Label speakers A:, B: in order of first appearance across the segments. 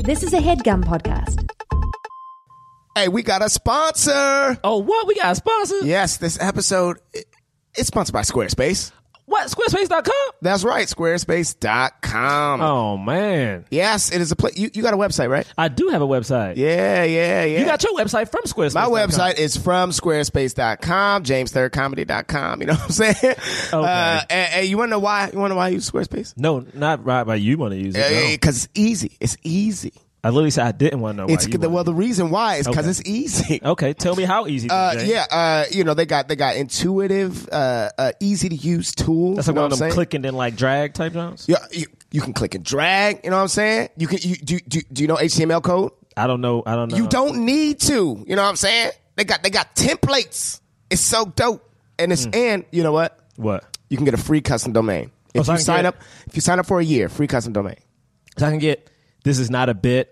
A: This is a headgum podcast.
B: Hey, we got a sponsor.
C: Oh, what? We got a sponsor?
B: Yes, this episode i- it's sponsored by Squarespace.
C: What? Squarespace.com?
B: That's right, squarespace.com.
C: Oh, man.
B: Yes, it is a place. You, you got a website, right?
C: I do have a website.
B: Yeah, yeah, yeah.
C: You got your website from Squarespace.
B: My website is from squarespace.com, jamesthirdcomedy.com. You know what I'm saying? Uh, and, and you want to know why? You want to know why I use Squarespace?
C: No, not right by you want to use it. no.
B: Because it's easy. It's easy.
C: I literally said I didn't want to know why
B: It's
C: you
B: the, well,
C: wanted
B: the reason why is because
C: Okay.
B: it's easy.
C: it. Okay, tell me how easy.
B: Uh,
C: Jay.
B: yeah, uh, you know they got they got intuitive, uh, uh, easy to use tools.
C: That's
B: you
C: like
B: know
C: one
B: what
C: of them
B: I'm saying?
C: clicking then like drag type jobs.
B: Yeah, you, you can click and drag. You know what I'm saying? You can. You, do, do do you know HTML code?
C: I don't know. I don't know.
B: You don't need to. You know what I'm saying? They got they got templates. It's so dope, and
C: Hmm.
B: it's and you know what?
C: What?
B: You can get a free custom domain if
C: Oh, so I
B: you
C: can
B: sign
C: get-
B: up. If you sign up for a year, free custom domain.
C: So I can get this is not a bit.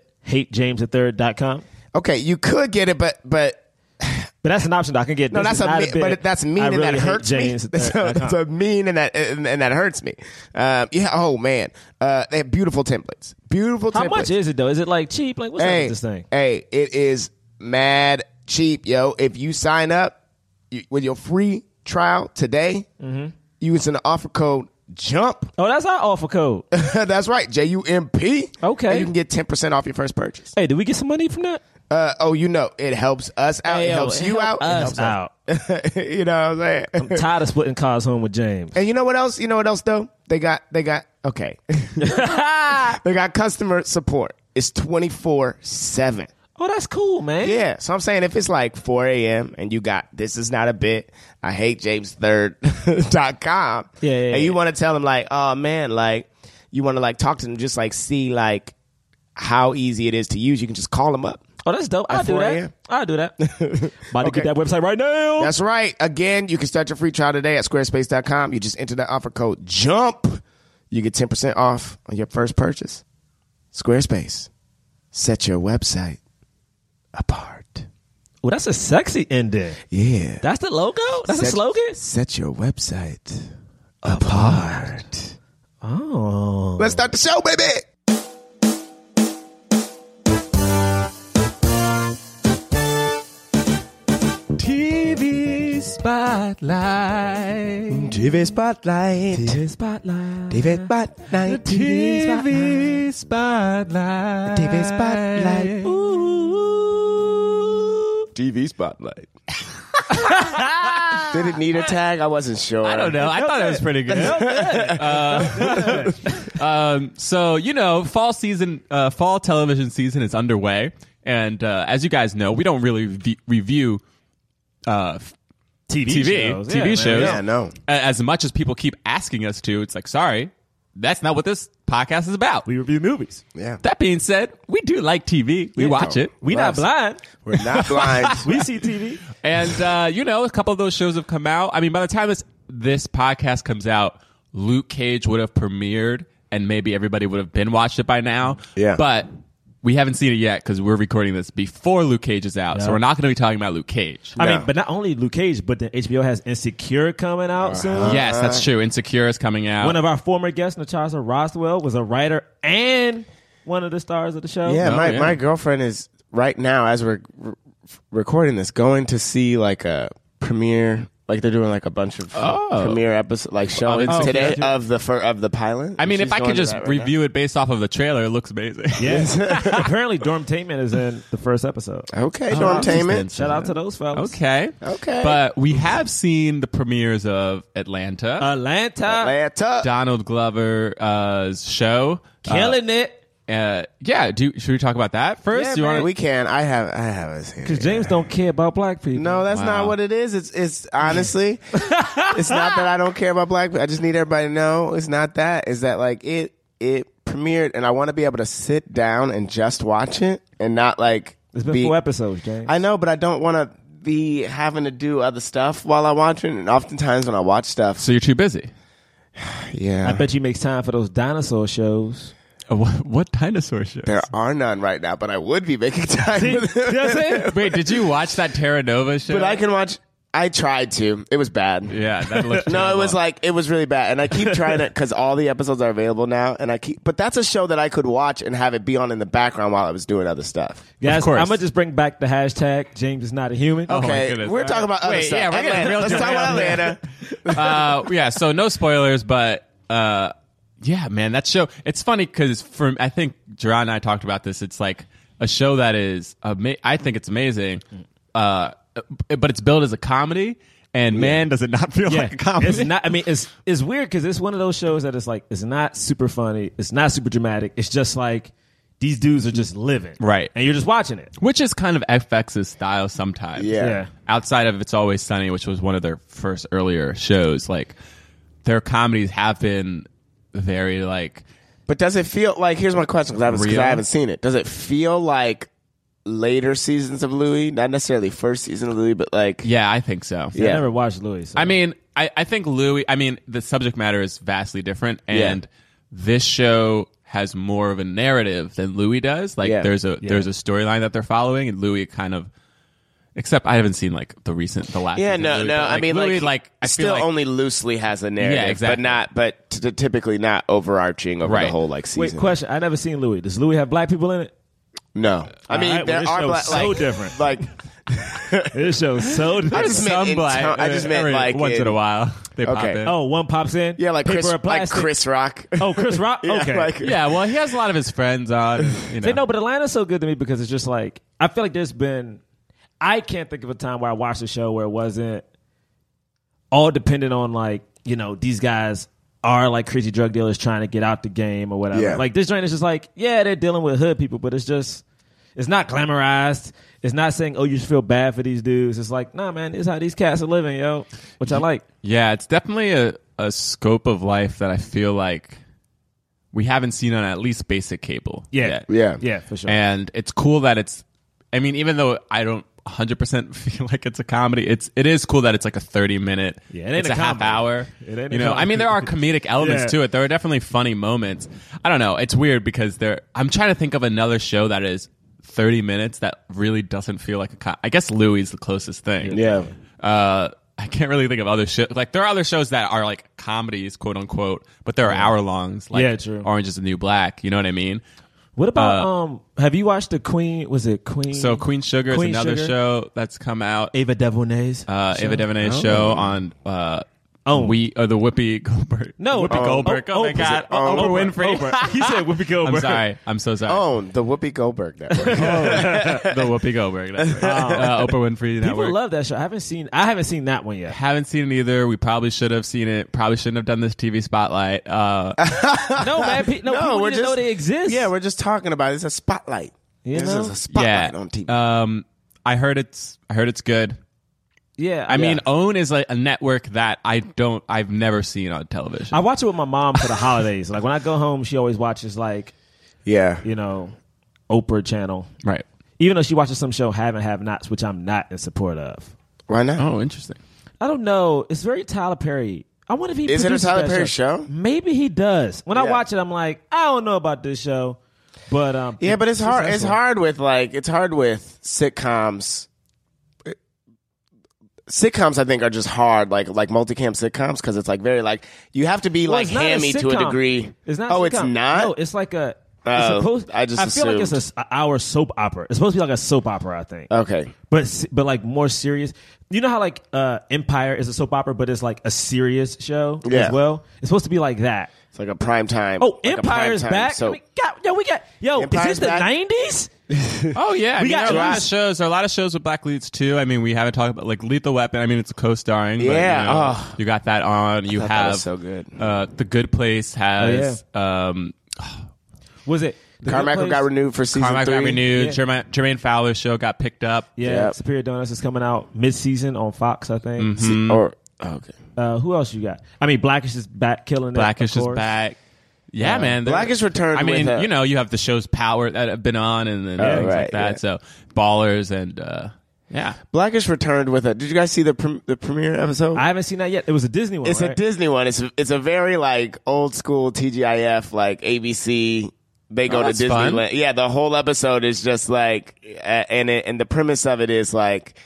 C: HateJamesTheThird.com.
B: Okay, you could get it, but but
C: But that's an option. though. I can get
B: no, that's
C: this is not
B: a,
C: a,
B: me-
C: bit.
B: but that's mean
C: I
B: and
C: really
B: that
C: hate
B: hurts me.
C: James Uh-huh.
B: That's a, that's a mean and that and, and that hurts me. Um, yeah. Oh man, uh, they have beautiful templates. Beautiful.
C: How
B: templates.
C: much is it though? Is it like cheap? Like what's up
B: hey,
C: with this thing?
B: Hey, it is mad cheap, yo. If you sign up you, with your free trial today,
C: Mm-hmm.
B: using the offer code JUMP.
C: Oh, that's our offer code.
B: That's right, J U M P.
C: Okay.
B: And you can get 10% off your first purchase.
C: hey, did we get some money from that?
B: Uh, oh, you know, it helps us out.
C: Hey,
B: it
C: yo,
B: helps
C: it
B: you
C: helped
B: out. It
C: Us
B: helps
C: out.
B: out. you know what I'm saying?
C: I'm tired of splitting cars home with James.
B: and you know what else? You know what else, though? They got, they got, okay. they got customer support. It's 24 7.
C: Oh, that's cool, man.
B: Yeah, so I'm saying if it's like 4 a.m. and you got this is not a bit, I hate James Third dot com.
C: Yeah, yeah,
B: and you
C: yeah.
B: want to tell them like, oh man, like you want to like talk to them, just like see like how easy it is to use. You can just call them up.
C: Oh, that's dope. I'll
B: At
C: do
B: 4
C: that.
B: a.m..
C: I'll do that. About to get that website right now.
B: That's right. Again, you can start your free trial today at squarespace.com. You just enter the offer code JUMP. You get 10% off on your first purchase. Squarespace. Set your website apart.
C: oh, that's a sexy ending.
B: Yeah.
C: That's the logo? That's a
B: Set-
C: slogan?
B: Set your website apart.
C: Oh.
B: Let's start the show, baby.
C: TV Spotlight.
B: TV spotlight.
C: TV Spotlight.
B: TV spotlight.
C: TV Spotlight.
B: TV spotlight.
C: Ooh.
B: TV spotlight. Did it need a tag? I wasn't sure.
D: I don't know. I thought it was pretty good. Uh, um, so you know, fall season, uh, fall television season is underway, and uh, as you guys know, we don't really re- review uh, f-
C: TV,
D: TV
C: shows.
D: TV
C: man.
D: shows.
B: Yeah, no.
D: a- as much as people keep asking us to. It's like, sorry, that's not what this podcast is about.
C: We review movies.
B: Yeah.
D: that being said, we do like TV. We watch it.
C: We not
B: Loves it.
C: blind.
B: We're not blind.
C: We see TV.
D: And uh, you know, a couple of those shows have come out. I mean, by the time this this podcast comes out, Luke Cage would have premiered, and maybe everybody would have been watched it by now.
B: Yeah.
D: but we haven't seen it yet because we're recording this before Luke Cage is out, so we're not going to be talking about Luke Cage.
C: I
B: No.
C: mean, but not only Luke Cage, but then HBO has Insecure coming out soon.
B: Uh,
D: yes, that's true. Insecure is coming out.
C: One of our former guests, Natasha Roswell, was a writer and one of the stars of the show.
B: yeah,
D: No,
B: my,
D: yeah.
B: my girlfriend is right now as we're r- recording this going to see like a premiere. Like they're doing like a bunch of
D: Oh.
B: premiere episode like showings
D: it's-
B: today of the fir- of the pilot.
D: I mean,
B: She's
D: if I
B: going
D: could
B: to
D: just
B: that right now.
D: review it based off of the trailer, it looks amazing.
C: Yes. Apparently, Dorm Tainment is in the first episode.
B: Okay,
D: Oh,
B: Norm Tainment.
C: Shout out to those fellas.
D: Okay.
B: Okay.
D: But we have seen the premieres of Atlanta,
B: Uh,
C: Atlanta,
B: Atlanta.
D: Donald Glover's uh, show. Uh,
C: killing it.
D: Uh, yeah. Do should we talk about that first?
B: Yeah,
D: Do you
B: man,
D: wanna-
B: we can. I have. I haven't seen.
C: Because James don't care about black people.
B: No, that's not
D: Wow.
B: what it is. It's it's honestly, it's not that I don't care about black people. I just need everybody to know it's not that. Is that like it it premiered, and I want to be able to sit down and just watch it and not like.
C: It's been
B: be-
C: four episodes, James.
B: I know, but I don't want to be having to do other stuff while I watch it. And oftentimes when I watch stuff,
D: So you're too busy.
B: yeah,
C: I bet you makes time for those dinosaur shows.
D: Uh, What, what dinosaur show?
B: there are none right now. But I would be making time. for them.
D: Wait, did you watch that Terra Nova show?
B: But I can watch. I tried to. It was bad.
D: Yeah, that looks.
B: No, it
D: terrible.
B: was like it was really bad, and I keep trying it because all the episodes are available now, and I keep. But that's a show that I could watch and have it be on in the background while I was doing other stuff.
C: Guys,
D: course.
C: I'm gonna just bring back the hashtag James is not a human.
D: Oh my
B: Okay,
D: goodness.
B: we're talking about other
D: Wait,
B: stuff.
D: yeah, we're getting
B: Atlanta.
D: real
B: Let's talk about
D: derailed here.
B: Atlanta.
D: uh, yeah. So no spoilers, but uh, yeah, man, that show. It's funny because for I think Jerron and I talked about this. It's like a show that is ama- I think it's amazing, uh, but it's billed as a comedy, and man, does it not feel
C: Yeah,
D: like a comedy.
C: it's not. I mean, it's it's weird because it's one of those shows that it's like it's not super funny, it's not super dramatic. It's just like these dudes are just living,
D: Right.
C: And you're just watching it.
D: which is kind of FX's style sometimes.
B: Yeah.
C: Yeah.
D: Outside of It's Always Sunny, which was one of their first earlier shows, like their comedies have been very like
B: But does it feel like? Here's my question because I, haven't- 'cause
D: Real?
B: I haven't seen it. Does it feel like later seasons of Louis? Not necessarily first season of Louis, but like
D: yeah, I think so.
B: Yeah.
C: I never watched Louis. so-
D: I mean, I, I think Louis. I mean, the subject matter is vastly different, and this show has more of a narrative than Louis does. Like,
B: Yeah.
D: there's a there's a storyline that they're following, and Louis kind of. Except I haven't seen like the recent, the last.
B: Yeah,
D: season of
B: no,
D: Louis,
B: no.
D: but,
B: I mean,
D: Louis,
B: like,
D: like I
B: still
D: feel like,
B: only loosely has a narrative,
D: exactly.
B: but not, but t- typically not overarching over
D: Right.
B: the whole like season.
C: wait, question. I never seen Louis. Does Louis have black people in it?
B: No, I mean
C: Alright, well,
B: there
C: this
B: are
C: show's
B: black,
C: so
B: like,
C: different.
B: Like
C: This show's so.
B: I just meant in town- I just meant,
D: every-
B: like,
D: once in,
B: in-
D: a while they pop
B: Okay.
D: in.
C: oh, one pops in.
B: yeah, like
C: paper
B: Chris,
C: or
B: like
C: plastic.
B: Chris Rock.
C: Oh, Chris Rock.
B: yeah,
C: okay.
B: like-
D: yeah. Well, he has a lot of his friends on. and, You know.
C: They know, but Atlanta's so good to me because it's just like I feel like there's been. I can't think of a time where I watched a show where it wasn't all dependent on like you know these guys are like crazy drug dealers trying to get out the game or whatever.
B: Yeah.
C: Like this joint is just like yeah they're dealing with hood people, but it's just it's not glamorized. It's not saying oh you should feel bad for these dudes. It's like nah man, this is how these cats are living yo, which I like.
D: Yeah, it's definitely a, a scope of life that I feel like we haven't seen on at least basic cable.
C: Yeah.
D: yet.
B: Yeah.
C: Yeah, for sure.
D: And it's cool that it's I mean even though I don't 100% feel like it's a comedy, it's it is cool that it's like a 30 minute
C: Yeah, it ain't
D: it's
C: a
D: a, half
C: comedy.
D: hour.
C: It ain't a
D: you know, I mean there are comedic elements
C: Yeah.
D: to it. There are definitely funny moments. I don't know, it's weird because there I'm trying to think of another show that is 30 minutes that really doesn't feel like a com- I guess Louis is the closest thing
B: yeah,
D: uh, I can't really think of other shows. Like there are other shows that are like comedies, quote unquote, but there are hour longs. Like
C: Yeah, true.
D: Orange is the New Black. You know what I mean?
C: What about
D: Uh,
C: um? Have you watched the Queen? Was it Queen?
D: So Queen Sugar
C: Mm. Queen
D: is another
C: Sugar?
D: show that's come out.
C: Ava DuVernay's. Oh.
D: Uh, Ava DuVernay's show on uh,
C: Owned.
D: we or the Whoopi Goldberg.
C: Oh. No,
D: Whoopi
C: oh,
D: Goldberg. Oh,
C: oh,
D: my
C: is
D: God,
C: it
D: Oprah,
C: Oprah, Oh.
D: Winfrey.
C: Oprah. You said Whoopi Goldberg.
D: I'm sorry. I'm so sorry.
B: own the Whoopi Goldberg network.
D: the Whoopi Goldberg. Network. Uh, Oprah Winfrey.
C: People
D: Network.
C: love that show. I haven't seen. I haven't seen that one yet.
D: Haven't seen it either. We probably should have seen it. Probably shouldn't have done this TV spotlight. Uh,
C: No man. Pe- no, people need to know they exist.
B: Yeah, we're just talking about it. it's a spotlight.
C: You
B: this
C: know?
B: is a spotlight on TV.
D: Um, I heard it's I heard it's good.
C: yeah.
D: I mean, OWN is like a network that I don't I've never seen on television.
C: I watch it with my mom for the holidays. like when I go home, she always watches like
B: yeah,
C: you know, Oprah Channel.
D: right.
C: Even though she watches some show Have and Have Nots, which I'm not in support of.
B: why not?
D: Oh, interesting.
C: I don't know. It's very Tyler Perry. I wonder if he
B: Is it a
C: produces
B: Tyler
C: that
B: Perry show?
C: Maybe he does. When I
B: Yeah.
C: watch it, I'm like, I don't know about this show, but um,
B: Yeah, but it's hard. It's
C: successful.
B: hard with like it's hard with sitcoms. Sitcoms, I think, are just hard, like like multicam sitcoms, because it's like very like you have to be
C: Well,
B: like
C: it's not
B: hammy to a
C: sitcom.
B: degree.
C: It's not. a
B: Oh, it's
C: sitcom.
B: not.
C: No, it's like a.
B: Oh,
C: it's supposed,
B: I just
C: I feel like it's
B: assumed.
C: a, an hour soap opera. It's supposed to be like a soap opera, I think.
B: okay.
C: But s- but like more serious. You know how like uh, Empire is a soap opera, but it's like a serious show
B: Yeah.
C: as well. It's supposed to be like that.
B: It's like a prime time.
C: Oh,
B: like a prime
C: Empire's
B: time
C: back.
B: soap.
C: I mean, God, yo, we got yo.
B: Empire's
C: is this the
B: back.
C: nineties?
D: Oh yeah, I mean,
C: got
D: there are a lot of
C: Loose.
D: shows. There are a lot of shows with black leads too. I mean, we haven't talked about like Lethal Weapon. I mean, it's co-starring. but,
B: Yeah,
D: you, know,
B: oh.
D: you got that on. You
B: thought that
D: have
B: was so good. Oh,
D: Uh, the Good Place has um,
C: Was it The Good
B: Carmichael
C: Place?
B: got renewed for season
D: Carmichael
B: three.
D: got renewed.
C: Yeah.
D: Jermaine, Jermaine Fowler's show got picked up.
C: Yeah,
B: Yep. Mm-hmm.
C: Superior Donuts is coming out mid season on Fox, I think.
D: Hmm.
B: Se- Or oh, okay.
C: Uh, who else you got? I mean, Blackish is back killing it.
D: Blackish
C: of
D: is
C: course.
D: back. Yeah, man. they're-
B: Black is returned
D: I mean,
B: with a-
D: you know, you have the shows Power that have been on and then
B: Oh,
D: things
B: right,
D: like that.
B: yeah.
D: So ballers and uh, yeah,
B: Blackish returned with a. Did you guys see the prem the premiere episode?
C: I haven't seen that yet. It was a Disney one.
B: it's a
C: right?
B: Disney one. It's a, it's a very like old school TGIF like ABC. They go
D: Oh,
B: to
D: that's fun.
B: Disneyland. Yeah, the whole episode is just like, uh, and it, and the premise of it is like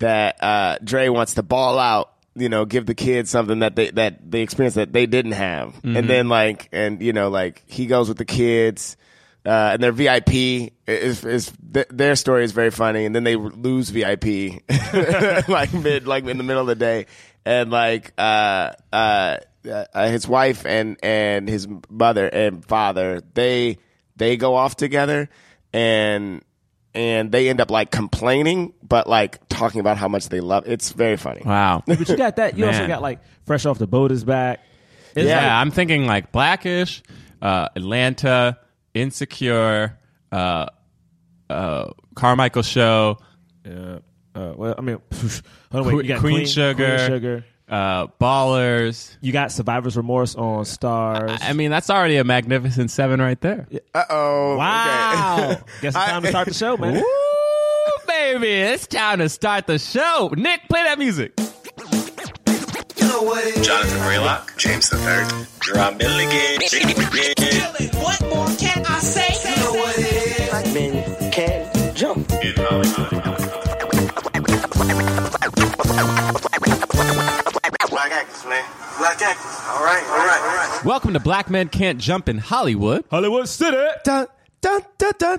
B: that uh, Dre wants to ball out. You know, give the kids something that they that the experience that they didn't have, and then like and you know like he goes with the kids. Uh, and their VIP is, is th- their story is very funny, and then they lose VIP like mid like in the middle of the day, and like uh, uh, uh, his wife and and his mother and father they they go off together, and and they end up like complaining, but like talking about how much they love. It's very funny.
D: wow.
C: But you got that. You also
D: Man.
C: got like Fresh Off the Boat is back. It's
D: yeah,
C: like-
D: I'm thinking like Blackish, uh, Atlanta, Insecure, uh, uh, Carmichael Show,
C: yeah. Uh, well, I mean, hold on, wait, you got
D: Queen
C: Queen,
D: Sugar.
C: Queen Sugar.
D: uh, Ballers.
C: You got Survivor's Remorse on Stars.
D: I mean, that's already a magnificent seven right there.
B: Uh oh!
C: wow. Guess it's time to start the show, man.
D: Ooh, baby, it's time to start the show. Nick, play that music.
E: Jonathan Raylock, James the Third, Drum Milligan.
F: What more can I say?
E: Black actors, man. Black actors. All right, all right, all right.
D: Welcome to Black Men Can't Jump in Hollywood.
C: Hollywood City.
B: Dun, dun, dun, dun.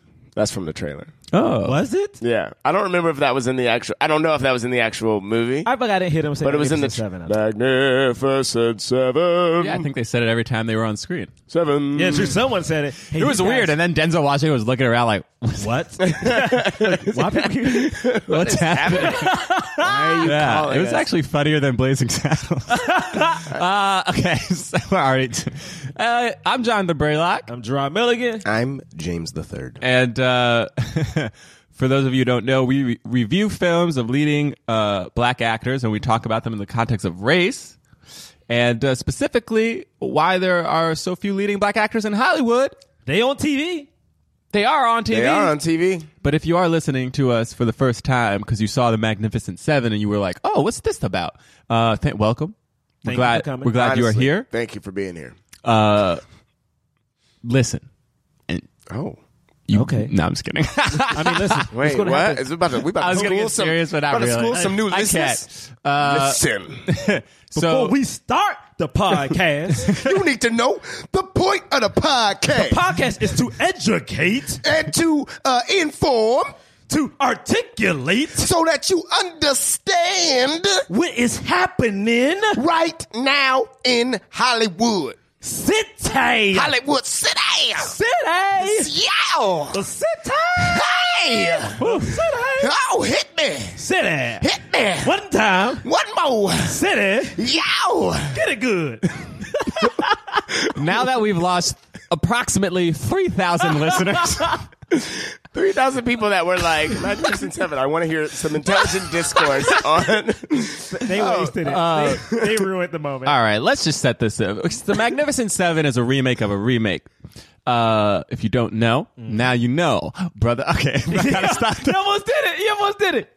B: That's from the trailer.
D: oh,
C: Was it?
B: Yeah, I don't remember if that was in the actual. I don't know if that was in the actual movie,
C: I forgot I didn't hit him.
B: but it was in the
C: seven.
B: Magnificent Seven.
D: Yeah, I think they said it every time they were on screen.
B: seven.
C: Yeah, sure. Someone said it. Hey,
D: It was
C: you guys-
D: weird, and then Denzel Washington was looking around like,
C: What? Why people-
D: "What's happening?" yeah,
B: calling
D: it was
B: us?
D: actually funnier than Blazing Saddles. uh, okay, so we're already. T- uh, I'm John the Braylock.
C: I'm Gerard Milligan.
B: I'm James the Third.
D: And uh, for those of you who don't know, we re- review films of leading uh, black actors and we talk about them in the context of race and uh, specifically why there are so few leading black actors in Hollywood.
C: They on TV.
D: They are on TV.
B: They are on TV.
D: but if you are listening to us for the first time because you saw The Magnificent Seven and you were like, oh, what's this about? Uh, th- welcome.
C: Thank you
D: we're glad,
C: for coming.
D: We're glad you are
B: Honestly,
D: here.
B: Thank you for being here.
D: Uh, listen. And
B: Oh.
D: you,
C: Okay.
D: No, I'm just kidding.
C: I mean, listen.
B: Wait,
C: what's gonna
B: what?
C: happen-
B: Is it about to, we about
D: I was
B: to
D: going to
B: school
D: get serious,
B: some,
D: but not
B: about
D: really.
B: to school some new
D: I
B: listeners?
D: can't. Uh,
B: Listen,
D: so
C: Before we start the podcast,
B: you need to know the point of the podcast
C: podcast is to educate,
B: and to uh, inform
C: to articulate
B: so that you understand
C: what is happening.
B: right now in Hollywood.
C: City,
B: Hollywood City.
C: city,
B: Yeah.
C: the city,
B: Hey.
C: Woo, city,
B: Oh, hit me.
C: city.
B: Hit me.
C: One time,
B: One more.
C: city,
B: Yeah.
C: get it good.
D: now that we've lost approximately 3,000 listeners,
B: 3,000 people that were like, Magnificent Seven, I want to hear some intelligent discourse on.
C: They wasted it. they, they ruined the moment.
D: all right, let's just set this up. The Magnificent Seven is a remake of a remake. Uh, if you don't know, now you know, brother. Okay, I gotta stop.
C: Mm. you almost did it. You almost did it.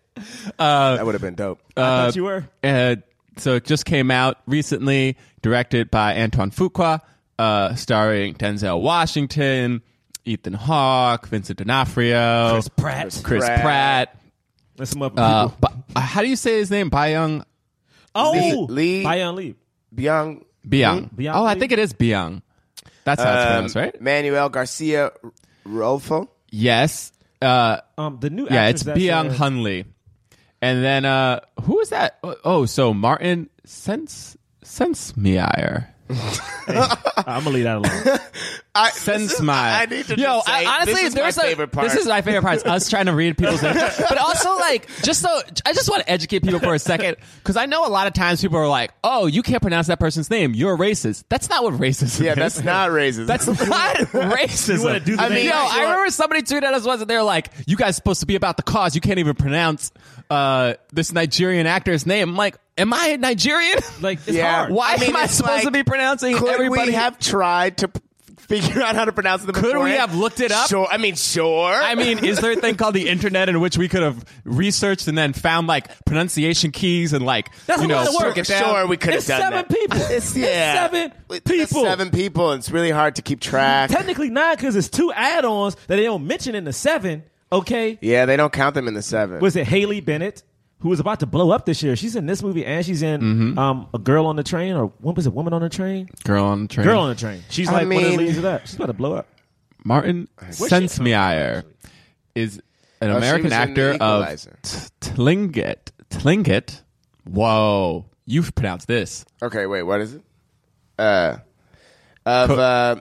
B: that would have been dope.
C: I thought you were.
D: Uh, so it just came out recently, directed by Antoine Fuqua, uh, starring Denzel Washington, Ethan Hawke, Vincent
C: oh,
D: D'Onofrio, Chris,
C: Pratt.
B: Pratt.
D: Pratt.
C: That's some other
D: Uh,
C: people.
D: but, uh, how do you say his name? Byung
C: Oh,
B: Lee- Lee-
C: Bayon Lee.
B: Beyond
D: Byung.
C: Byung
D: Oh, I
C: Lee?
D: think it is Byung. That's how
B: Um,
D: it's pronounced, right?
B: Manuel Garcia Rolfo.
D: Yes. Uh,
C: Um, the new
D: yeah,
C: actress
D: it's
C: that's,
D: Byung
C: uh,
D: Hun Lee. And then uh, who is that? Oh, so Martin Sense Sensmeier.
C: I'm gonna leave that alone.
B: I,
D: Sense my
B: I need to
D: yo.
B: just say,
D: I, honestly,
B: this is
D: there's
B: my
D: like,
B: favorite part.
D: This is my favorite part. It's us trying to read people's, names. but also like just so I just want to educate people for a second because I know a lot of times people are like, "Oh, you can't pronounce that person's name. You're racist." That's not what racism
B: yeah,
D: is.
B: that's not racist.
D: That's not racism.
C: wanna do the
D: I mean,
C: name
D: yo,
C: like
D: I
C: what?
D: remember somebody tweeted at us once, and they were like, "You guys supposed to be about the cause. You can't even pronounce uh, this Nigerian actor's name." I'm like, "Am I Nigerian?
C: Like, it's
B: Yeah.
C: hard.
D: Why
B: I mean,
D: am I
B: it's like,
D: supposed to be pronouncing
B: Could
D: everybody?"
B: we have tried to p- figure out how to pronounce them?
D: we
B: beforehand?
D: have looked it up?
B: Sure. I mean, sure.
D: I mean, is there a thing called the internet in which we could have researched and then found like pronunciation keys and like
C: That's
D: you
C: a
D: know
C: lot of work.
D: broke it
B: sure,
D: down?
B: we could have
C: It's
B: done
C: seven
B: that.
C: people.
B: It's,
C: It's
B: yeah,
C: seven
B: It's
C: people.
B: seven people. It's really hard to keep track.
C: Technically nine because it's two add-ons that they don't mention in the seven. Okay,
B: Yeah, they don't count them in the seven.
C: was it Haley Bennett who was about to blow up this year? She's in this movie and she's in
D: Mm-hmm.
C: um, a girl on the train or what was it? Woman on the train?
D: Girl on the train.
C: Girl on the train. She's
B: I
C: like one of the
B: mean-
C: leads of that. She's about to blow up.
D: Martin Sensmeier is an
B: Oh, she
D: American
B: was in
D: actor
B: The
D: of
B: Equalizer.
D: T- Tlingit. Tlingit. Whoa, you've pronounced this.
B: Okay, wait, what is it? Uh, of uh,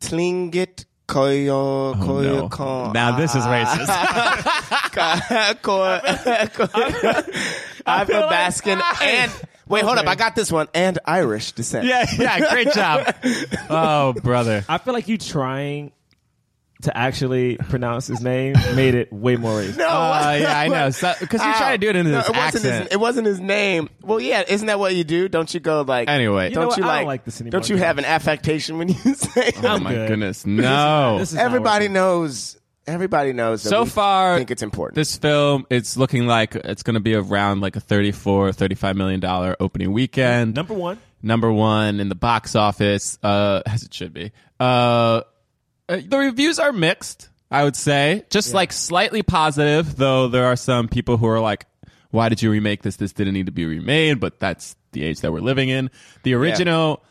B: Tlingit Koyo
D: Oh,
B: Koyo
D: no.
B: Kon.
D: Now this is racist.
B: I'm from Baskin and wait, hold up, I got this one and Irish descent.
D: yeah, yeah. Great job. Oh, brother.
C: I feel like you trying to actually pronounce his name made it way more racist.
B: No, it
D: Uh,
B: wasn't-
D: yeah, I know. Because you try to do it in
B: Oh, No,
D: this
B: it wasn't
D: accent.
B: His, it wasn't his name. Well, yeah, isn't that what you do? Don't you go like
D: Anyway. You know
B: Don't
C: what?
B: you
C: I
B: like,
C: don't like this anymore,
B: Don't you have an affectation when you say?
D: oh
C: I'm
D: my
C: good.
D: goodness. No.
C: This is not
B: everybody
C: working.
B: knows. Everybody knows. That
D: so
B: we
D: far
B: think it's important.
D: this film it's looking like it's going to be around like a 34 35 million dollar opening weekend
C: number one.
D: number one in the box office uh as it should be uh uh, the reviews are mixed i would say just like slightly positive though there are some people who are like why did you remake this this didn't need to be remade but that's the age that we're living in the original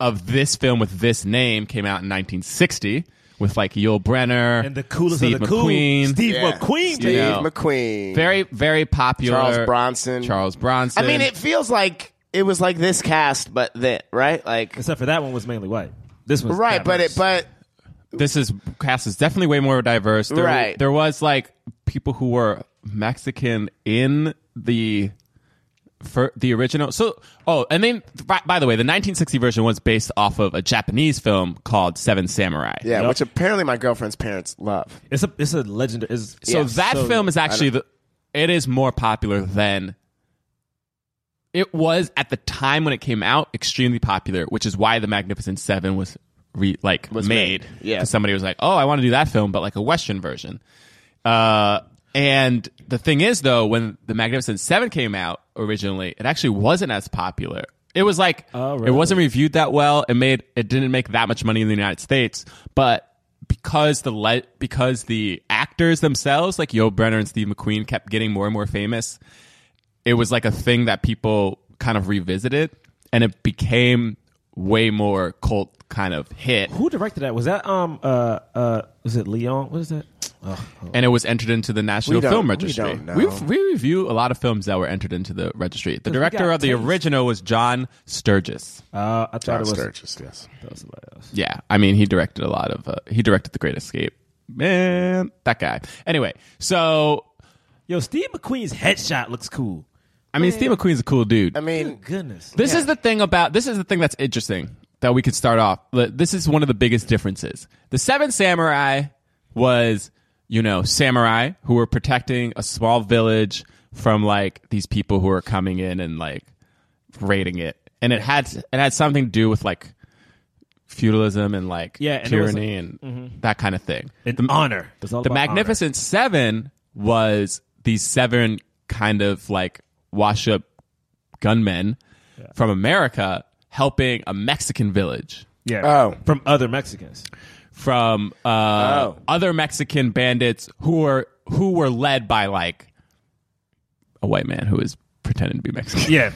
D: of this film with this name came out in 1960 with like Yul Brenner
C: And the coolest
D: Steve
C: of the cool
D: McQueen,
C: Steve
B: Yeah.
C: McQueen.
D: you
B: Steve
C: baby.
D: know.
B: McQueen.
D: very very popular
B: Charles Bronson.
D: Charles Bronson.
B: I mean, it feels like it was like this cast, but then right, like
C: Except for that one was mainly white. This was
B: right, but it,
C: diverse.
B: but
D: this is cast is definitely way more diverse. There,
B: Right.
D: there was like people who were Mexican in the for the original. So oh, and then by, by the way, the 1960 version was based off of a Japanese film called Seven Samurai.
B: yeah,
C: Yep.
B: which apparently my girlfriend's parents love.
C: it's a it's a legendary. It's,
D: So that film is actually
B: I
D: the it is more popular than it was at the time when it came out extremely popular, which is why the Magnificent 7 was re, like
B: Was
D: made.
B: made, yeah.
D: 'Cause somebody was like, "Oh, I want to do that film but like a western version." Uh and the thing is though, when the Magnificent 7 came out originally, it actually wasn't as popular. It was like
C: Oh,
D: it
C: really?
D: wasn't reviewed that well. It made it didn't make that much money in the United States, but because the le- because the actors themselves, like Yo Brenner and Steve McQueen, kept getting more and more famous, it was like a thing that people kind of revisited, and it became way more cult kind of hit,
C: who directed that? Was that um uh uh was it Leon? What is that? Oh, oh.
D: and it was entered into the National
B: We don't-
D: Film
B: we
D: Registry.
B: don't know.
D: We, we review a lot of films that were entered into the registry. The director
C: got
D: of the
C: taste.
D: original was John Sturgis.
C: Uh, I thought it was,
B: yes.
C: that was somebody else.
D: Yeah, I mean, he directed a lot of. Uh, he directed The Great Escape. Man, that guy. Anyway, so
C: Yo, Steve McQueen's headshot looks cool.
D: I mean, Steve McQueen's a cool dude.
B: I mean,
C: Goodness.
D: this is the thing about this is the thing that's interesting that we could start off. Li- This is one of the biggest differences. The Seven Samurai was, you know, samurai who were protecting a small village from like these people who are coming in and like raiding it, and it had it had something to do with like feudalism and like
C: Yeah, and it was, Mm-hmm.
D: tyranny and that kind of thing.
C: An honor. It's all
D: the
C: about
D: Magnificent Seven was these seven kind of like wash up gunmen from America helping a Mexican village
C: honor. Yeah.
B: Oh.
C: From other Mexicans.
D: from uh,
B: Oh.
D: other Mexican bandits who were who were led by like a white man who is pretending to be Mexican.
C: Yeah.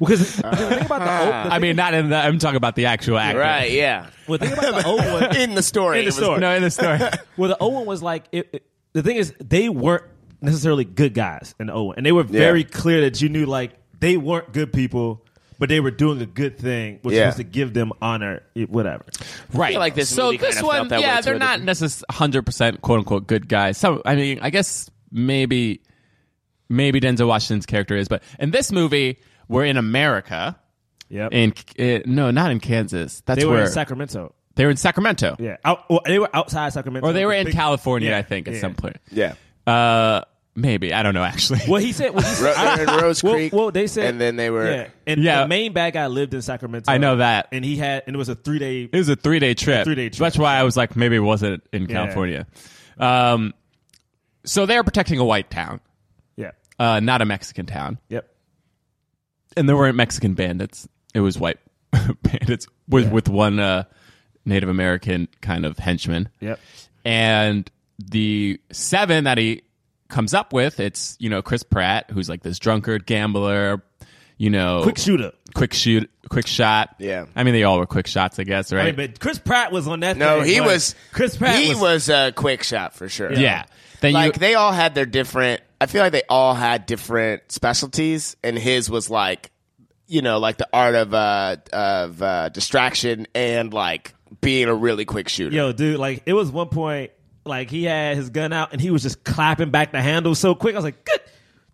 C: Because the thing about the old,
D: I mean, not in the. I'm talking about the actual actor.
B: right, yeah.
C: the thing about the old one,
B: In the story,
C: In
B: it
C: the
B: was-
C: story.
D: No, in the story.
C: Well, the old one was like it, it- the thing is they weren't necessarily good guys in the old one, and they were very clear that you knew like they weren't good people, but but they were doing a good thing, which
B: Yeah.
C: was to give them honor, it- whatever.
D: Right.
G: like this
D: so
G: movie
D: this
G: kinda
D: one,
G: felt that
D: yeah,
G: way,
D: they're
G: too.
D: not necessarily hundred percent quote unquote good guys. Some, I mean, I guess maybe, maybe Denzel Washington's character is, but in this movie, we're in America.
C: Yep.
D: In uh, no, not in Kansas. That's
C: they were
D: where
C: in Sacramento.
D: they were in Sacramento,
C: Yeah, out, well, they were outside Sacramento,
D: or they were
C: The
D: in
C: big-
D: California,
C: Yeah,
D: I think, at
C: yeah.
D: some point.
B: Yeah.
D: Uh, maybe I don't know actually.
C: Well, he said. Well, he
B: Ro-
C: said
B: they were in Rose
C: well,
B: Creek.
C: well, they said,
B: and then they were.
C: Yeah, and
D: Yeah.
C: the main bad guy lived in Sacramento.
D: I know that.
C: and he had, and it was a three day.
D: It was a three day trip.
C: uh, Three-day trip.
D: That's why I was like, maybe it wasn't in California. Um, so they're protecting a white town,
C: Yeah,
D: uh, not a Mexican town.
C: yep.
D: and there weren't Mexican bandits. It was white bandits with with one uh, Native American kind of henchman.
C: Yep.
D: And the seven that he comes up with, it's you know Chris Pratt, who's like this drunkard gambler, you know,
C: Quick shooter.
D: quick shoot, quick shot.
B: Yeah.
D: I mean they all were quick shots, I guess,
C: I
D: right?
C: mean, but Chris Pratt was on that.
B: No,
C: thing,
B: he
C: like,
B: was.
C: Chris Pratt.
B: He was, a quick shot for sure.
D: yeah. Then
B: like
D: you,
B: they all had their different. I feel like they all had different specialties, and his was like, you know, like the art of uh of uh distraction and like being a really quick shooter.
C: Yo, dude, like it was one point, like he had his gun out and he was just clapping back the handle so quick. I was like, good,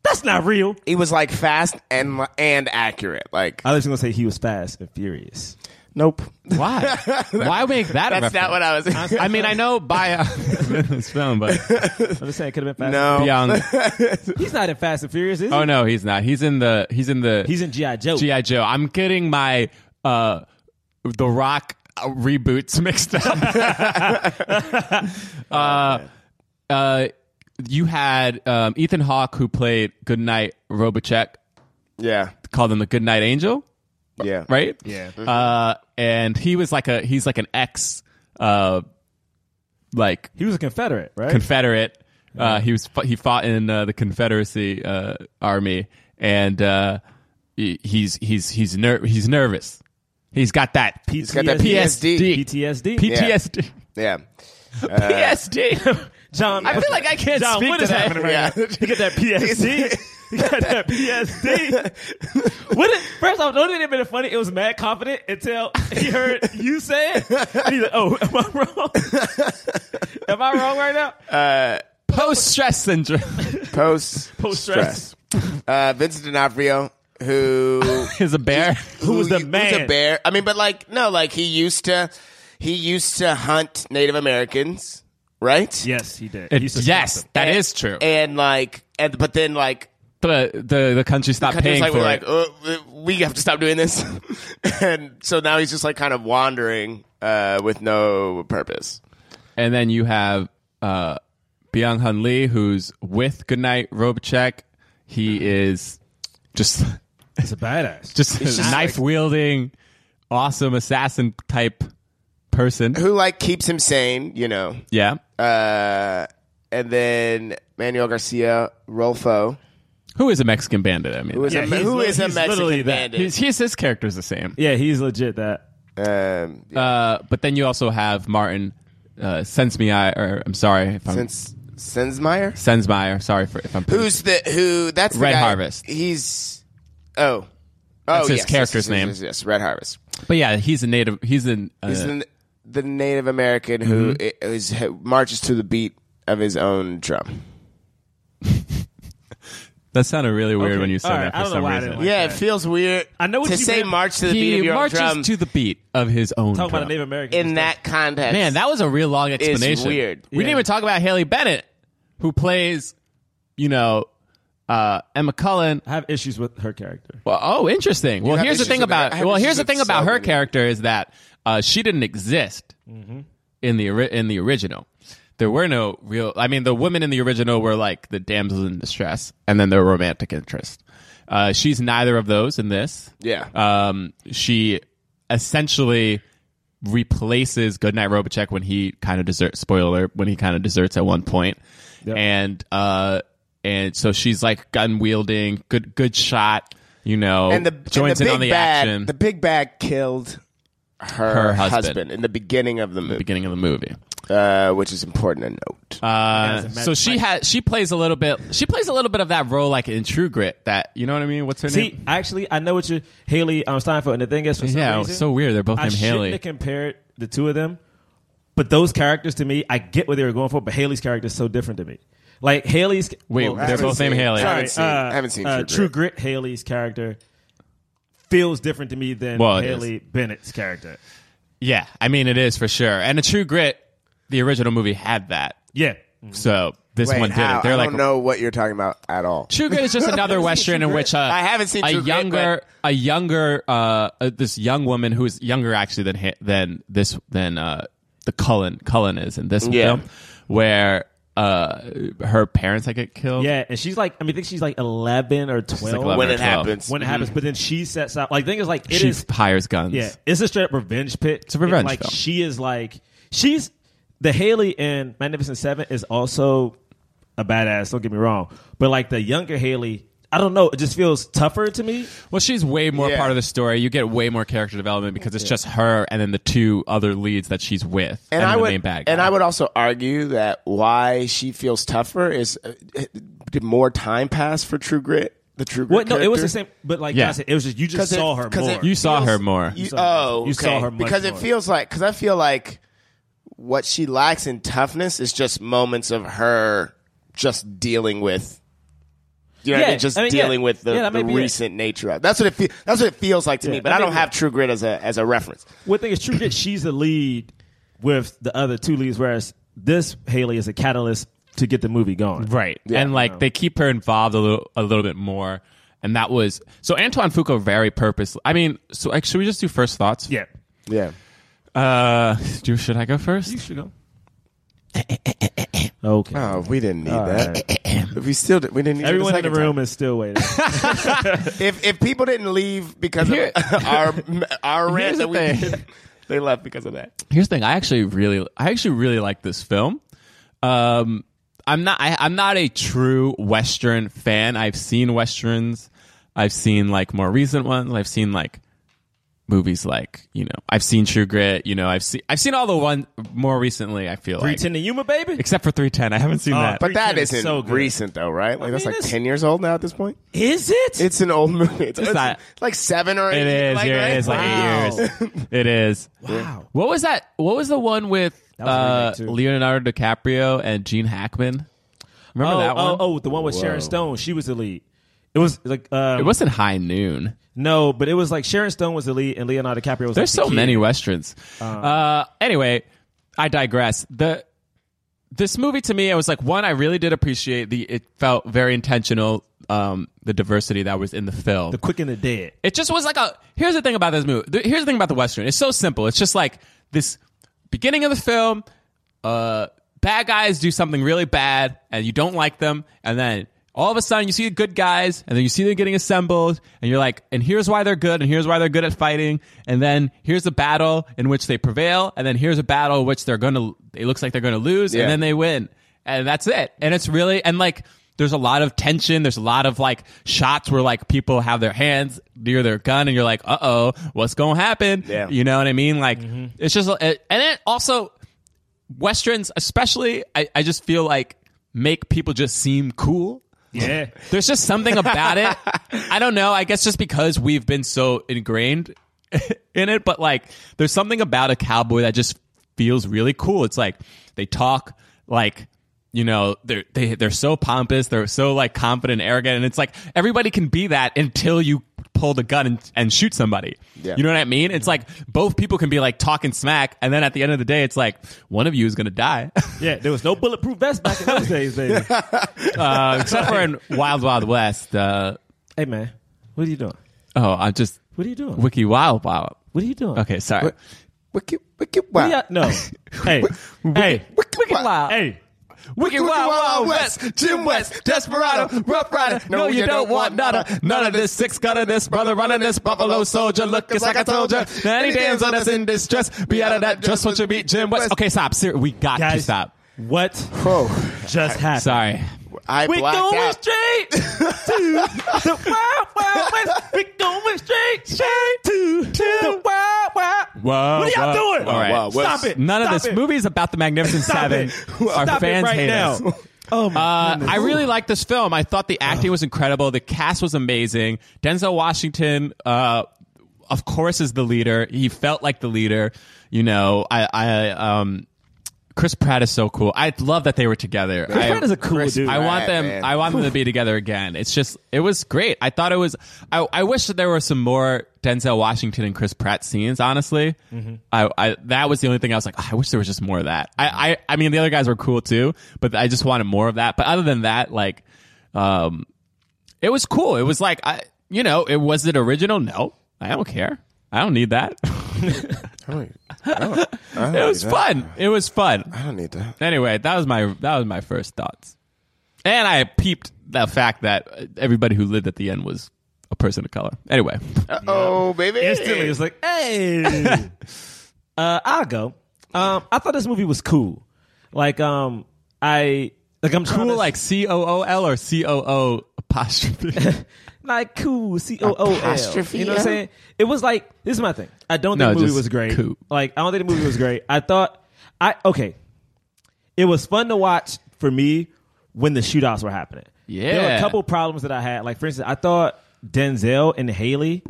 C: that's not real.
B: He was like fast and and accurate. Like
C: I was gonna say he was fast and furious.
B: nope,
D: why? why make that? a
B: that's not what I was.
D: reference? I mean, I know by uh, this film, but
C: I'm just saying, could have been fast.
B: no,
D: young.
C: he's not in Fast and Furious. Is he?
D: Oh no, he's not. He's in the. He's in the.
C: He's in GI Joe.
D: GI Joe. I'm getting my uh, The Rock uh, reboots mixed up. uh, uh, you had um, Ethan Hawke who played Goodnight Robichek,
B: yeah,
D: called him the Goodnight Angel,
B: yeah,
D: right?
C: Yeah.
D: Uh, and he was like a he's like an ex, uh, like
C: he was a Confederate, right?
D: Confederate. Uh, he was he fought in uh, the Confederacy uh, army, and uh, he- he's he's he's ner- he's nervous. He's got that P-
B: He's got that
D: PSD.
B: PSD.
C: PTSD.
D: PTSD.
B: Yeah.
D: PSD.
C: John,
D: I feel like I can't
C: John,
D: speak
C: what
D: to
C: is
D: that.
C: happening right
B: Yeah.
C: now? You get that PSD. You got that PSD. What is, first off, don't it have been funny? It was mad confident until he heard you say it. And he's like, "Oh, am I wrong? am I wrong right now?"
D: Post stress syndrome.
B: Post
C: Post stress.
B: Uh, Vincent D'Onofrio, who
D: He's a bear.
C: Who was the
B: you-
C: man?
B: a bear. I mean, but like no, like he used to he used to hunt Native Americans, right?
C: Yes, he did. He used to
D: yes,
C: slap him.
D: that
B: And-
D: is true.
B: And like, and but then like.
D: the the the country stopped
B: Country's
D: paying
B: like
D: for
B: we're
D: it.
B: like "Uh, we have to stop doing this, and so now he's just like kind of wandering uh, with no purpose.
D: And then you have uh, Byung Hun Lee, who's with Goodnight Robichek. He is just
C: He's a badass.
D: just, knife wielding, awesome assassin type person.
B: Who like keeps him sane, you know?
D: Yeah,
B: Uh, and then Manuel Garcia Rolfo,
D: who is a Mexican bandit? I mean,
B: who is,
C: Yeah,
B: a,
C: he's
B: who
C: li-
B: is a
C: he's literally
B: Mexican
C: that.
D: he's,
B: bandit.
D: he's his character's the same.
C: yeah, he's legit. That
B: Um,
D: Uh, but then you also have Martin uh, Sensmeyer, or I'm sorry if I'm
B: since Sensmeyer,
D: Sensmeyer. Sorry for if I'm
B: Who's the who? That's the
D: Red
B: guy-
D: Harvest.
B: He's oh, oh,
D: That's his
B: yes,
D: character's
B: yes, yes,
D: name.
B: Yes, yes, Red Harvest.
D: But yeah, he's a native. He's an uh,
B: He's the, the Native American who i-
D: Mm-hmm.
B: is, who marches to the beat of his own drum.
D: that sounded really weird
C: Okay,
D: when you said
C: alright,
D: that for
C: I don't know
D: some
C: why I
D: reason.
C: didn't like-
B: Yeah, it
C: that.
B: feels weird.
C: I know what
B: to
C: you
B: say.
C: meant.
B: March to the beat of
D: he
B: your own
D: marches
B: drum
D: to the beat of his own.
C: talking
D: drum.
C: about a Native American
B: in
C: stuff.
B: that context.
D: Man, that was a real long explanation.
B: weird.
D: We didn't even talk about Haley Bennett, who plays, you know, uh, Emma Cullen.
C: I have issues with her character.
D: Well, oh, interesting. Well,
B: have
D: here's the
B: issues
D: thing
B: with her.
D: about
B: I have
D: well,
B: issues
D: here's the
B: with
D: thing about
B: so
D: her
B: many.
D: character is that uh, she didn't exist in the ori- in the original. There were no real. I mean, the women in the original were like the damsels in distress, and then their romantic interest. Uh, she's neither of those in this.
B: Yeah.
D: Um, she essentially replaces Goodnight Robichek when he kind of deserts. Spoiler: when he kind of deserts at one point, and uh, and so she's like gun wielding, good good shot. You know,
B: and the
D: joins
B: and the
D: in on
B: big
D: the
B: bad,
D: action.
B: The big bad killed her,
D: Her husband.
B: in the beginning of the movie.
D: beginning of the movie.
B: uh, which is important to note.
D: Uh,
C: As a
D: so she
C: matchmaker.
D: has she plays a little bit she plays a little bit of that role like in True Grit that you know what I mean what's her
C: See,
D: name
C: actually, I know what you Haley um, Steinfeld, and the thing is, for some
D: Yeah,
C: reason,
D: it's so weird. They're both
C: I
D: named
C: shouldn't
D: Haley.
C: have compared the two of them, but those characters to me, I get what they were going for, but Haley's character is so different to me. Like Haley's,
D: Wait,
C: well,
D: they're
C: sorry,
D: both named
B: I
D: Haley.
C: sorry,
B: haven't seen,
C: uh,
B: I haven't seen
C: uh,
B: True, Grit.
C: Haley's character feels different to me than
D: Well, it
C: Haley Bennett's character.
D: yeah I mean it is for sure and a True Grit the original movie had that
C: Yeah,
D: so this
B: Wait,
D: one didn't
B: how?
D: they're
B: I
D: like
B: don't know what you're talking about at all.
D: True Grit is just another western in which a,
B: I haven't seen
D: a
B: True Grit,
D: younger a younger uh, uh, this young woman who is younger actually than hi- than this than uh, the Cullen Cullen is in this
B: Yeah.
D: film where uh, her parents like get killed.
C: yeah, and she's like, I mean, I think she's like eleven or twelve
D: 11
B: When
D: or
B: it
D: 12.
B: happens.
C: when it happens, but then she sets out. Like, the thing is, like, it is.
D: she hires guns.
C: Yeah, it's a straight up revenge pit. It's
D: a revenge
C: Like
D: film.
C: she is like she's the Haley in Magnificent Seven is also a badass. Don't get me wrong, but like the younger Haley, I don't know. It just feels tougher to me.
D: Well, she's way more
B: Yeah.
D: part of the story. You get way more character development because it's just her and then the two other leads that she's with, and,
B: and I
D: the
B: would
D: main bad guy.
B: and I would also argue that why she feels tougher is uh, did more time pass for True Grit. The True Grit.
C: What? No, it was the
B: character?
C: same. But like
D: Yeah.
C: I said, it was just you just
B: 'Cause it-
C: saw her
B: 'cause
C: more.
B: it-
D: You saw her more.
B: You,
C: saw her.
B: oh,
C: You
B: okay.
C: saw her much
B: because it
C: more.
B: feels like because I feel like what she lacks in toughness is just moments of her just dealing with. You know what I
C: Yeah,
B: mean? Just
C: I mean, yeah.
B: dealing with the,
C: Yeah, that
B: the
C: may be it.
B: recent nature of it. that's what it fe- that's what it feels like to me.
C: Yeah,
B: But
C: that
B: I
C: may
B: don't
C: be
B: have
C: it.
B: True Grit as a as a reference.
C: What thing is true that she's the lead with the other two leads, whereas this Haley is a catalyst to get the movie going.
D: Right. and like they keep her involved a little a little bit more. And that was so Antoine Foucault very purposely. I mean, so like, should we just do first thoughts?
C: Yeah.
B: Yeah.
D: Uh, do should I go first?
C: You should go. Eh, Okay.
B: Oh, we didn't need that. we still did, we didn't. Need
C: Everyone in the
B: second time.
C: room is still waiting.
B: If if people didn't leave because
D: Here-
B: of our our rant
D: Here's
B: that
D: the
B: we
D: thing.
B: did, they left because of that.
D: Here's the thing. I actually really, I actually really like this film. Um, I'm not, I, I'm not a true Western fan. I've seen Westerns. I've seen like more recent ones. I've seen like movies like, you know, I've seen True Grit, you know, I've seen, I've seen all the one more recently, I feel like.
C: Pretend to Yuma, baby.
D: Except for 310. I haven't seen
C: Oh,
D: that.
B: But that
C: 310 is
B: isn't
C: so good.
B: recent though, right? Like that's
C: mean,
B: like
C: it's-
B: ten years old now at this point.
C: Is it?
B: It's an old movie. It's, it's
D: not.
B: like seven or eight.
D: It is.
B: Like,
D: yeah,
B: right?
D: It is like eight years. It is.
C: Wow.
D: What was that? What was the one with
C: was a
D: uh,
C: remake, too.
D: Leonardo DiCaprio and Gene Hackman? Remember
C: oh,
D: that one?
C: oh, oh, the one with Sharon Stone. She was the lead. It was like um,
D: It wasn't High Noon.
C: no, but it was like Sharon Stone was the lead and Leonardo DiCaprio was.
D: There's
C: like the
D: so
C: kid.
D: many westerns. Uh, anyway, I digress. The this movie to me, I was like, one, I really did appreciate the. It felt very intentional. Um, the diversity that was in the film.
C: The Quick and the Dead.
D: It just was like a. Here's the thing about this movie. th- Here's the thing about the western. It's so simple. It's just like this beginning of the film. Uh, bad guys do something really bad, and you don't like them, and then all of a sudden you see the good guys, and then you see them getting assembled, and you're like, and here's why they're good, and here's why they're good at fighting, and then here's a battle in which they prevail, and then here's a battle in which they're gonna. It looks like they're gonna lose,
B: Yeah.
D: and then they win, and that's it. And it's really and like there's a lot of tension. There's a lot of like shots where like people have their hands near their gun, and you're like, uh oh, what's gonna happen?
B: Yeah.
D: You know what I mean? Like it's just it, and then also westerns, especially. I, I just feel like make people just seem cool.
C: Yeah,
D: There's just something about it. I don't know. I guess just because we've been so ingrained in it, but like there's something about a cowboy that just feels really cool. It's like they talk like you know they're they, they're so pompous, they're so like confident, and arrogant, and it's like everybody can be that until you pull the gun and, and shoot somebody.
B: Yeah.
D: You know what I mean? It's like both people can be like talking smack, and then at the end of the day, it's like one of you is gonna die.
C: yeah. There was no bulletproof vest back in those days, baby.
D: uh, except for in Wild Wild West. Uh,
C: Hey man, what are you doing?
D: oh, I'm just.
C: What are you doing?
D: Wiki Wild Wild.
C: What are you doing?
D: Okay, sorry.
B: Wicked, wicked,
C: What
B: wow.
C: are you- no. hey, hey,
B: Wicked, wild.
C: hey.
D: Wicked Wild Wild West, Jim West, Desperado, Rough Rider. No, you don't want none of none of this six gun of this brother running this buffalo soldier. Look, it's like I told you. Now any damsel that's in distress, be out of that dress once you beat Jim West. Okay, stop. Sir, we got to
C: Guys.
D: stop.
C: What
B: Oh,
C: just happened?
D: Sorry.
B: I
C: We
B: blacked
C: going
B: out.
C: straight to the wild, wild west. We going straight, straight to, to the wild, wild.
D: Wow,
C: What are y'all
D: wow.
C: doing?
D: All right.
B: Wow,
C: Stop Stop it.
D: None
C: Stop
D: of this
C: it.
D: movie is about the Magnificent
C: Stop
D: Seven.
C: it.
D: Our
C: Stop it
D: fans
C: right
D: hate
C: now.
D: us.
C: Oh my
D: Uh, I really liked this film. I thought the acting was incredible. The cast was amazing. Denzel Washington, uh, of course, is the leader. He felt like the leader. You know, I, I, um, Chris Pratt is so cool. I love that they were together.
C: Chris
D: I,
C: Pratt is a cool
B: Chris
C: dude.
B: Pratt.
D: I want them.
B: man.
D: I want them to be together again. It's just. It was great. I thought it was. I, I wish that there were some more Denzel Washington and Chris Pratt scenes. Honestly, I, I that was the only thing I was like. "Oh, I wish there was just more of that. I, I I mean the other guys were cool too, but I just wanted more of that. But other than that, like, um, it was cool. It was like I. You know, it was it original? No, I don't care. I don't need that.
B: I don't, I don't- I don't
D: it was
B: need that.
D: fun. It was fun.
B: I don't need that.
D: Anyway, that was my that was my first thoughts, and I peeped the fact that everybody who lived at the end was a person of color. Anyway,
B: Oh, baby.
C: instantly it's like hey uh i'll go um i thought this movie was cool like um i like i'm trying
D: cool
C: to-
D: like C O O L or C O O apostrophe.
C: like cool c o o l
B: Apostrophe,
C: you know what i'm
B: yeah.
C: saying it was like this is my thing i don't
D: No,
C: think the movie
D: just
C: was great
D: cool.
C: like i don't think the movie was great i thought i okay it was fun to watch for me when the shootouts were happening there were a
D: Yeah.
C: couple problems that i had like for instance i thought denzel and haley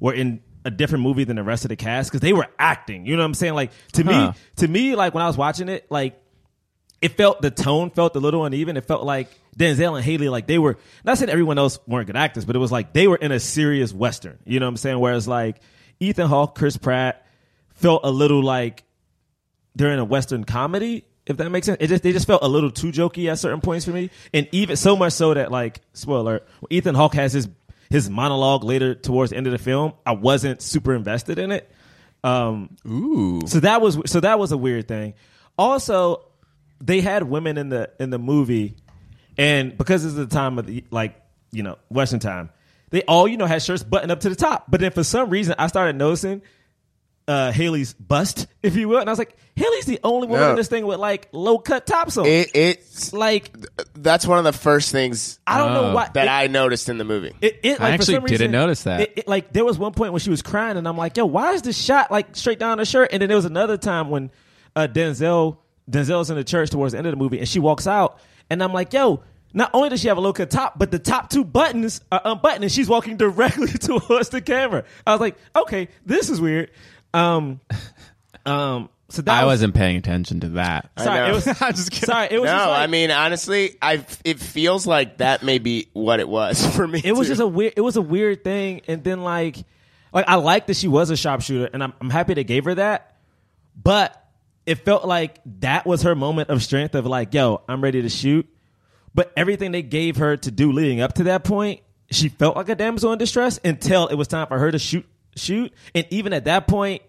C: were in a different movie than the rest of the cast because they were acting you know what i'm saying like to
D: Huh.
C: me to me like when i was watching it like it felt the tone felt a little uneven. It felt like Denzel and Haley, like they were not saying everyone else weren't good actors, but it was like they were in a serious western. You know what I'm saying? Whereas like Ethan Hawke, Chris Pratt felt a little like they're in a western comedy. If that makes sense, it just they just felt a little too jokey at certain points for me, and even so much so that like spoiler, alert, when Ethan Hawke has his his monologue later towards the end of the film. I wasn't super invested in it. Um,
D: Ooh,
C: so that was so that was a weird thing. Also, they had women in the in the movie, and because it's the time of the like you know Western time, they all you know had shirts buttoned up to the top. But then for some reason, I started noticing uh, Haley's bust, if you will, and I was like, Haley's the only woman
B: Yeah.
C: in this thing with like low cut tops on.
B: It, it's
C: like
B: that's one of the first things
C: I don't know why
B: Uh, that
C: it-
B: I noticed in the movie.
C: It, it, like, for
D: actually
C: some
D: didn't
C: reason,
D: notice that.
C: It, it- like there was one point when she was crying, and I'm like, "Yo, why is this shot like straight down her shirt?" And then there was another time when uh, Denzel Denzel's in the church towards the end of the movie, and she walks out, and I'm like, "Yo." Not only does she have a low cut top, but the top two buttons are unbuttoned, and she's walking directly towards the camera. I was like, "Okay, this is weird." Um, um, so that
D: I
C: was,
D: wasn't paying attention to that.
C: sorry.
B: know.
C: It was
D: I'm just kidding.
C: sorry. It was
B: no,
C: just like,
B: I mean honestly, I it feels like that may be what it was for me.
C: it was
B: too.
C: just a weird it was a weird thing and then like like i like that she was a sharpshooter and I'm, I'm happy they gave her that but it felt like that was her moment of strength of like yo i'm ready to shoot but everything they gave her to do leading up to that point she felt like a damsel in distress until it was time for her to shoot shoot and even at that point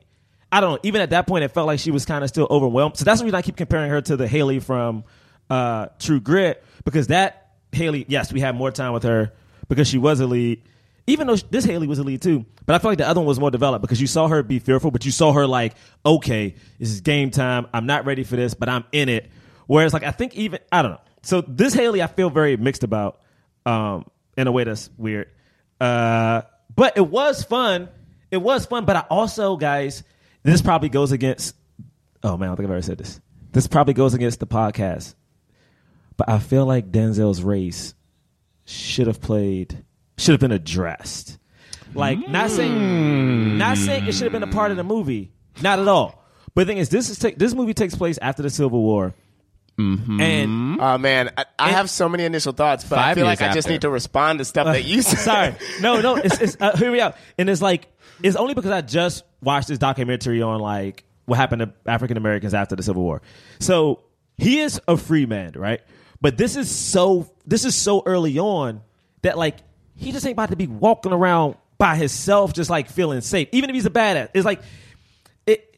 C: i don't know even at that point it felt like she was kind of still overwhelmed so that's the reason i keep comparing her to the haley from uh, true grit because that haley yes we had more time with her because she was a lead even though sh- this Haley was a lead too, but I feel like the other one was more developed because you saw her be fearful, but you saw her like, okay, this is game time. I'm not ready for this, but I'm in it. Whereas, like, I think even I don't know. So this Haley, I feel very mixed about, um, in a way that's weird. Uh, but it was fun. It was fun. But I also, guys, this probably goes against. Oh man, I don't think I've ever said this. This probably goes against the podcast. But I feel like Denzel's race should have played should have been addressed. Like not saying not saying it should have been a part of the movie, not at all. But the thing is, this is ta- this movie takes place after the Civil War, and
B: Oh man, I, I have so many initial thoughts, but I
D: Five
B: feel like
D: years
B: I just
D: after.
B: need to respond to stuff that you said.
C: sorry, no, no, it's, it's uh, hear me out. And it's like it's only because I just watched this documentary on like what happened to African Americans after the Civil War. So he is a free man, right? But this is so this is so early on that like he just ain't about to be walking around by himself, just like feeling safe, even if he's a badass. It's like it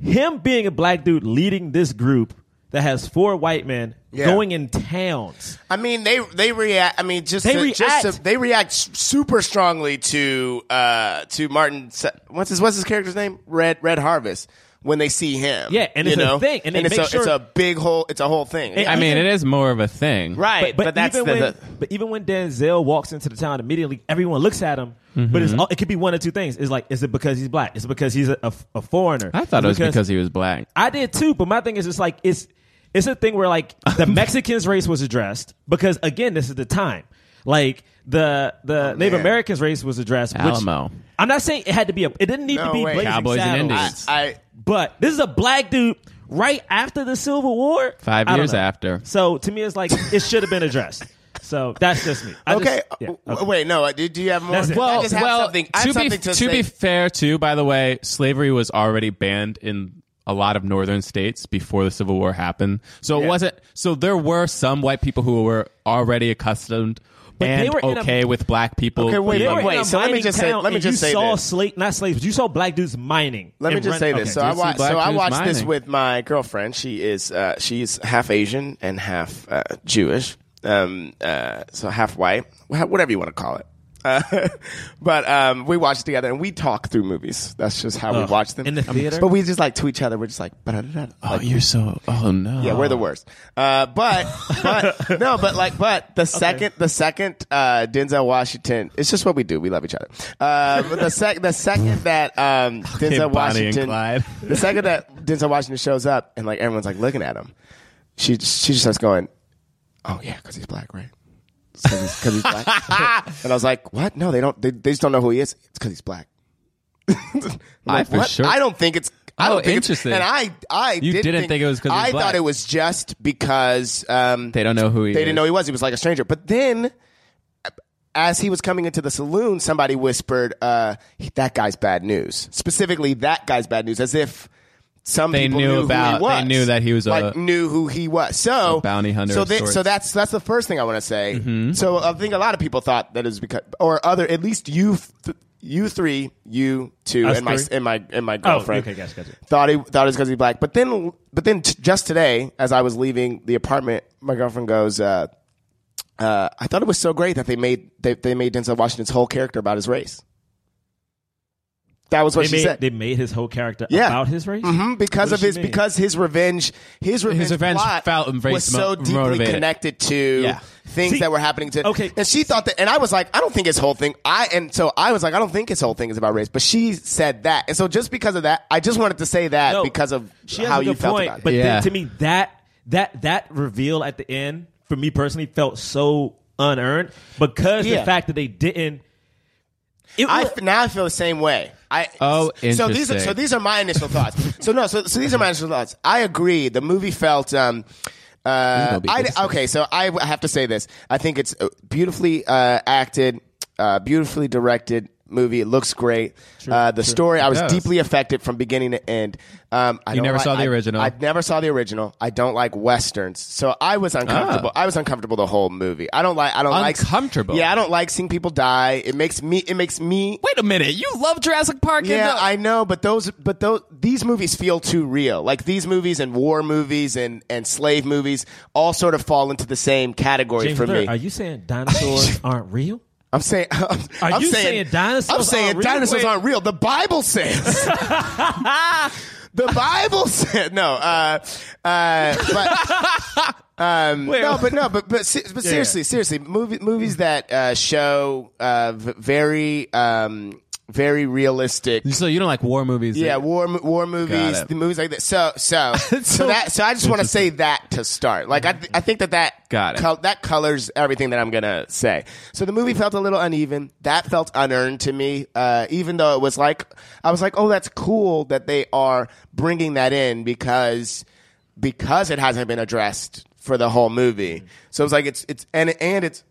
C: him being a black dude leading this group that has four white men
B: Yeah.
C: going in towns.
B: I mean, they they react. I mean, just
C: They
B: to, just
C: react.
B: to, they react s- super strongly to uh to Martin. S- What's his What's his character's name? Red Red Harvest. when they see him.
C: Yeah, and
B: you
C: it's a
B: know?
C: thing, and they
B: it's
C: make
B: a
C: sure-
B: it's a big whole. It's a whole thing.
C: And-
D: I mean, it is more of a thing,
B: right, but, that's the,
C: even when,
B: the
C: but even when Denzel walks into the town, immediately everyone looks at him. But
D: Mm-hmm.
C: it's all, it could be one of two things. It's like, is it because he's black? Is it because he's a, a, a foreigner?
D: I thought
C: Is
D: it was because he was black.
C: I did too, but my thing is it's like it's it's a thing where like the Mexicans race was addressed because again, this is the time. Like the the Native
B: Oh, man.
C: Americans race was addressed. which-
D: Alamo.
C: I'm not saying it had to be a it didn't need
B: No
C: to be
B: way.
C: Blazing
D: Cowboys and
C: Saddles,
D: Indians.
B: I
C: But this is a black dude right after the Civil War.
D: Five
C: I don't
D: years
C: know.
D: after.
C: So to me it's like it should have been addressed. So that's just me. I just-
B: okay.
C: yeah,
B: w-
C: okay.
B: Wait, no. I- Do, do you have more?
C: That's it.
B: I
D: Well,
B: just have
D: well,
B: something. I have
D: to be
B: something to,
D: to
B: say.
D: be fair, too, by the way, slavery was already banned in a lot of northern states before the Civil War happened. So
B: Yeah.
D: it wasn't. So there were some white people who were already accustomed
C: But they
D: and
C: were in a-
D: okay with black people.
B: Okay, wait,
C: They
D: being-
C: were in
B: wait,
C: a
B: so let me
C: mining
B: just say-
C: town
B: let me
C: and
B: just
C: you
B: say
C: saw
B: this.
C: slave, not slaves, but you saw black dudes mining.
B: Let me
C: and
B: just
C: run-
B: say
C: okay.
B: this. So I
D: Did you see
B: watched.
D: Black
B: So I
D: News
B: watched this
D: Mining?
B: with my girlfriend. She is. Uh, she's half Asian and half uh, Jewish. Um, uh, so half white, wha- whatever you want to call it. Uh, but um, we watch together and we talk through movies. That's just how we
C: Ugh.
B: watch them Um,
C: In the theater?
B: But we just like to each other. We're just like, "Ba-da-da-da,"
D: Oh,
B: like,
D: you're so. Oh no.
B: yeah, we're the worst. Uh, but but no, but like but the second the second uh, Denzel Washington, it's just what we do. We love each other. Uh, but the sec the second that um, Denzel
D: Bonnie and
B: Washington,
D: Clyde.
B: the second that Denzel Washington shows up and like everyone's like looking at him, she she just starts going, "Oh yeah, because he's black, right?" Because he's, 'cause he's black. and I was like, "What? No, they don't. They, they just don't know who he is. It's because he's black." I'm like,
D: for
B: "What?
D: sure-
B: I don't think it's. I
D: Oh,
B: don't think it's-
D: interesting.
B: And I, I
D: You
B: did
D: didn't
B: think,
D: think it was 'cause he was
B: I
D: black.
B: thought it was just because um,
D: They don't know who he
B: they
D: is.
B: didn't know he was. He was like a stranger. But then, as he was coming into the saloon, somebody whispered, uh, "That guy's bad news." Specifically, that guy's bad news, as if some
D: They
B: people
D: knew
B: knew
D: about-
B: Who he
D: they
B: was.
D: knew that he was a-
B: like knew who he was. So
D: A bounty hunter
B: So,
D: of sorts. Mm-hmm.
B: so that's that's the first thing I want to say. So I think a lot of people thought that is because, or other, at least you. Th- you three, you two,
C: Us
B: and my,
C: three?
B: and my and my
C: Oh,
B: girlfriend
C: okay, gotcha, gotcha.
B: thought he thought it was because he's black. But then, but then, t- just today, as I was leaving the apartment, my girlfriend goes, uh, uh, "I thought it was so great that they made they, they made Denzel Washington's whole character about his race." That was what
C: They
B: she
C: made,
B: said.
C: they made his whole character
B: Yeah.
C: about his race.
B: Mhm, because
C: What
B: of
C: does
B: his
C: she mean?
B: because his revenge his revenge,
D: revenge
B: plot
D: felt and race
B: was so
D: mo-
B: deeply
D: motivated.
B: connected to
D: Yeah.
B: things
C: See-
B: that were happening to
C: Okay.
B: and she thought that and I was like I don't think his whole thing I and so I was like I don't think his whole thing is about race but she said that and so just because of that I just wanted to say that
C: No,
B: because of
C: she has
B: how
C: a good
B: you felt
C: point,
B: about it
C: But
D: Yeah.
C: then to me, that that that reveal at the end for me personally felt so unearned because
B: Yeah.
C: the fact that they didn't. It
B: I
C: wa-
B: f- now I feel the same way. I
D: Oh,
B: so these are
D: interesting.
B: so these are my initial thoughts. So no, so so these are my initial thoughts. I agree. The movie felt. Um, uh,
D: be
B: I,
D: good.
B: okay, so I w- have to say this. I think it's uh, beautifully uh, acted, uh, beautifully directed movie. It looks great. uh, the story, I was
D: does.
B: deeply affected from beginning to end. Um, I
D: You
B: don't
D: never
B: like-
D: saw the
B: I-
D: original?
B: I never saw the original. I don't like westerns, so I was
C: Ah.
B: uncomfortable. I was uncomfortable the whole movie. I don't like. I don't
D: Uncomfortable?
B: like. Yeah, I don't like seeing people die. It makes me. It makes me
D: Wait a minute. You love Jurassic Park. and
B: yeah,
D: the-
B: I know, but those, but those, these movies feel too real. Like these movies and war movies and and slave movies all sort of fall into the same category
C: James
B: for
C: Lur,
B: me.
C: are you saying dinosaurs aren't real?
B: I'm saying, I'm,
C: Are
B: I'm
C: you
B: saying,
C: saying dinosaurs
B: I'm saying
C: aren't real?
B: dinosaurs
C: Wait.
B: aren't real. The Bible says. the Bible said no, uh, uh, but. Um, no, but no, but but, se- but seriously, seriously, movie, movies that uh, show uh, v- very um, very realistic
D: So you don't like war movies?
B: yeah,
D: eh?
B: war mo- war movies,
D: it.
B: the movies like that. So so so, that so I just want to say that to start. Like I th- I think that that
D: Got it.
B: that colors everything that I'm gonna say. So the movie felt a little uneven. That felt unearned to me, uh, even though it was like I was like, oh, that's cool that they are bringing that in because because it hasn't been addressed for the whole movie. So it's like it's it's and and it's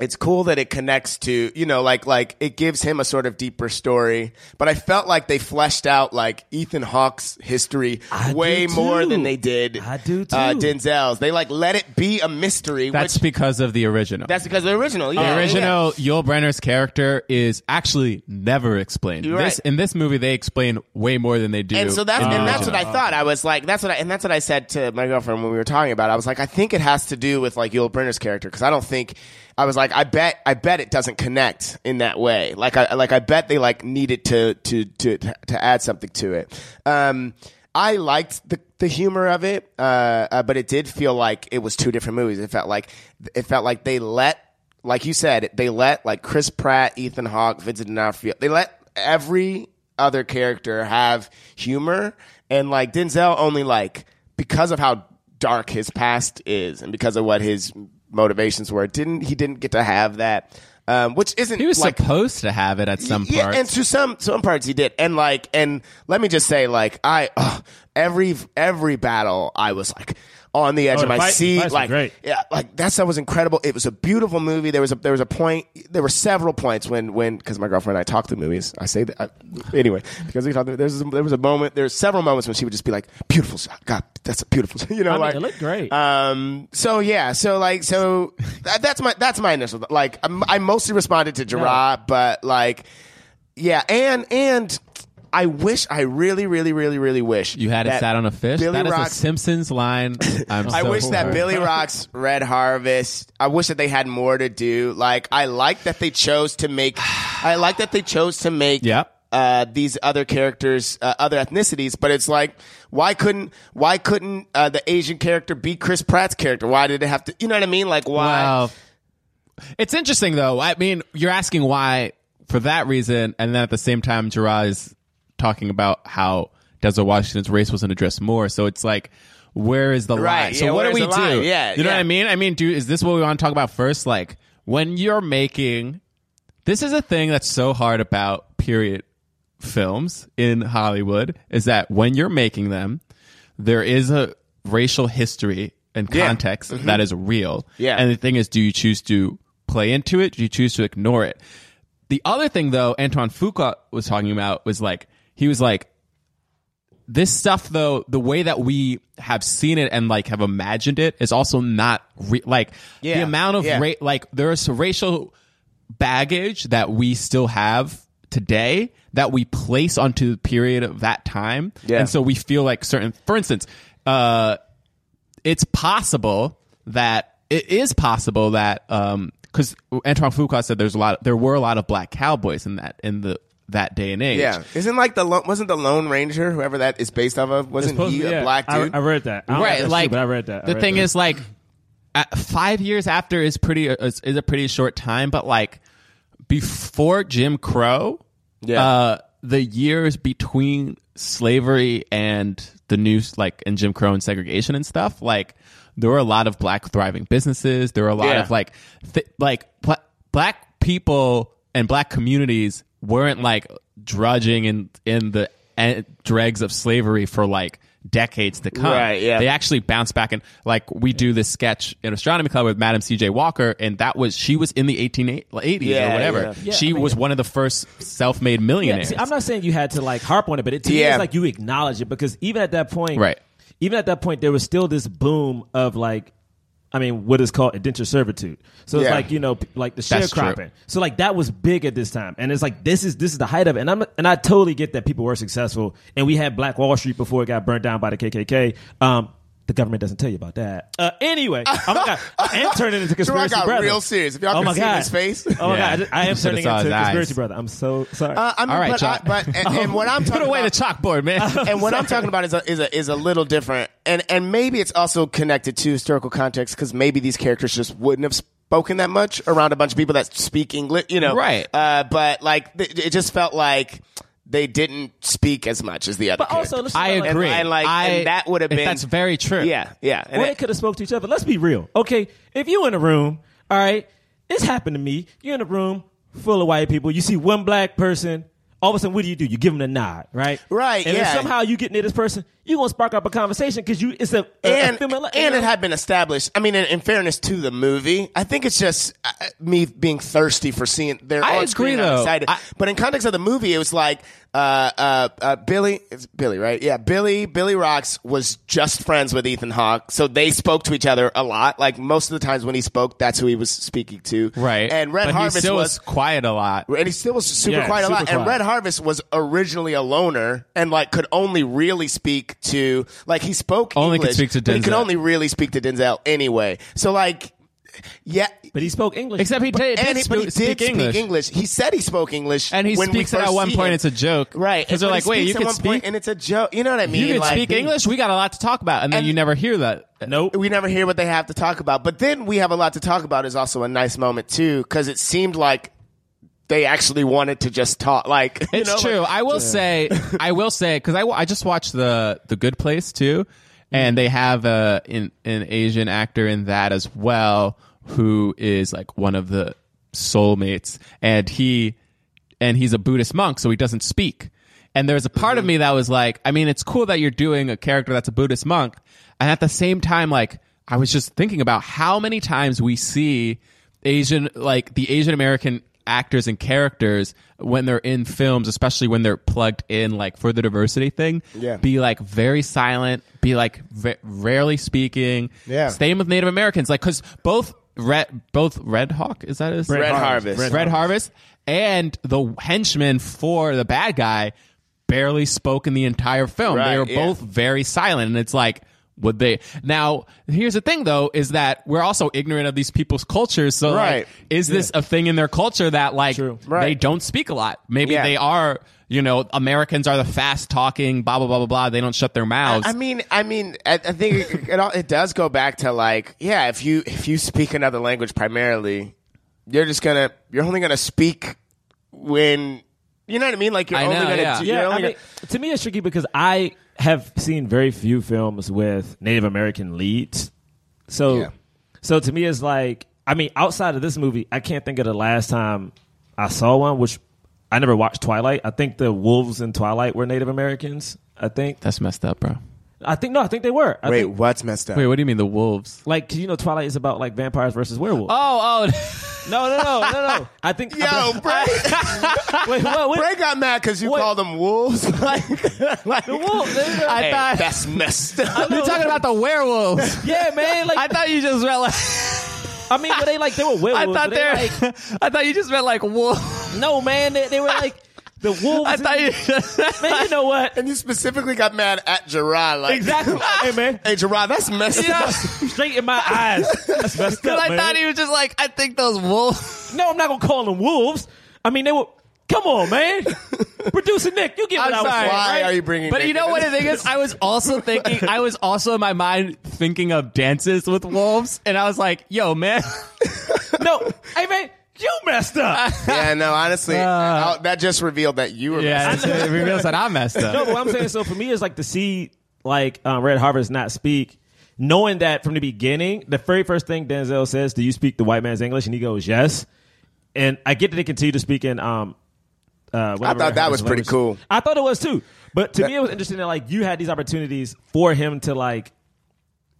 B: it's cool that it connects to you know like like it gives him a sort of deeper story but i felt like they fleshed out like ethan hawke's history
C: I
B: way
C: do
B: more
C: too.
B: than they did
C: I do
B: uh,
C: too.
B: denzel's they like let it be a mystery
D: That's
B: which,
D: because of the original.
B: that's because of the original yeah,
D: the
B: yeah, yeah.
D: original Yul Brenner's character is actually never explained.
B: You're
D: This
B: right.
D: in this movie they explain way more than they do.
B: and so that's
D: in the
B: and that's
D: original.
B: what I thought. I was like, that's what I and that's what I said to my girlfriend when we were talking about. it. I was like, I think it has to do with like Yul Brynner's character because I don't think I was like, I bet, I bet it doesn't connect in that way. Like, I like, I bet they like needed to to to to add something to it. Um, I liked the the humor of it, uh, uh, but it did feel like it was two different movies. It felt like it felt like they let, like you said, they let like Chris Pratt, Ethan Hawke, Vincent D'Onofrio, they let every other character have humor, and like Denzel only like because of how dark his past is and because of what his motivations were didn't he didn't get to have that um, which isn't
D: He was
B: like
D: supposed to have it at some
B: yeah,
D: part.
B: and to some some parts he did, and like, and let me just say, like, I ugh, every every battle I was like on the edge
C: Oh,
B: of
C: the
B: my
C: fight- the
B: seat,
C: fights were
B: like,
C: great.
B: yeah, like that stuff was incredible. It was a beautiful movie. There was a there was a point. There were several points when when because my girlfriend and I talked through movies. I say that I, anyway because we talked. Through, there's there was a moment. There's several moments when she would just be like, "Beautiful shot, God, that's a beautiful." shot," You know,
C: I mean,
B: like
C: it looked great.
B: Um. So yeah. So like. So that, that's my that's my initial like. I'm, I mostly responded to Gerard, but like, yeah, and and. I wish, I really, really, really, really wish
D: you had it
B: that
D: sat on a fish.
B: Billy
D: that is
B: Rock-
D: a Simpsons line. I'm
B: I
D: so
B: wish that
D: hurt.
B: Billy Rock's Red Harvest. I wish that they had more to do. Like I like that they chose to make. I like that they chose to make.
D: Yep.
B: Uh, these other characters, uh, other ethnicities, but it's like, why couldn't why couldn't uh, the Asian character be Chris Pratt's character? Why did it have to? You know what I mean? Like why?
D: Wow. It's interesting though. I mean, you're asking why for that reason, and then at the same time, Gerard is talking about how Denzel Washington's race wasn't addressed more. So it's like, where is the
B: Right,
D: line?
B: yeah,
D: so what do
B: where's
D: we
B: the line?
D: do?
B: Yeah,
D: you know
B: yeah.
D: what I mean? I mean, do is this what we want to talk about first? Like when you're making this is a thing that's so hard about period films in Hollywood is that when you're making them, there is a racial history and
B: Yeah. Mm-hmm.
D: context that is real.
B: Yeah.
D: And the thing is, do you choose to play into it? Do you choose to ignore it? The other thing, though, Antoine Fuqua was talking about was like, he was like, this stuff, though, the way that we have seen it and like have imagined it is also not re- like
B: Yeah.
D: the amount of
B: Yeah.
D: ra- like there's racial baggage that we still have today that we place onto the period of that time.
B: Yeah.
D: And so we feel like certain, for instance, uh, it's possible that it is possible that um because Antoine Fuqua said there's a lot there were a lot of black cowboys in that in the that day and age.
B: Yeah, isn't like the Lo- wasn't the Lone Ranger, whoever that is based off of, wasn't
C: Supposedly,
B: he a
C: yeah,
B: black
C: I-
B: dude?
C: I, read that. I don't know if
D: Right,
C: that's
D: like
C: true, but I read that. I
D: The
C: read
D: thing
C: that.
D: is, like, at five years after is pretty is, is a pretty short time, but like before Jim Crow,
B: Yeah.
D: uh, the years between slavery and the new like and Jim Crow and segregation and stuff, like there were a lot of black thriving businesses. There were a lot
B: Yeah.
D: of like th- like pla black people and black communities weren't like drudging in in the eh, dregs of slavery for like decades to come
B: Right, yeah.
D: they actually bounce back and like we do this sketch in astronomy club with madam cj walker and that was she was in the 1880s
B: Yeah,
D: or whatever
B: yeah.
C: Yeah,
D: she
C: I mean-
D: was one of the first self-made
C: Yeah,
D: millionaires
C: see, I'm not saying you had to like harp on it, but it, to me,
B: Yeah.
C: it's like you acknowledge it because even at that point,
D: Right.
C: Even at that point, there was still this boom of like, I mean, what is called indentured servitude. So it's
B: Yeah.
C: like you know, p- like the
D: That's true.
C: sharecropping. So like that was big at this time, and it's like this is this is the height of it. And I'm and I totally get that people were successful, and we had Black Wall Street before it got burned down by the KKK. Um, the government doesn't tell you about that. Uh, anyway, oh my god, I am turning into
B: Gerard
C: conspiracy
B: got
C: brother.
B: real serious. If y'all
C: oh
B: could
C: my
B: see
C: god.
B: his face.
C: Oh my
D: Yeah.
C: god, I, just- I am
D: You should've
C: turning into
D: saw his eyes.
C: conspiracy brother. I'm so sorry.
B: Uh, I mean,
D: All right,
B: but, I,
D: John. Oh,
B: but and, and what I'm
D: put
B: talking
D: away
B: about,
D: the chalkboard man
B: and what I'm talking about is a, is a is a little different, and and maybe it's also connected to historical context because maybe these characters just wouldn't have spoken that much around a bunch of people that speak English, you know,
D: Right.
B: Uh, but like th- it just felt like they didn't speak as much as the other.
C: But also,
B: characters.
C: let's-
D: i
C: And-
D: agree
B: and, like, and
D: I-
B: that would've
D: if
B: been-
D: that's very true
B: yeah, yeah, and
C: Or they
B: it-
C: could have spoke to each other. Let's be real. Okay, if you in a room, all right, this happened to me. You're in a room full of white people. You see one black person. All of a sudden, what do you do? You give them a nod, right?
B: Right,
C: And
B: yeah.
C: then somehow you get near this person, you gonna spark up a conversation because you it's a, a- a
B: and,
C: female-
B: and it had been established. I mean, in, in fairness to the movie, I think it's just uh, me being thirsty for seeing their
D: I
B: on screen.
D: agree,
B: I'm
D: though.
B: excited.
D: I-
B: but in context of the movie, it was like uh, uh, uh, Billy. It's Billy, right? Yeah, Billy. Billy Rocks was just friends with Ethan Hawke, so they spoke to each other a lot. Like most of the times when he spoke, that's who he was speaking to.
D: right
B: And Red
D: but
B: Harvest
D: he still
B: was
D: quiet a lot
B: and he still was super
C: Yeah,
B: quiet a
C: super
B: lot. And
C: quiet.
B: Red Harvest was originally a loner and like could only really speak to like he spoke
D: Only could
B: English,
D: speak to
B: but he could
D: Denzel.
B: only really speak to Denzel anyway. So like yeah.
C: But he spoke English.
D: Except he did,
B: and
D: did
B: he,
D: sp-
B: but he did
D: speak,
B: speak
D: English.
B: English. He said he spoke English,
D: And he
B: when
D: speaks
B: we
D: it
B: first
D: at one
B: see
D: point.
B: him.
D: It's a joke,
B: right?
D: Because they're
B: But he
D: like, "Wait,
B: speaks
D: you
B: at
D: can
B: one point
D: speak,
B: and it's a joke." You know what I mean?
D: you can
B: Like,
D: speak English. We got a lot to talk about, and then
B: And-
D: you never hear that.
C: nope.
B: we never hear what they have to talk about. But then we have a lot to talk about is also a nice moment too, because it seemed like they actually wanted to just talk. Like you
D: It's
B: know,
D: true.
B: like-
D: I will say, I will say, because I, wa- I just watched the the Good Place too,
B: Mm.
D: and they have uh, an an Asian actor in that as well, who is like one of the soulmates, and he and he's a Buddhist monk, so he doesn't speak. And there's a part
B: Mm-hmm.
D: of me that was like, I mean, it's cool that you're doing a character that's a Buddhist monk, and at the same time, like, I was just thinking about how many times we see Asian, like the Asian American actors and characters when they're in films, especially when they're plugged in, like for the diversity thing,
B: Yeah.
D: be like very silent, be like ve- rarely speaking.
B: Yeah.
D: Same with Native Americans, like because both. Red, both Red Hawk is that his
B: Red Red Harvest. Harvest.
D: Red, Harvest and the henchman for the bad guy barely spoke in the entire film. they
B: Right,
D: were
B: yeah.
D: both very silent, and it's like. Would they now? Here's the thing, though, is that we're also ignorant of these people's cultures. So,
B: Right.
D: like, is this a thing in their culture that like
C: True.
D: they
B: Right.
D: don't speak a lot? Maybe
B: Yeah.
D: they are. You know, Americans are the fast talking, blah blah blah blah blah. They don't shut their mouths.
B: I mean, I mean, I, I think it, it, all, it does go back to like, yeah, if you if you speak another language primarily, you're just gonna you're only gonna speak when you know what I mean. Like you're
D: I
B: only
D: know,
B: gonna
D: yeah.
B: do-
C: yeah,
B: you're only
C: I mean,
B: gonna,
C: to me it's tricky because I have seen very few films with Native American leads. So,
B: Yeah.
C: so to me it's like I mean, outside of this movie, I can't think of the last time I saw one. Which I never watched Twilight. I think the wolves in Twilight were Native Americans. I think.
D: That's messed up, bro.
C: I think no. I think they were. I
B: wait,
C: think,
B: what's messed up?
D: Wait, what do you mean the wolves?
C: like 'cause you know, Twilight is about like vampires versus werewolves.
D: Oh,
C: No, no, no, no, no. I think.
B: Yo, Bray,
C: wait, what? what-
B: Bray got mad because you
C: What?
B: called them wolves. like, like
C: the wolves. they- they-
D: I
B: hey,
D: thought-
B: that's messed up.
D: oh! You're talking about the werewolves.
C: yeah, man. Like
D: I
C: I,
D: thought you just read like
C: mean, but they like they were
D: I
C: werewolves. but
D: thought
C: they
D: they're
C: like,
D: I thought you just meant like wolf.
C: No, man, they, they were like the wolves.
D: I thought you
C: man, you know what?
B: And you specifically got mad at Gerard. Like,
C: Exactly. hey, man,
B: Hey, Gerard, that's messed
D: Yeah.
B: up.
C: straight in my eyes. That's messed up,
D: I
C: man.
D: thought he was just like I think those wolves.
C: no, I'm not gonna call them wolves. I mean, they were. Come on, man. Producer Nick, you get what
D: I'm
C: I was
D: sorry.
C: saying,
B: Why
C: right?
B: are you bringing?
D: But you
B: Nick
D: know
B: in
D: what the
B: this?
D: thing is? I was also thinking I was also in my mind thinking of dances with wolves and I was like, yo man.
C: No, hey, man, you messed up.
B: Yeah, no. Honestly, I'll- that just revealed that you were.
D: Uh. Yeah,
B: messed
D: it's- it reveals that I messed
C: no,
D: up.
C: but what I'm saying, so for me, is like to see like um, Red Harvest not speak, knowing that from the beginning, the very first thing Denzel says, "Do you speak the white man's English?" and he goes, "Yes." And I get that they continue to speak in. Um, uh, whatever
B: I thought
C: Red
B: that
C: Harvest
B: was pretty
C: language.
B: cool.
C: I thought it was too, but to me, it was interesting that like you had these opportunities for him to like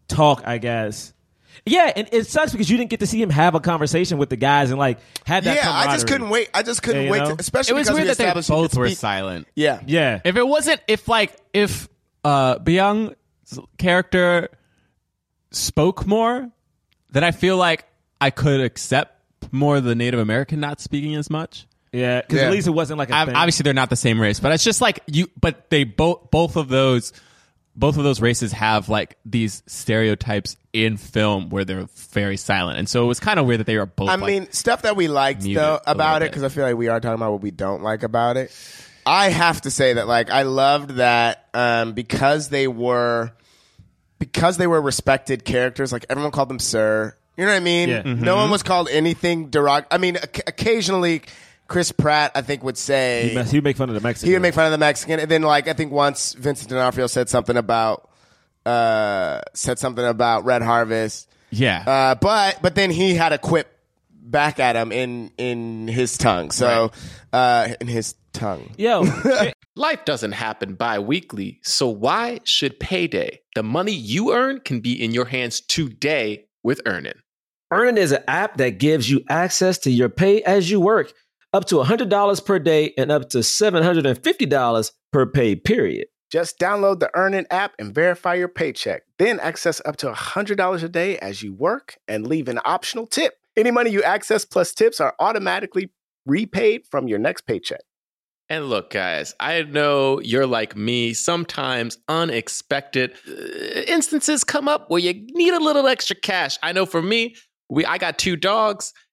C: talk, I guess. Yeah, and it sucks because you didn't get to see him have a conversation with the guys and like had that.
B: Yeah, I just
C: camaraderie.
B: couldn't wait. I just couldn't
C: Yeah, you
B: wait,
C: know?
B: to, especially
D: It was
B: because
D: weird
B: we
D: that they
B: established you
D: both
B: could
D: were
B: speak-
D: silent.
B: Yeah,
C: Yeah,
D: If it wasn't, if like, if uh, Byung's character spoke more, then I feel like I could accept more the Native American not speaking as much.
C: yeah, because
B: Yeah.
C: at least it wasn't like a
D: Ob-
C: thing.
D: Obviously, they're not the same race, but it's just like you. But they both both of those both of those races have like these stereotypes in film where they're very silent, and so it was kind of weird that they were both.
B: I
D: like-
B: mean, stuff that we liked
D: muted
B: though
D: a
B: about
D: little
B: it
D: bit.
B: because I feel like we are talking about what we don't like about it. I have to say that like I loved that um, because they were because they were respected characters. Like everyone called them sir. You know what I mean?
C: Yeah. Mhm.
B: No one was called anything derog. I mean, oc- occasionally Chris Pratt I think would say
C: he, mess- he would make fun of the Mexicans.
B: he would make fun of the Mexican, and then like I think once Vincent D'Onofrio said something about uh, said something about Red Harvest.
D: yeah,
B: Uh, but but then he had a quip back at him in in his tongue. So uh, in his tongue.
C: Yo,
G: Life doesn't happen bi weekly, so why should payday? The money you earn can be in your hands today with Earnin.
H: Earnin is an app that gives you access to your pay as you work, up to $100 per day and up to $750 per pay period.
E: Just download the Earnin app and verify your paycheck. Then access up to $100 a day as you work and leave an optional tip. Any money you access plus tips are automatically repaid from your next paycheck.
G: And look, guys, I know you're like me. Sometimes unexpected uh, instances come up where you need a little extra cash. I know for me, we I got two dogs.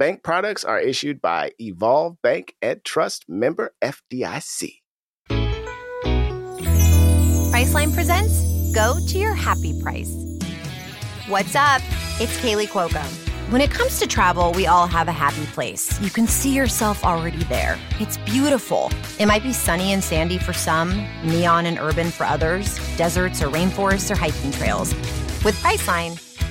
E: Bank products are issued by Evolve Bank and Trust member FDIC.
I: Priceline presents Go to Your Happy Price. What's up? It's Kaylee Cuoco. When it comes to travel, we all have a happy place. You can see yourself already there. It's beautiful. It might be sunny and sandy for some, neon and urban for others, deserts or rainforests or hiking trails. With Priceline,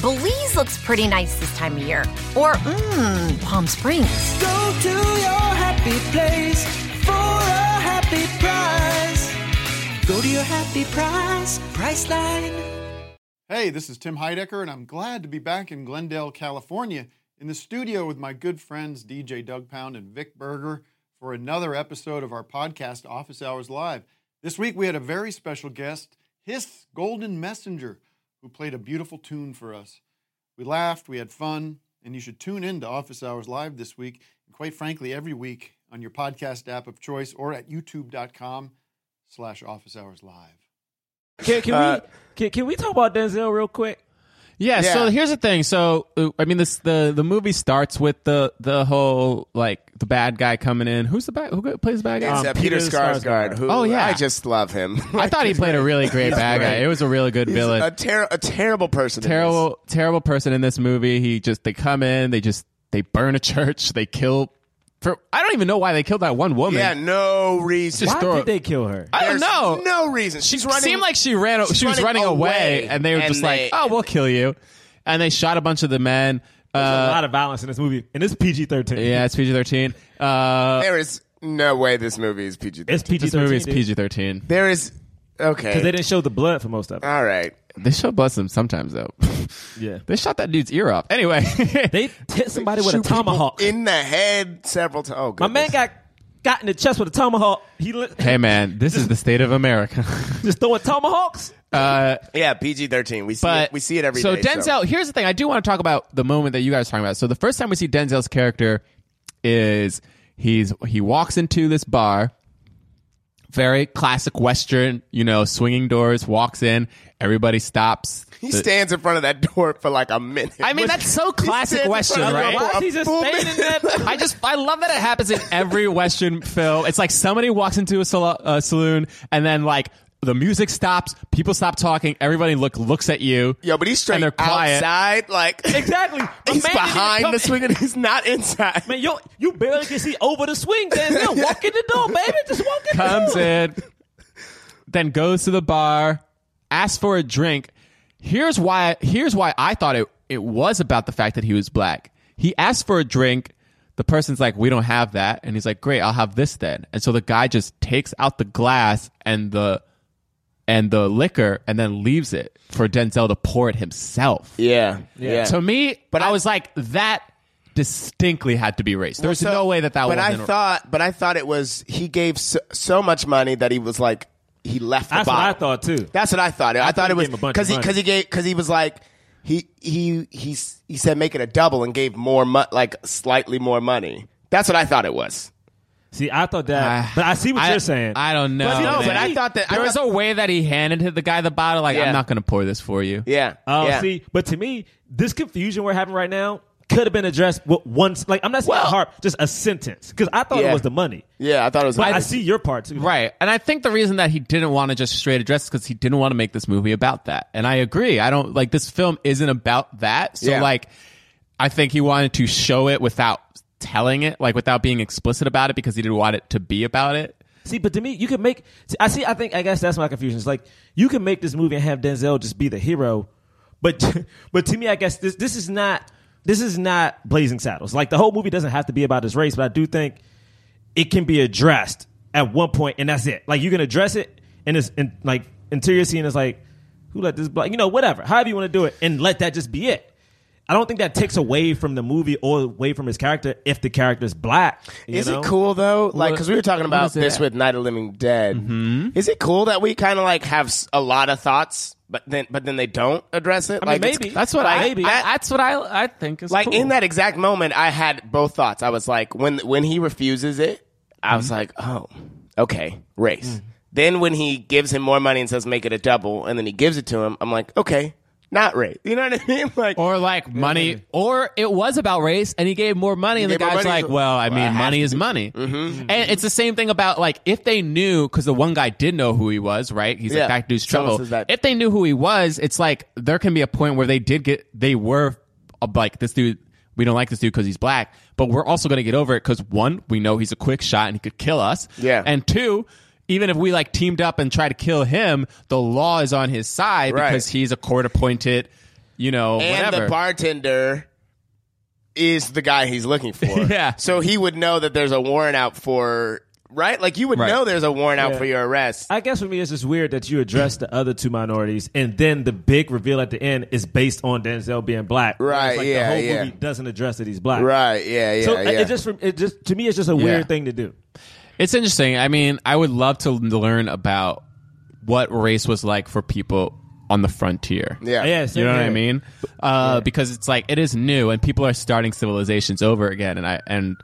I: Belize looks pretty nice this time of year. Or, mmm, Palm Springs.
F: Go to your happy place for a happy price. Go to your happy price, Priceline.
J: Hey, this is Tim Heidecker, and I'm glad to be back in Glendale, California, in the studio with my good friends DJ Doug Pound and Vic Berger for another episode of our podcast, Office Hours Live. This week we had a very special guest, His Golden Messenger, who played a beautiful tune for us. We laughed, we had fun, and you should tune in to Office Hours Live this week, and quite frankly, every week on your podcast app of choice or at youtube.com slash office hours live.
C: Can, can
J: Uh,
C: we can, can we talk about Denzel real quick?
D: Yeah, So
C: Yeah.
D: here's the thing. So uh, I mean, this the the movie starts with the the whole like the bad guy coming in. Who's the bad? Who go- plays the bad guy?
B: It's uh, Peter, Skarsgård. Who
D: Um, oh yeah,
B: I just love him.
D: I thought he played a really great
B: He's
D: bad guy.
B: great.
D: It was a really good
B: He's
D: villain.
B: a, ter- a terrible person. in this.
D: terrible, terrible person in this movie. He just they come in, they just they burn a church, they kill. For I don't even know why they killed that one woman.
B: Yeah, no reason.
D: Just Why throw- did they
C: kill her?
D: I don't
B: There's
D: know.
B: No reason. She's running.
D: seemed like she ran.
B: she's
D: She was running, away, and they were just
B: they-
D: like, "Oh, we'll kill you," and they shot a bunch of the men. Uh,
C: a lot of violence in this movie, and it's PG thirteen.
D: yeah, it's PG thirteen. Uh,
B: there is no way this movie is PG.
C: it's PG
D: this
C: thirteen.
D: movie is PG thirteen.
B: There is okay.
C: because they didn't show the blood for most of it.
B: All right.
D: They show bless them sometimes though.
C: Yeah,
D: they shot that dude's ear off. Anyway,
C: they hit somebody with a
B: Shoot people
C: tomahawk.
B: in the head several times. Oh,
C: My man
B: goodness.
C: got got in the chest with a tomahawk. He li-
D: hey man, this is the state of America.
C: just throwing tomahawks.
D: Uh,
B: yeah PG thirteen. We see
D: but
B: it, we see it every day.
D: so Denzel, here's the thing. I do want to talk about the moment that you guys are talking about. So the first time we see Denzel's character is he's he walks into this bar, very classic Western, you know, swinging doors. Walks in, everybody stops.
B: he
D: The-
B: stands in front of that door for like a minute.
D: I mean, that's so
B: He
D: classic
B: stands in
D: Western,
B: front of the
D: right?
B: door
C: Why
B: for
C: is he
B: a
C: just
B: full
C: staying in
B: minute.
C: that?
D: I just I love that it happens in every Western film. It's like somebody walks into a sal- uh, saloon and then like the music stops, people stop talking, everybody look looks at you.
B: Yo, but he's straight
D: And they're quiet.
B: outside, like
C: Exactly. My
B: he's
C: man didn't
B: behind
C: come-
B: the swing, and he's not inside.
C: Man, yo, you barely can see over the swing, Denzel. Walk in the door, baby. Just walk in
D: comes
C: the door.
D: in, then goes to the bar, asks for a drink. Here's why. Here's why I thought it it was about the fact that he was black. He asked for a drink. The person's like, "We don't have that," and he's like, "Great, I'll have this then." And so the guy just takes out the glass and the and the liquor, and then leaves it for Denzel to pour it himself.
B: Yeah, yeah.
D: To me, but I,
B: I-
D: was like, that distinctly had to be race. There's
B: So-
D: no way that that.
B: But I
D: wasn't
B: thought, but I thought it was he gave so, so much money that he was like he left the
C: That's what I
B: bottle.
C: thought too.
B: That's what I thought. I,
C: thought
B: thought
C: he
B: it was
C: gave him a bunch
B: because
C: of
B: he
C: money.
B: because he gave because he was like he he he s- he said make it a double and gave more mo- like slightly more money. That's what I thought it was.
C: See, I thought that, but I see what you're saying.
D: I don't know.
C: But no,
D: man.
C: but I thought that-
D: there
C: I
D: was a way that he handed the guy the bottle. Like,
C: Yeah.
D: I'm not going to pour this for you.
B: Yeah.
C: Oh, see, but to me, this confusion we're having right now could have been addressed with once. Like, I'm not saying hard, just a sentence. Because I thought
D: Yeah.
C: it was the money.
B: Yeah, I thought it was.
C: But I see your part too.
D: Right. And I think the reason that he didn't want to just straight address because he didn't want to make this movie about that. And I agree. I don't like this film isn't about that. So
B: Yeah.
D: like I think he wanted to show it without telling it, like without being explicit about it because he didn't want it to be about it.
C: See, but to me, you can make. see, I see. I think. I guess that's my confusion. It's like you can make this movie and have Denzel just be the hero, but but to me, I guess this this is not this is not Blazing Saddles. Like the whole movie doesn't have to be about his race, but I do think it can be addressed at one point, and that's it. Like you can address it, and it's in like interior scene is like who let this black, you know, whatever, however you want to do it, and let that just be it. I don't think that takes away from the movie or away from his character if the character is black. you
B: Is
C: know?
B: it cool though? Like, because we were talking
C: what
B: about
C: is Mm-hmm. it
B: this
C: at?
B: with Night of the Living Dead. Is it cool that we kind of like have s- a lot of thoughts, but then but then they don't address it?
D: I mean,
B: like,
D: maybe. That's what I- maybe. that's what I I think is
B: like
D: cool.
B: in that exact moment. I had both thoughts. I was like, when when he refuses it, I
C: Mm-hmm.
B: was like, oh, okay, race.
C: Mm.
B: Then when he gives him more money and says make it a double, and then he gives it to him, I'm like, okay, not race. You know what I mean? Like
D: or like money or it was about race and he gave more money and the
B: gave more
D: guy's
B: money,
D: like,
B: so-
D: "Well, I mean,
B: Well, I have
D: money
B: to Mm-hmm.
D: is money." And it's the same thing about like if they knew cuz the one guy did know who he was, right? He's
B: Yeah.
D: like that dude's
B: Someone
D: trouble.
B: says that.
D: If they knew who he was, it's like there can be a point where they did get they were uh, like this dude we don't like this dude because he's black, but we're also going to get over it because one, we know he's a quick shot and he could kill us.
B: Yeah.
D: And two, even if we like teamed up and try to kill him, the law is on his side
B: Right.
D: because he's a court appointed, you know,
B: and
D: whatever.
B: the bartender is the guy he's looking for.
D: Yeah.
B: So he would know that there's a warrant out for right? Like you would
C: Right.
B: know there's a warrant out
C: Yeah.
B: for your arrest.
C: I guess for me, it's just weird that you address the other two minorities, and then the big reveal at the end is based on Denzel being black.
B: Right,
C: It's like
B: yeah,
C: The whole
B: yeah.
C: movie doesn't address that he's black.
B: Right, yeah, yeah,
C: So uh,
B: yeah.
C: it just, it just to me, it's just a
D: Yeah.
C: weird thing to do.
D: It's interesting. I mean, I would love to l- learn about what race was like for people on the frontier.
B: Yeah. Yeah, same
D: you know what I
B: here.
D: mean? Uh, Because it's like it is new, and people are starting civilizations over again, and I and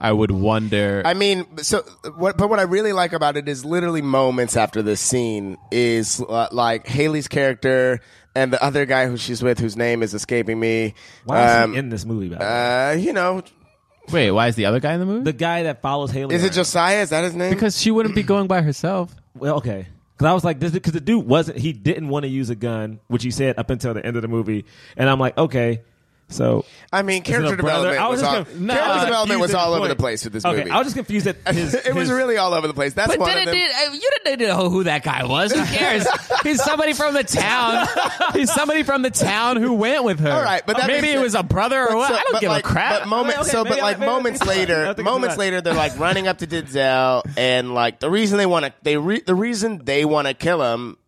D: I would wonder.
B: I mean, so what? But what I really like about it is literally moments after this scene is uh, like Haley's character and the other guy who she's with, whose name is escaping me.
C: Why is
B: Um,
C: he in this movie? By the way?
B: uh, you know,
D: Wait, why is the other guy in the movie?
C: the guy that follows Haley.
B: is it
C: around.
B: Josiah? Is that his name?
D: Because she wouldn't be going by herself.
C: Well, okay. Because I was like, this because the dude wasn't. He didn't want to use a gun, which he said up until the end of the movie, and I'm like, okay. So
B: I mean,
C: Is it a
B: character
C: brother?
B: development
C: I
B: was,
C: was just
B: all,
C: conf- No, I
B: character
C: was
B: development was
C: confused at
B: all
C: the
B: over the
C: point.
B: place with this
C: Okay,
B: movie.
C: I was just confused that his-
B: it was
C: his-
B: really all over the place. That's
D: But
B: one
D: then
B: of
D: it
B: them.
D: did, uh, you didn't know who that guy was. Who cares? He's somebody from the town. He's somebody from the town who went with her.
B: All right, but that
D: maybe
B: makes
D: it
B: sense.
D: was a brother or
B: But
D: what.
B: so-
D: I don't
B: but
D: give
B: like-
D: a crap.
B: But moments,
C: Okay,
B: so but
C: maybe I-
B: like
C: maybe I
B: moments
C: think it's not. I
B: later,
C: think it's
B: moments
C: not.
B: later, they're like running up to Denzel, and like the reason they want to, they re, the reason they want to kill him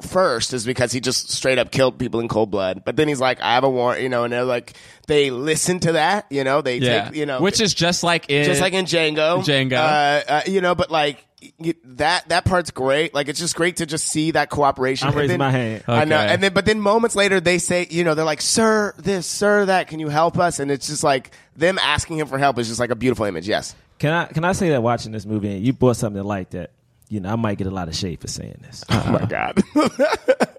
B: first is because he just straight up killed people in cold blood. But then he's like, I have a warrant, you know, and they're like, they listen to that, you know, they
D: yeah,
B: take, you know,
D: which is just like in
B: just like in Django.
D: Eh, Django.
B: uh, uh, you know, but like y- that that part's great. Like it's just great to just see that cooperation.
C: I'm
B: And then-
C: raising my hand.
B: I know,
D: Okay.
B: and then but then moments later they say, you know, they're like, "Sir, this, sir, that. Can you help us?" And it's just like them asking him for help is just like a beautiful image. Yes,
C: Can I can I say that watching this movie and you bought something like that? You know, I might get a lot of shade for saying this.
D: Uh-huh.
B: oh my god,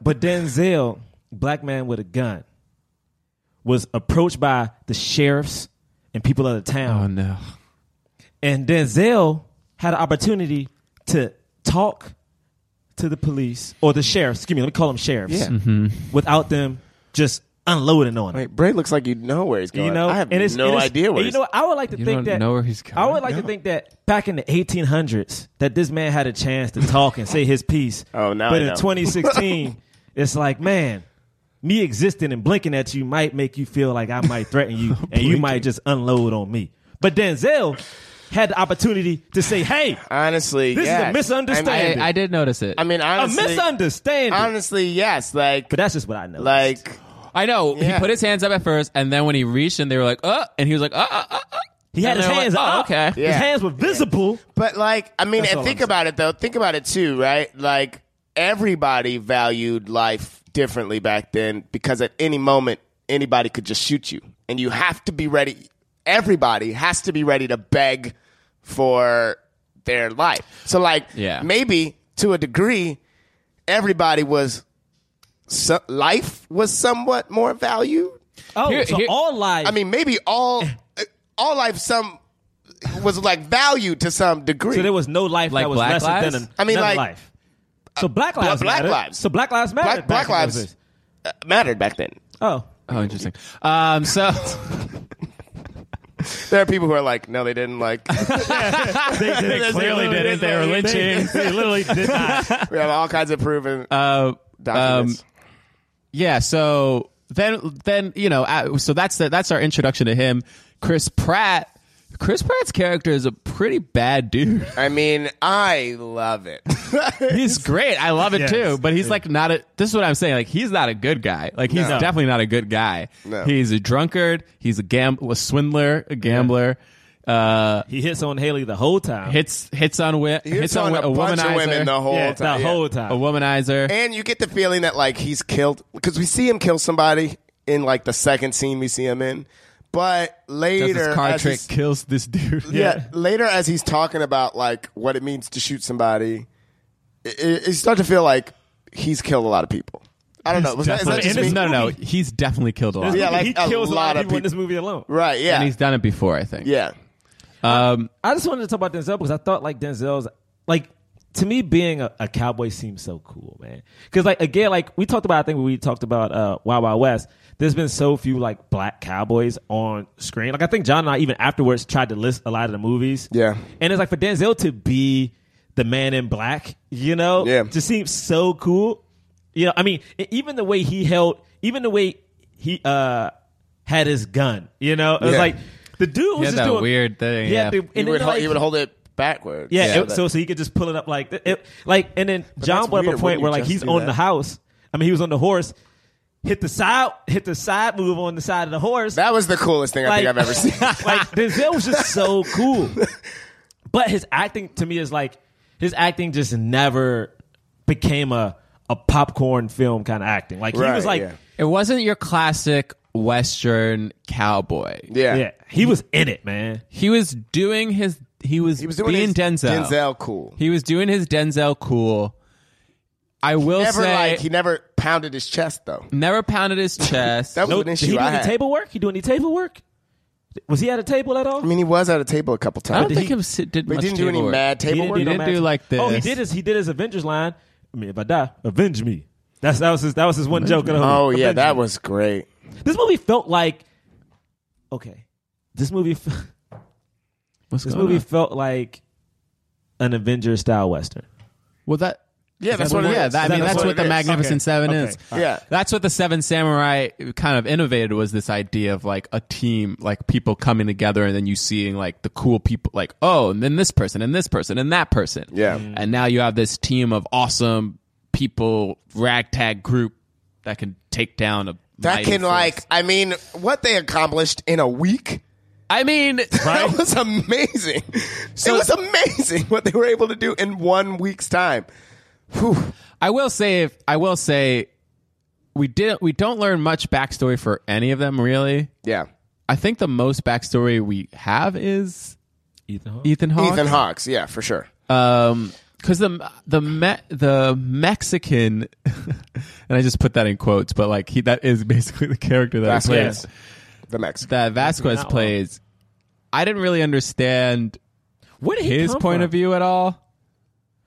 C: But Denzel, black man with a gun, was approached by the sheriffs and people of the town.
D: oh no.
C: And Denzel had an opportunity to talk to the police or the sheriffs, excuse me, let me call them sheriffs,
B: Yeah.
D: Mm-hmm.
C: without them just unloading on him.
B: Wait, Bray looks like you know where he's going.
C: You know,
B: I have
C: and it's,
B: no
C: and it's-
B: idea where.
C: and you
B: he's-
C: know, what? I would like to
D: You
C: think
D: don't
C: that
D: know where he's
C: I would
D: going?
C: like to
D: No.
C: think that back in the 1800s, that this man had a chance to talk and say his piece.
B: Oh, now
C: but
B: I
C: in
B: know.
C: 2016, it's like, man, me existing and blinking at you might make you feel like I might threaten you, and you might just unload on me. But Denzel had the opportunity to say, "Hey,
B: honestly,
C: this
B: yes.
C: is a misunderstanding."
D: I, I did notice it.
B: I mean,
C: a
B: honestly,
C: misunderstanding.
B: honestly, yes. Like,
C: but that's just what I know.
B: like
D: I know
B: Yeah.
D: he put his hands up at first, and then when he reached, and they were like, "Uh," and he was like, "Uh, uh, uh." uh."
C: he had
D: and
C: his
D: they're like,
C: hands
D: "Oh,
C: up.
D: okay.
C: His
B: Yeah.
C: hands were visible.
B: But like, I mean,
C: That's
B: and
C: all
B: think
C: I'm
B: about it though. Think about it too, right? Like everybody valued life differently back then because at any moment anybody could just shoot you, and you have to be ready. Everybody has to be ready to beg for their life. So like
D: Yeah.
B: maybe to a degree everybody was so, life was somewhat more valued.
C: Oh,
D: Here-
C: so
D: here-
C: all life.
B: I mean maybe all all life some was like valued to some degree.
C: so there was no life
D: Like
C: that was
D: Black
C: lesser
D: Lives?
C: than an,
B: I mean,
C: another
B: like,
C: life. So black lives.
B: Black
C: matter.
B: Lives.
C: So black lives matter.
B: Black, black lives uh, mattered back then.
C: Oh,
D: Oh, interesting. Um, so
B: There are people who are like, no, they didn't like.
C: they,
D: clearly didn't. They were lynching.
C: They literally did not.
B: we have all kinds of proven
D: uh, um,
B: documents.
D: yeah. So then, then you know, uh, so that's the, that's our introduction to him, Chris Pratt. Chris Pratt's character is a pretty bad dude.
B: I mean, I love it.
D: He's great. I love it
C: Yes.
D: too. But he's like not a. This is what I'm saying. Like he's not a good guy. Like he's
C: No.
D: definitely not a good guy.
B: No.
D: He's a drunkard. He's a gam, a swindler, a gambler. Uh,
C: He hits on Haley the whole time.
D: hits hits on wi-
B: He was
D: hits on
B: on
D: wi-
B: a, bunch
D: womanizer.
B: of women the whole
C: yeah,
B: time.
C: the
B: yeah.
C: whole
D: a
C: time.
D: womanizer.
B: And you get the feeling that like he's killed because we see him kill somebody in like the second scene we see him in, but
D: Does
B: later
D: this card
B: as
D: trick
B: he's-
D: kills this dude.
B: yeah. later as he's talking about like what it means to shoot somebody, it, it, you start to feel like he's killed a lot of people. I don't know. Was that, is that
D: But
C: Definitely.
B: just
D: in
B: me?
D: this- no, no, no. He's definitely killed a lot.
B: Yeah, like
C: he
B: a
C: kills a
B: lot
C: lot
B: of
C: of people in
B: people.
C: this movie alone.
B: Right? Yeah.
D: And he's done it before, I think.
B: yeah.
D: Um,
C: I just wanted to talk about Denzel because I thought like Denzel's like to me being a, a cowboy seems so cool, man. Because like again, like we talked about, I think when we talked about uh, Wild Wild West. There's been so few like black cowboys on screen. Like I think John and I even afterwards tried to list a lot of the movies.
B: Yeah.
C: and it's like for Denzel to be the man in black, you know,
B: Yeah.
C: just seems so cool. You know, I mean, e- even the way he held, even the way he uh had his gun, you know, it was
B: Yeah.
C: like. The dude
D: He
C: was
D: had
C: just
D: that
C: doing
D: weird thing, yeah.
C: the-
D: He
C: and
B: He
C: then,
B: would, hold,
C: like-
B: he would hold it backwards.
C: yeah,
B: So
C: it-
B: that-
C: so so he could just pull it up like th- it, like and then John
B: that's
C: brought
B: weird.
C: up a point
B: Wouldn't
C: where
B: you
C: like
B: just
C: he's
B: do
C: on
B: that?
C: the house. I mean, he was on the horse, hit the side, hit the side move on the side of the horse.
B: that was the coolest thing I think I've ever seen.
C: like Denzel was just so cool, but his acting to me is like his acting just never became a a popcorn film kind of acting. Like he
B: Right,
C: was like.
B: yeah.
D: it wasn't your classic Western cowboy.
B: yeah.
C: Yeah, he was in it, man.
D: He was doing his. He was,
B: He was doing
D: being
B: his
D: Denzel.
B: Denzel cool.
D: He was doing his Denzel cool. I will
B: never
D: say,
B: like he never pounded his chest though.
D: never pounded his chest.
B: That was
C: No,
B: an
C: did
B: issue
C: he do
B: I
C: any
B: had.
C: table work? He do any table work? Was he at a table at all?
B: I mean, he was at a table a couple
D: I
B: times.
D: don't
B: But
D: think
B: he,
D: he, was, did
B: but he
D: much
B: didn't do any
D: table work.
B: mad
C: He
B: table work.
D: He
C: no
D: didn't do
C: magic.
D: like this.
C: Oh, he did his he did his Avengers line. I mean, if I die, avenge me. That's that was his that was his one joke. in the whole
B: Oh
C: movie.
B: yeah,
C: Avenge
B: that
C: me.
B: was great.
C: this movie felt like okay. This movie f-
D: What's
C: this
D: going
C: movie
D: on?
C: felt like an Avengers style western.
D: Well, that
B: Yeah, that's what. it
D: yeah,
B: is.
D: that, I mean,
C: That's
D: that's,
C: what
D: what,
C: it
D: the
C: is.
D: Magnificent
C: Okay.
D: Seven
C: Okay.
D: is.
B: All right. Yeah.
D: that's what the Seven Samurai kind of innovated was this idea of like a team, like people coming together, and then you seeing like the cool people, like oh, and then this person, and this person, and that person.
B: Yeah.
D: and now you have this team of awesome people, ragtag group that can take down a
B: That
D: mighty
B: can
D: force.
B: like, I mean, what they accomplished in a week.
D: I mean,
B: That was amazing.
D: So-
B: it was amazing what they were able to do in one week's time. Whew.
D: I will say if I will say we didn't we don't learn much backstory for any of them really.
B: Yeah.
D: I think the most backstory we have is
C: Ethan Hawke.
D: Ethan Hawke.
B: Ethan Hawks. Yeah, for sure.
D: Um, because the the me, the Mexican, and I just put that in quotes, but like he that is basically the character that he plays
B: Vasquez, the Mexican.
D: that Vasquez
C: Not
D: plays. I didn't really understand
C: Where did he
D: his
C: come
D: point
C: from?
D: of view at all.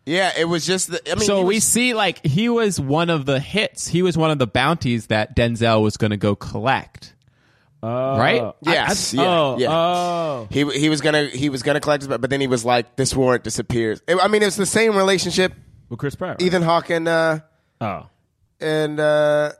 B: yeah, it was just. The, I mean,
D: so
B: he
D: we
B: was-
D: see like he was one of the hits. He was one of the bounties that Denzel was going to go collect.
C: Uh,
D: right?
B: Yes. yeah.
C: oh,
B: yeah.
C: oh.
B: He he was gonna he was gonna collect his, but then he was like, this warrant disappears. It- I mean, it's the same relationship
C: With Chris Pratt. right?
B: Ethan Hawke and uh,
C: Oh.
B: and uh,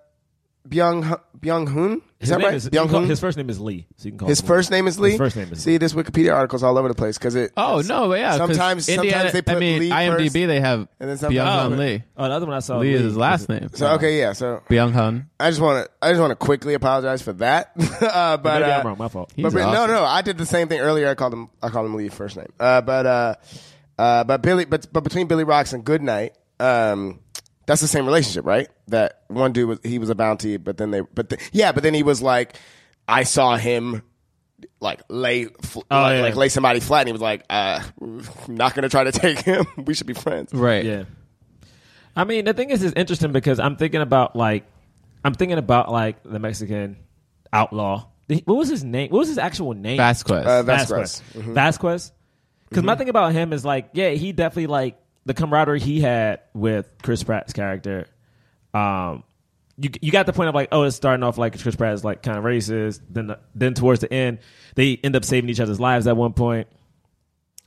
B: Byung Byung Hoon. Is
C: His,
B: that
C: name
B: right?
C: is, you
B: Byung
C: can call-
B: Hoon.
C: his first name is Lee. So you can call
B: His
C: him
B: first name is Lee.
C: His first name is
B: See, this Wikipedia article's all over the place because it.
D: Oh no, but yeah. 'cause
B: Sometimes- sometimes they put
D: I mean,
B: Lee
D: IMDb
B: first,
D: they have
B: and then sometimes-
D: Byung Hun
B: Oh.
D: Lee.
C: Oh, the other one I saw.
D: Lee is his last name.
B: So
C: Oh.
B: okay, yeah. So
D: Byung Hun.
B: I just want to I just want to quickly apologize for that. uh, but
C: Maybe I'm
B: uh,
C: wrong. My fault.
B: But, but- no,
D: awesome.
B: no, I did the same thing earlier. I called him I called him Lee first name. Uh, but uh, uh, but Billy, but but between Billy Rocks and Goodnight, um, that's the same relationship, right? That one dude was he was a bounty, but then they but the, yeah, but then he was like, I saw him like lay f-
C: Oh,
B: like,
C: yeah.
B: like lay somebody flat, and he was like, uh, "I'm not gonna try to take him. we should be friends."
D: Right.
C: Yeah. I mean, the thing is, it's interesting because I'm thinking about like, I'm thinking about like the Mexican outlaw. The- What was his name? What was his actual name?
D: Vasquez.
B: Uh, Vasquez.
C: Vasquez. Vasquez. Because
D: Mm-hmm.
C: my thing about him is like, yeah, he definitely like the camaraderie he had with Chris Pratt's character. Um, you you got the point of like, oh, it's starting off like Chris Pratt is like kind of racist. Then the, then towards the end, they end up saving each other's lives at one point.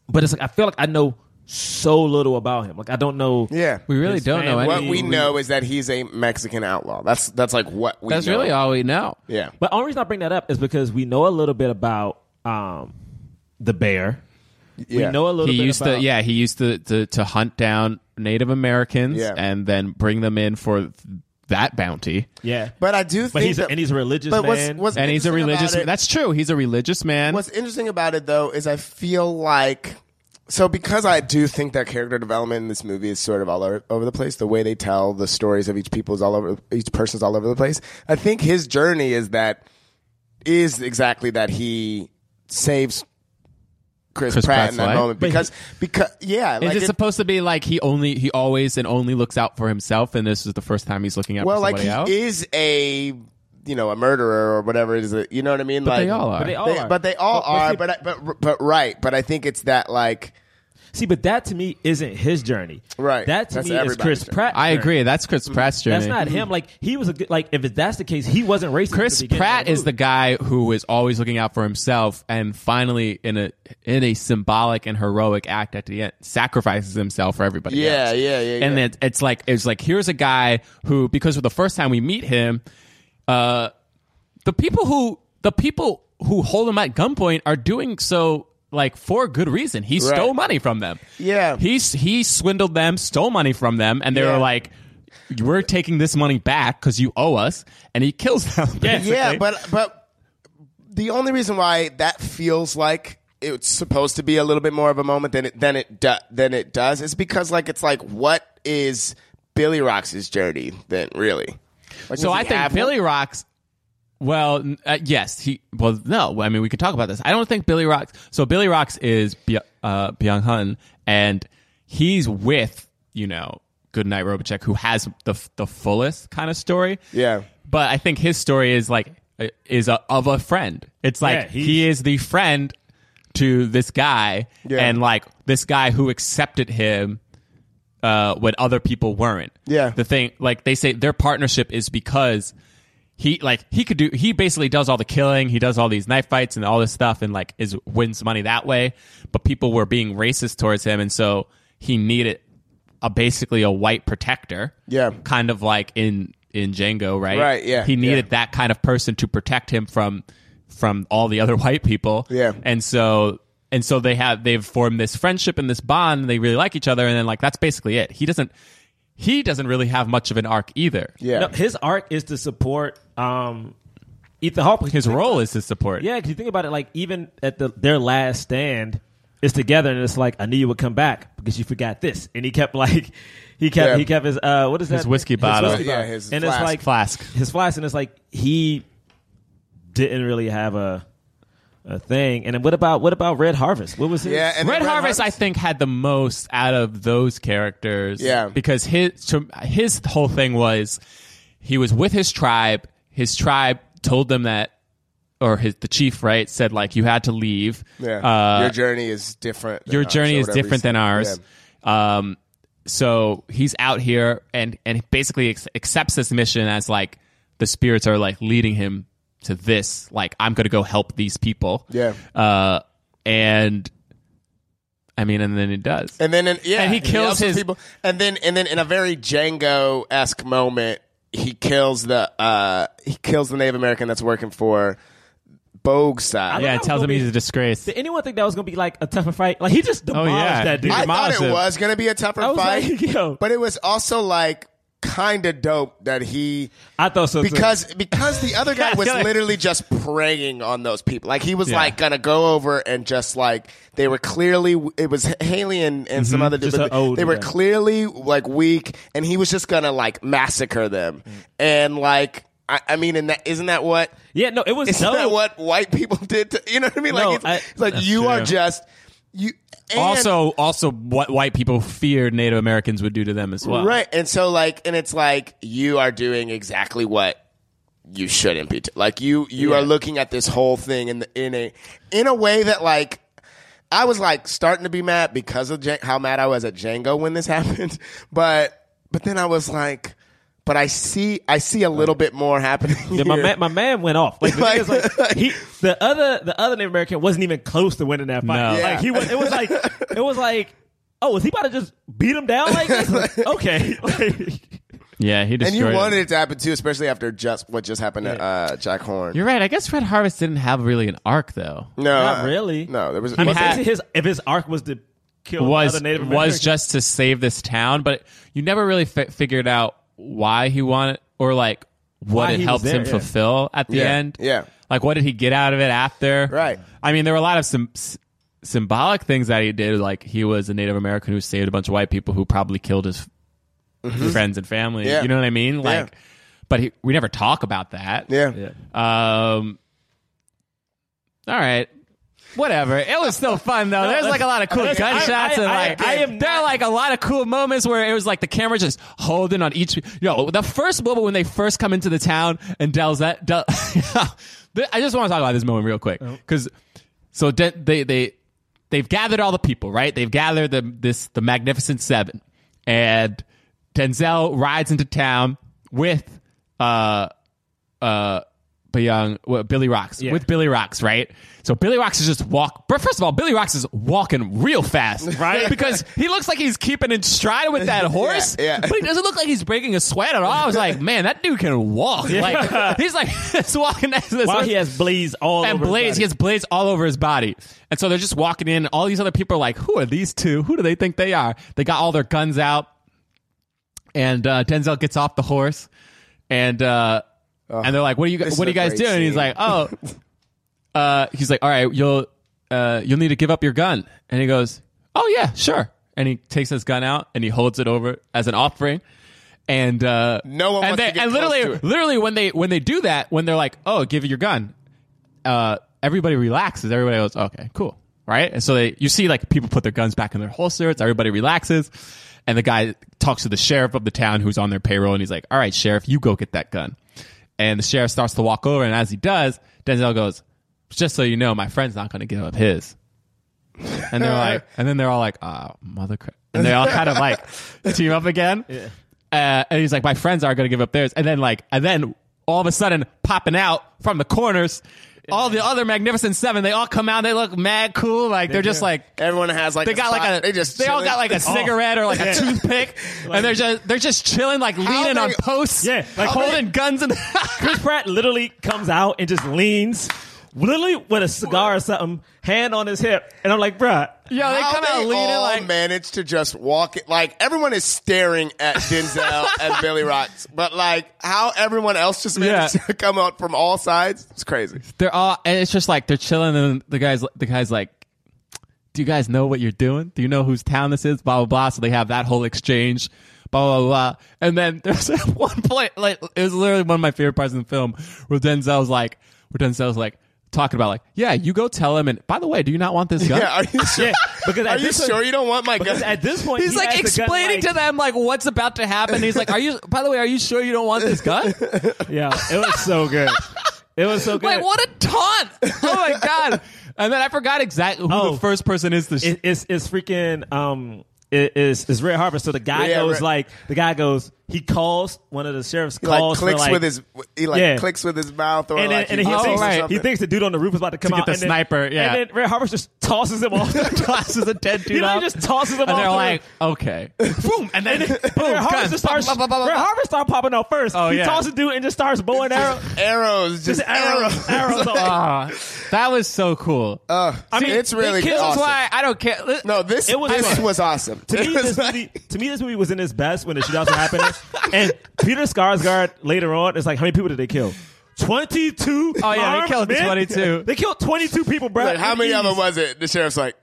C: But it's like I feel like I know so little about him. Like I don't know.
B: Yeah.
D: We really
C: His
D: don't know
C: family.
D: any.
B: What we know is that he's a Mexican outlaw. That's that's like what we.
D: That's
B: know.
D: really all we know.
B: Yeah.
C: But only reason I bring that up is because we know a little bit about um, the bear.
B: Yeah.
C: We know a little
D: He
C: bit
D: used
C: about
D: to, yeah, he used to, to to hunt down Native Americans
B: Yeah.
D: and then bring them in for that bounty.
C: yeah.
B: But I do
C: But
B: think
C: he's a-
B: that-
C: and he's a religious
B: but what's-
C: man.
B: what's
D: and he's a
B: interesting about
D: religious.
B: it-
D: That's true. He's a religious man.
B: What's interesting about it though is I feel like so because I do think that character development in this movie is sort of all over, over the place. The way they tell the stories of each people is all over each person's all over the place. I think his journey is that is exactly that he saves Chris,
D: Chris
B: Pratt
D: Pratt's
B: in that
D: life?
B: moment
D: But
B: because because yeah
D: Is
B: like
D: it
B: it-
D: supposed to be like he only he always and only looks out for himself, and this is the first time he's looking out
B: well
D: for
B: like
D: somebody
B: he
D: else?
B: is a you know a murderer or whatever it is that- you know what I mean
D: but
B: like
D: they all are.
C: But they all
B: they-
C: are.
B: but they all
C: But- but
B: are
C: see-
B: but, I but but right but I think it's that like
C: See, but that to me isn't his journey.
B: Right.
C: That to
B: That's
C: me is
B: everybody's
C: Chris
B: journey.
C: Pratt.
D: I agree. That's Chris
B: Mm.
D: Pratt's journey.
C: That's not him. Like he was a good. Like if that's the case, he wasn't racist.
D: Chris
C: at the beginning
D: Pratt
C: of
D: is the
C: movie.
D: guy who is always looking out for himself, and finally, in a in a symbolic and heroic act at the end, sacrifices himself for everybody.
B: Yeah,
D: else.
B: yeah, yeah,
D: And
B: yeah.
D: It, it's like it's like here's a guy who, because for the first time we meet him, uh, the people who the people who hold him at gunpoint are doing so like for good reason. He stole money from them.
B: Yeah.
D: he s- he swindled them, stole money from them, and they
B: Yeah.
D: were like. We're taking this money back because you owe us, and he kills them.
B: Yeah,
D: basically.
B: but but the only reason why that feels like it's supposed to be a little bit more of a moment than it than it do, than it does is because like it's like what is Billy Rox's journey then really? Like, does
D: So
B: he
D: I think
B: have
D: Billy
B: one?
D: Rocks. Well, n- uh, yes, he. Well, no, I mean we could talk about this. I don't think Billy Rocks. So Billy Rocks is By- uh, Byung Hun, and he's with you know Goodnight Robichek, who has the the fullest kind of story.
B: Yeah.
D: but I think his story is like uh, is a, of a friend. It's
C: Yeah,
D: like
C: he's-
D: he is the friend to this guy,
B: Yeah.
D: and like this guy who accepted him uh, when other people weren't.
B: Yeah.
D: The thing, like they say, their partnership is because he, like, he could do, he basically does all the killing, he does all these knife fights and all this stuff, and like is wins money that way. But people were being racist towards him, and so he needed a basically a white protector.
B: Yeah.
D: Kind of like in in Django, right?
B: Right, yeah,
D: He needed
B: yeah.
D: that kind of person to protect him from from all the other white people.
B: Yeah.
D: And so and so they have they've formed this friendship and this bond and they really like each other and then like that's basically it. He doesn't he doesn't really have much of an arc either.
B: Yeah.
C: No, his arc is to support um, Ethan Hawke.
D: His role is to support.
C: Yeah, because you think about it, like even at the their last stand, it's together, and it's like I knew you would come back because you forgot this, and he kept like he kept
B: Yeah.
C: he kept his uh what is that
D: His whiskey bottle.
B: Yeah, his
C: and
B: flask.
C: it's like
D: Flask.
C: his flask, and it's like he didn't really have a a thing. And then what about what about Red Harvest? What was his?
B: Yeah, and
D: Red,
B: then
D: Harvest, I think, had the most out of those characters.
B: Yeah.
D: because his to- his whole thing was he was with his tribe. His tribe told them that, or his the chief, right, said like you had to leave.
B: yeah.
D: Uh,
B: your journey is different. than
D: your
B: ours,
D: journey
B: or
D: is
B: whatever he
D: different than
B: said.
D: ours.
B: Yeah.
D: Um, so he's out here and and basically ex- accepts this mission as like the spirits are like leading him to this. Like I'm gonna go help these people.
B: Yeah.
D: Uh, and I mean, and then it does.
B: And then, in, yeah,
D: And he kills
B: also
D: his-
B: people. And then, and then, in a very Django esque moment, he kills the uh, he kills the Native American that's working for Bogue's side.
D: yeah,
C: I
D: it
C: was
D: tells him
C: gonna
D: he's
C: be-
D: a disgrace.
C: Did anyone think that was gonna be like a tougher fight? Like he just demolished
D: Oh, yeah.
C: that dude.
D: I
B: I thought
D: demolished
B: it
D: him.
B: was going to be a tougher
C: I was
B: fight,
C: like, yo.
B: but it was also like kind of dope that he
C: I thought so too.
B: because because the other guy was
D: Yeah.
B: literally just preying on those people. Like he was like gonna go over and just like they were clearly it was Haley and, and some other dude.
C: Mm-hmm. Just
B: but
C: an old
B: they were
C: guy. Mm.
B: clearly like weak, and he was just gonna like massacre them and like. I, I mean, and that isn't that what?
C: Yeah, no, it was.
B: Isn't that
C: dope.
B: what white people did? to You know what I mean? Like
C: No,
B: it's,
C: I-
B: it's like
D: That's
B: you are
D: true.
B: just you. and-
D: also, also what white people feared Native Americans would do to them as
C: Oh.
D: well.
B: Right. And so like and it's like you are doing exactly what you shouldn't be. do- like you you are looking at this whole thing in the, in a in a way that like I was like starting to be mad because of Jan- how mad I was at Django when this happened, but but then I was like but I see I see a little bit more happening.
C: Yeah, my
B: here.
C: man, my man went off. Like, the thing is,
B: Like-
C: like, he, the other the other Native American wasn't even close to winning that fight.
D: No.
C: Like he was, it was like it was like, oh, is he about to just beat him down like this? okay. Like,
D: Yeah, he
B: and
D: destroyed.
B: you wanted
D: it.
B: it to happen too, especially after just what just happened to uh, Jack Horn.
D: You're right. I guess Red Harvest didn't have really an arc though.
B: no,
C: not
B: uh,
C: really.
B: No, there was.
C: I mean,
B: wasn't-
D: had-
C: basically his if his arc was to kill
D: was
C: another Native American,
D: was just to save this town, but you never really fi- figured out why he wanted or like what
C: Why
D: it
C: he was
D: helped
C: there,
D: him
C: yeah.
D: fulfill at the
B: Yeah,
D: end.
B: yeah.
D: like what did he get out of it after?
B: Right.
D: I mean, there were a lot of some symbolic things that he did. Like he was a Native American who saved a bunch of white people who probably killed his friends and family.
B: Mm-hmm. Yeah.
D: You know what I mean? Like, but he, we never talk about that.
B: yeah.
C: yeah.
D: Um. All right. Whatever. It was still fun though. There's like a lot of cool
C: that's-
D: gunshots
C: I- I-
D: and
C: I-
D: like
C: I am
D: there are
C: not-
D: like a lot of cool moments where it was like the camera just holding on each. Yo, the first moment when they first come into the town and Dell's that. Del, I just want to talk about this moment real quick
C: Oh.
D: because so de- they they they've gathered all the people, right? They've gathered the this the magnificent seven, and Denzel rides into town with uh uh Beyond well, Billy Rocks with Billy Rocks, right? So Billy Rocks is just walk. But first of all, Billy Rocks is walking real fast, right? because he looks like he's keeping in stride with that horse,
B: yeah.
D: but he doesn't look like he's breaking a sweat at all. I was like, man, that dude can walk. Like he's like just walking next to this
C: While
D: horse
C: he has blaze all
D: and
C: over his
D: blades.
C: body.
D: He has blades all over his body. And so they're just walking in. All these other people are like, who are these two? Who do they think they are? They got all their guns out. And uh, Denzel gets off the horse. And uh, and they're like, what are you,
B: this
D: guys? what are you
B: is a
D: guys
B: great
D: doing? And he's
B: scene.
D: like, oh. uh, he's like, all right, you'll, uh, you'll need to give up your gun. And he goes, oh, yeah, sure. And he takes his gun out and he holds it over as an offering. And uh,
B: No one
D: and
B: wants
D: they,
B: to get
D: and
B: close
D: literally,
B: to it.
D: literally when they when they do that, when they're like, "Oh, give your gun," uh, everybody relaxes. Everybody goes, okay, cool, right? And so they, you see, like people put their guns back in their holsters. Everybody relaxes, and the guy talks to the sheriff of the town who's on their payroll, and he's like, "All right, sheriff, you go get that gun." And the sheriff starts to walk over, and as he does, Denzel goes, "Just so you know, my friend's not going to give up his." And they're like, and then they're all like, "Ah, mother," cra-" and they all kind of like team up again. Uh, and he's like, my friends aren't going to give up theirs. And then like, and then all of a sudden popping out from the corners, all the other Magnificent Seven, they all come out. They look mad cool. Like they're just like,
B: Everyone has like
D: they Oh.
B: a
D: got
B: spot-
D: like a,
B: they just
D: all
B: chilling.
D: got like a cigarette or like a toothpick, and they're just they're just chilling, like leaning
B: they-
D: on posts,
C: Yeah, like-
D: holding guns and
C: Chris Pratt literally comes out and just leans, literally with a cigar or something, hand on his hip, and I'm like, bruh.
D: yo, they
B: How
D: come out
B: Oh, they
D: leaning
B: all
D: like
B: managed to just walk it. Like everyone is staring at Denzel and Billy Rocks, but like how everyone else just managed
D: Yeah.
B: to come out from all sides, it's crazy.
D: they're all and it's just like they're chilling and the guys the guys like do you guys know what you're doing do you know whose town this is blah blah blah so they have that whole exchange blah blah blah and then there's one point like it was literally one of my favorite parts in the film where denzel's like where denzel's like talking about like yeah you go tell him and by the way do you not want this gun
B: Yeah, are you sure?
C: Yeah, because
B: are
C: at
B: you
C: this point-
B: sure you don't want my
C: Because
B: gun?
C: at this point,
D: He's
C: he
D: like
C: has the gun,
D: explaining
C: like-
D: to them like what's about to happen. He's like, "Are you? By the way, are you sure you don't want this gun?
C: Yeah, it was so good. It was so good.
D: Like, what a taunt! Oh my god!" And then I forgot exactly who
C: Oh.
D: the first person is to sh-
C: it, it's it's freaking um it, it's it's Red Harvest. So the guy
B: Yeah,
C: goes
B: Red-
C: like the guy goes he calls one of the sheriff's
B: He, like
C: calls for,
B: clicks
C: like-
B: with his he like
C: Yeah.
B: clicks with his mouth or
C: and then,
B: like
C: and then he,
D: whistles
C: thinks,
D: or
C: right.
B: something.
C: he thinks the dude on the roof is about to come
D: To get
C: out
D: the
C: and then-
D: sniper, yeah.
C: and then Red Harvest just tosses him off the
D: tosses a dead
C: He
D: dude
C: literally
D: off.
C: just tosses him
D: and
C: off
D: they're
C: the
D: like, okay, boom, and then boom,
C: Red Harvest
D: guns.
C: just starts
D: Blah, blah, blah, blah,
C: Red
D: blah.
C: Harvest start popping out first.
D: Oh,
C: he
D: yeah.
C: tosses dude and just starts bow and arrow.
B: arrows, just,
C: Just arrows,
B: arrows.
C: arrows. off.
D: Ah, that was so cool.
B: I mean,
C: mean,
B: Uh, it's really
C: they
D: this
B: awesome.
D: is why I don't care. Li-
B: no, this
C: It was
B: this
C: like-
B: was awesome.
C: To
B: It
C: me,
B: was
C: this
B: like-
C: movie, to me, this movie was in its best when the shootouts were happening. And Peter Skarsgård later on, it's like, how many people did they kill? 22.
D: Oh, yeah, they
C: armed
D: killed
C: men?
D: 22.
C: They killed 22 people, bro.
B: Like, how many of them
C: Jeez.
B: was it? The sheriff's like,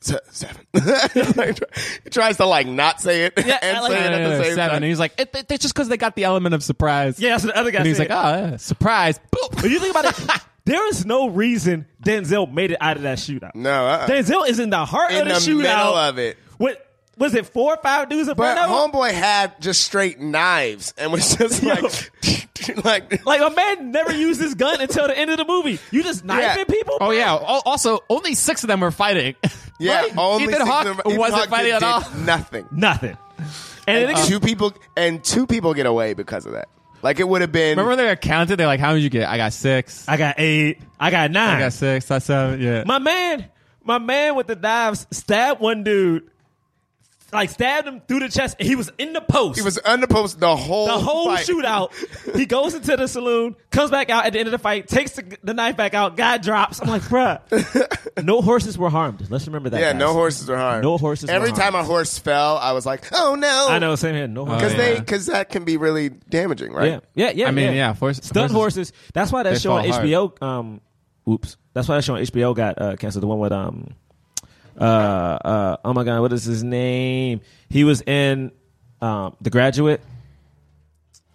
B: "Se- seven. Like, he tries to like not say it and say it at the same
D: uh, seven.
B: time.
D: And he's like, it, it, it's just because they got the element of surprise.
C: Yeah, that's what the other guy
D: And he's
C: said.
D: like, oh, yeah, surprise. Boop.
C: If you think about it, there is no reason Denzel made it out of that shootout.
B: No, uh-uh.
C: Denzel is in the heart
B: In
C: of the,
B: the
C: shootout.
B: middle of it.
C: What was it? Four or five dudes in
B: But
C: front of him?
B: homeboy had just straight knives and was just like, like,
C: Like a man never used his gun until the end of the movie. You just knifing people?
D: Oh, yeah. Al- Also, only six of them were fighting.
B: yeah.
D: Right?
B: Only
D: Ethan
B: six
D: Hawke
B: of them- Ethan
D: wasn't
B: Hawke
D: fighting
B: did
D: at all.
B: Nothing.
C: Nothing. And, it
B: two people and two people get away because of that. Like it would have been.
D: Remember when they were counted? They're like, how many did you get? I got six.
C: I got eight. I got nine.
D: I got six. I seven. Yeah.
C: My man, my man with the knives stabbed one dude, like stabbed him through the chest. And he was in the post.
B: he was under post the whole
C: the whole
B: fight.
C: shootout. He goes into the saloon, comes back out at the end of the fight, takes the, the knife back out. Guy drops. I'm like, bruh, no horses were harmed. Let's remember that.
B: Yeah,
C: guys.
B: no horses were harmed.
C: No horses were
B: Every
C: harmed.
B: time a horse fell, I was like, "Oh no!"
C: I know, same here. No horses.
B: because
D: Oh,
B: they
D: yeah.
B: because that can be really damaging, right?
C: yeah, yeah, yeah.
D: I mean,
C: yeah.
D: yeah, horse-
C: Stunt horses.
D: horses-
C: That's why
D: they
C: that show on
D: fall hard.
C: HBO. Um, oops. That's why that show on HBO got uh, canceled. The one with um, uh, uh, oh my god, what is his name? He was in um, The Graduate.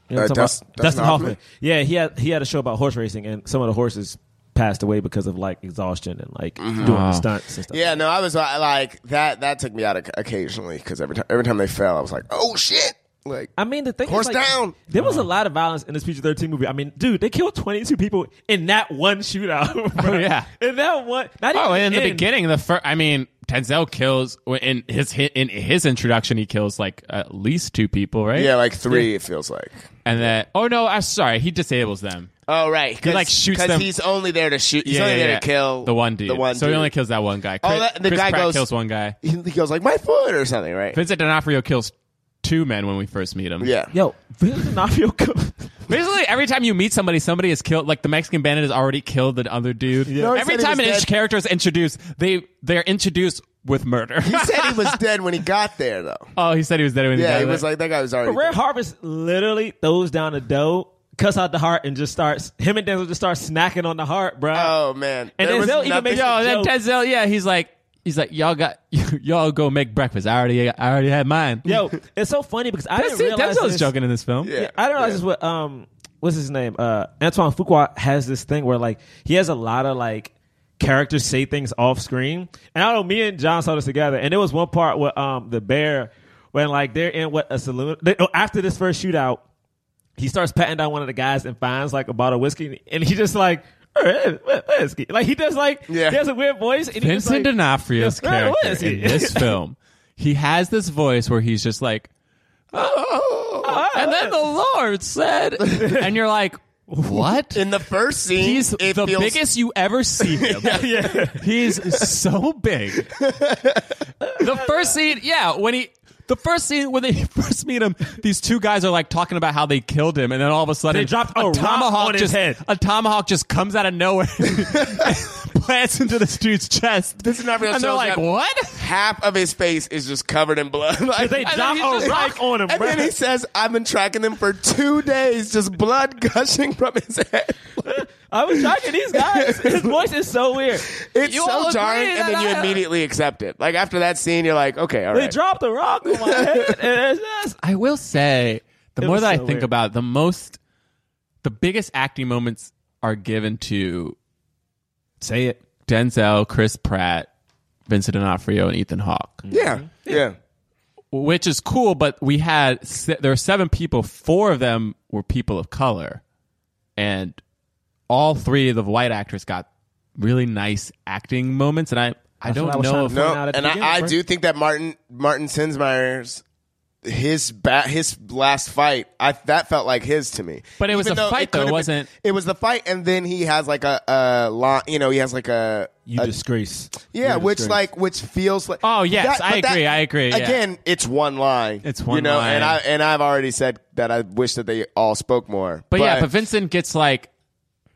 C: You know what I'm
B: Uh,
C: talking about?
B: Dust- Dustin Hoffman?
C: Yeah, he had he had a show about horse racing, and some of the horses passed away because of like exhaustion and like doing the stunts and stuff.
B: Yeah, no, I was uh, like that. That took me out oc- occasionally because every time every time they fell, I was like, "Oh shit!" Like,
C: I mean, the thing
B: Horse
C: is, like,
B: down.
C: There was a
D: Mm.
C: lot of violence in this PG thirteen movie. I mean, dude, they killed twenty two people in that one shootout. bro.
D: Oh, yeah.
C: in that one. Not
D: Oh,
C: even
D: and in the
C: end.
D: beginning, the first, I mean, Denzel kills in his hi- in his introduction. He kills like at least two people, right?
B: yeah, like three. It feels like.
D: And then, oh no, I'm sorry, he disables them.
B: Oh right, because
D: like, shoots them.
B: he's only there to shoot. He's
D: yeah,
B: only
D: yeah,
B: there
D: yeah.
B: to kill
D: the one dude.
B: The one.
D: so he
B: dude.
D: only kills that one guy.
B: Oh,
D: Chris,
B: that- the
D: Chris
B: guy
D: Pratt
B: goes-
D: kills one guy.
B: He, he goes like my foot or something, right?
D: Vincent D'Onofrio kills two men when we first meet him.
B: Yeah.
C: Yo, Vincent D'Onofrio. co-
D: Basically, every time you meet somebody, somebody is killed. Like the Mexican bandit has already killed the other dude.
B: No, he
D: every
B: said he
D: time
B: was
D: an
B: dead.
D: character is introduced, they they're introduced with murder.
B: He said he was dead when he got there, though.
D: oh, he said he was dead when he
B: Yeah,
D: got
B: he
D: there.
B: was like that guy was already.
C: Rare Harvest literally throws down the dough, cuts out the heart, and just starts. Him and Denzel just start snacking on the heart, bro.
B: Oh man,
C: And
B: There was
C: Denzel even
B: nothing-
C: makes
D: Yo,
C: a
D: then
C: joke.
D: Denzel, yeah, he's like, he's like, y'all got, y'all go make breakfast. I already, I already had mine.
C: Yo, it's so funny because I
D: That's
C: didn't
D: it.
C: realize
D: Denzel's
C: this.
D: joking in this film.
B: Yeah.
C: I don't know.
B: yeah.
C: This is what um, what's his name? Uh, Antoine Fuqua has this thing where like he has a lot of like characters say things off screen, and I don't. know, Me and John saw this together, and there was one part where um, the bear when like they're in what a saloon they, oh, after this first shootout, he starts patting down one of the guys and finds like a bottle of whiskey, and he just like. "Eh, eh, Whiskey. Like he does, like
B: Yeah.
C: he has a weird voice. And he just,
D: Vincent
C: like,
D: D'Onofrio's
C: "Yeah, right,
D: character
C: whiskey."
D: in this film, he has this voice where he's just like, oh, and then the Lord said, and you're like, what?
B: in the first scene,
D: He's
B: it
D: the
B: feels-
D: biggest you ever see him. He's so big. The first scene, yeah, when he the first scene when they first meet him, these two guys are like talking about how they killed him, and then all of a sudden
C: They dropped a rock
D: tomahawk
C: on his
D: just
C: head.
D: a tomahawk just comes out of nowhere, and plants into this dude's chest.
B: This is not real.
D: and they're
B: shows
D: like,
B: up.
D: "What?"
B: Half of his face is just covered in blood. Like,
C: They
D: And
C: drop
D: then he's
C: a
D: just
C: rock on him,
B: and
C: bro.
B: then he says, "I've been tracking him for two days, just blood gushing from his head."
C: I was tracking these guys. His voice is so weird.
B: It's
D: You all
B: so
D: agree
B: jarring, and
D: that
B: then you
D: I-
B: immediately accept it. Like after that scene, you're like, "Okay, all
C: They
B: right."
C: dropped a rock on my head. And it's just,
D: I will say, the
C: It
D: more
C: was
D: that I
C: so
D: think
C: weird.
D: about it, the most, the biggest acting moments are given to
C: Say it.
D: Denzel, Chris Pratt, Vincent D'Onofrio, and Ethan Hawke.
C: Mm.
B: yeah, yeah.
D: which is cool. But we had se- there were seven people. Four of them were people of color, and all three of the white actors got really nice acting moments. And I I
C: That's
D: don't
C: what I was trying
D: know if
C: to
B: No,
C: Point out at the
B: and
C: beginning,
B: I, I
C: bro.
B: do think that Martin Martin Sinsmeyer's his bat his last fight I that felt like his to me.
D: But it was
B: Even
D: a
B: though
D: fight, though,
B: could've been-
D: wasn't-
B: It was the fight, and then he has like a a lot. You know, he has like a.
C: You
B: a-
C: disgrace.
B: Uh, yeah,
C: You
B: which
C: disgrace.
B: like which feels like
D: Oh, yes, I
B: but
D: agree, I agree, yeah.
B: Again, it's one line.
D: It's one
B: you know,
D: line.
B: and I and I've already said that I wish that they all spoke more.
D: But, yeah, but Vincent gets like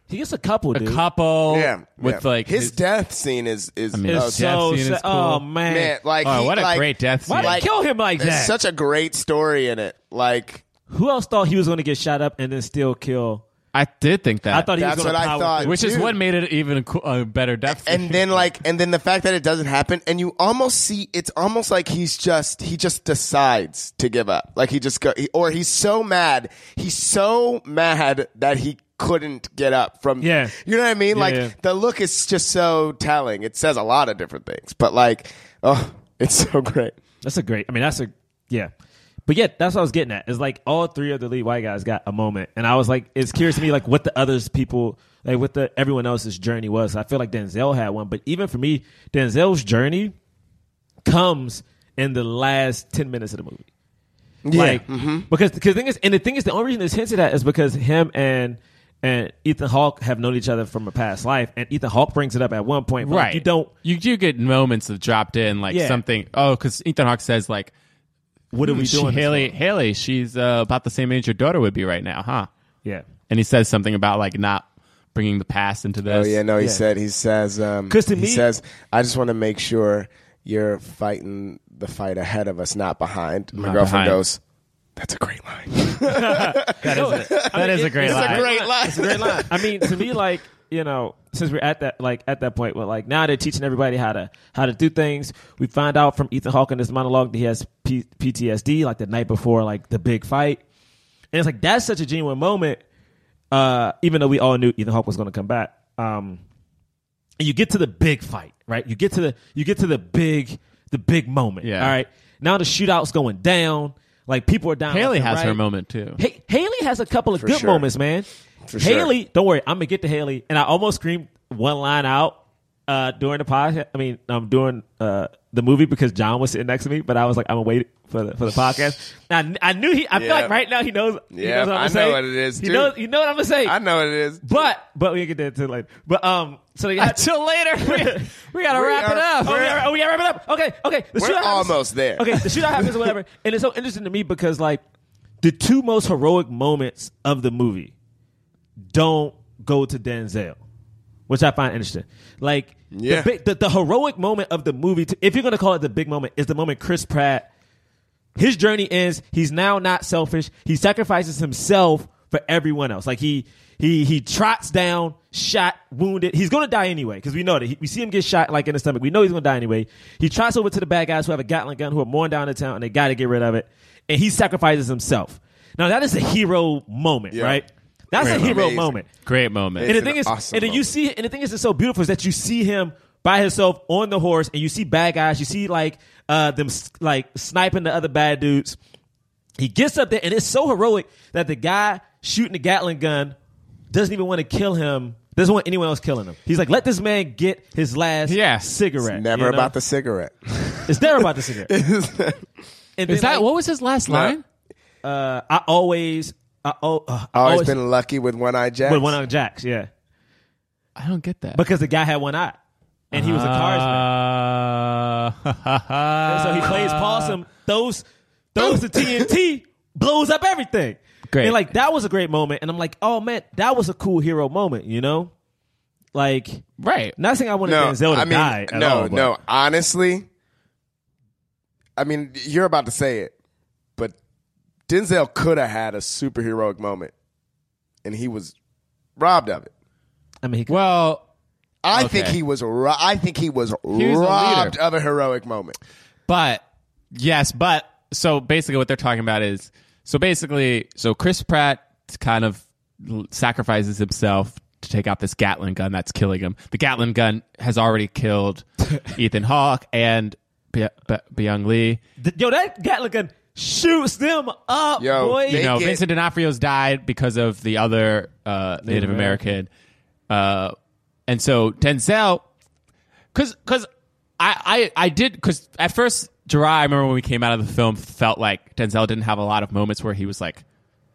C: he gets a couple,
D: a
C: dude.
D: couple
B: yeah,
D: with
B: yeah.
D: like
B: his, death scene is is
D: mean,
B: oh,
D: his
C: It's
B: so-
D: death
C: so
D: scene is
C: sad.
D: cool.
C: Oh man,
B: man, like
D: Oh,
B: he-
D: what a
B: like-
D: great death scene.
C: why did
B: like-
C: they kill him like
B: There's
C: that?
B: such a great story in it. Like
C: Who else thought he was going to get shot up and then still kill?
D: I did think that.
C: I thought he was
B: That's
C: gonna
B: what I
C: power
B: thought,
C: through.
D: which is
B: dude.
D: what made it even a, co- a better death.
B: and then like and then the fact that it doesn't happen and you almost see it's almost like he's just he just decides to give up like he just go he, or he's so mad he's so mad that he couldn't get up from
C: Yeah.
B: you know what i mean
C: Yeah,
B: like
C: yeah.
B: the look is just so telling it says a lot of different things but like oh it's so great
C: That's a great. I mean, that's a yeah. But yeah, that's what I was getting at. Is like all three of the lead white guys got a moment, and I was like, it's curious to me like what the others people like what the everyone else's journey was. I feel like Denzel had one, but even for me, Denzel's journey comes in the last ten minutes of the movie. Like
D: Mm-hmm.
C: because because thing is and the thing is the only reason it's hinted at is because him and and Ethan Hawke have known each other from a past life, and Ethan Hawke brings it up at one point. but, like,
D: right?
C: you don't.
D: You do get moments of dropped in like
C: Yeah.
D: something. Oh, because Ethan Hawke says like,
C: What are we
D: she-
C: doing? this
D: Haley?
C: for?
D: Haley, she's uh, about the same age your daughter would be right now, huh?
C: Yeah.
D: And he says something about like not bringing the past into
B: oh
D: this.
B: yeah no he
C: yeah.
B: said he says um
C: 'Cause to
B: he
C: me-
B: says i just want to make sure you're fighting the fight ahead of us not behind my
D: Not
B: girlfriend
D: behind.
B: goes that's a great line
D: That is a great line.
B: line
C: It's a great line. I mean, to me, like you know, since we're at that like at that point, where like now they're teaching everybody how to how to do things. We find out from Ethan Hawke in this monologue that he has P- PTSD, like the night before like the big fight, and it's like that's such a genuine moment. Uh, even though we all knew Ethan Hawke was going to come back, um, and you get to the big fight, right? You get to the you get to the big the big moment.
D: Yeah.
C: All right. Now the shootout's going down. Like people are down. left
D: Haley
C: and
D: has her
C: right.
D: moment too.
C: Hey, Haley has a couple of good
B: sure.
C: moments, man.
B: For sure.
C: Haley, don't worry, I'm gonna get to Haley, and I almost screamed one line out uh, during the podcast. I mean, um, during uh, the movie because John was sitting next to me, but I was like, I'm gonna wait for the for the podcast. And I, I knew he. I feel
B: Yeah.
C: like right now he knows. he
B: Yeah,
C: knows what I'm
B: I
C: gonna say.
B: know what it is,
C: He
B: too.
C: knows. You know what I'm gonna say.
B: i know what it is
C: But but we can get to it later. But um, so they got,
D: Till later.
C: we gotta
B: We
C: wrap
B: are-
C: it up. Oh, we
B: we're-
C: gotta, oh, we gotta wrap it up. Okay, okay. The
B: We're
C: shootout happens-
B: almost there.
C: Okay, the shootout happens or whatever, and it's so interesting to me because like the two most heroic moments of the movie don't go to Denzel, which I find interesting. Like
B: Yeah.
C: the, big, the the heroic moment of the movie, to, if you're gonna call it the big moment, is the moment Chris Pratt his journey ends. He's now not selfish. He sacrifices himself for everyone else. Like he he he trots down, shot, wounded. He's gonna die anyway because we know that He- we see him get shot like in the stomach. We know he's gonna die anyway. He trots over to the bad guys who have a Gatling gun who are mowing down the town and they got to get rid of it. And he sacrifices himself. Now that is a hero moment,
B: Yeah.
C: right? That's a
B: Great
C: hero
B: moment.
C: moment.
D: Great moment.
B: It-
C: And the
B: It's an
C: thing is,
B: awesome
C: and then you
B: moment.
C: see, and the thing is, it's so beautiful is that you see him by himself on the horse, and you see bad guys. You see like uh, them s- like sniping the other bad dudes. He gets up there, and it's so heroic that the guy shooting the Gatling gun doesn't even want to kill him. Doesn't want anyone else killing him. He's like, let this man get his last
D: Yeah.
C: cigarette.
B: Never
C: you know?
B: about the cigarette.
C: It's never about the cigarette. And
D: Is
C: then,
D: that
C: like,
D: what was his last line?
C: uh, I always, I, al- uh, I
B: Always been lucky with one eye jack.
C: with one on Jacks. Yeah,
D: I don't get that.
C: because the guy had one eye, and he was a
B: Ah.
C: cars man. And
D: Uh,
C: so he plays possum, throws throws the TNT, blows up everything.
D: Great.
C: And like that was a great moment. And I'm like, oh man, that was a cool hero moment, you know? Like
D: Right.
C: not saying I wanted
B: no,
C: Denzel to
B: I mean,
C: die. at
B: no,
C: all, but-
B: no. Honestly, I mean, you're about to say it, but Denzel could have had a superheroic moment, and he was robbed of it.
C: I mean he could,
D: Well,
B: I
D: Okay.
B: think he was. Ro- I think he was
D: a
B: robbed
D: leader.
B: of a heroic moment.
D: but yes, but so basically what they're talking about is so basically so Chris Pratt kind of sacrifices himself to take out this Gatlin gun that's killing him. The Gatlin gun has already killed Ethan Hawke and By- By- Byung Lee.
C: th- yo, that Gatling gun shoots them up,
B: Yo,
C: boy.
B: they-
D: you know,
B: get-
D: Vincent D'Onofrio's died because of the other uh, Native American, uh, and so Denzel, because because I, I I did because at first Gerard, I remember when we came out of the film, felt like Denzel didn't have a lot of moments where he was like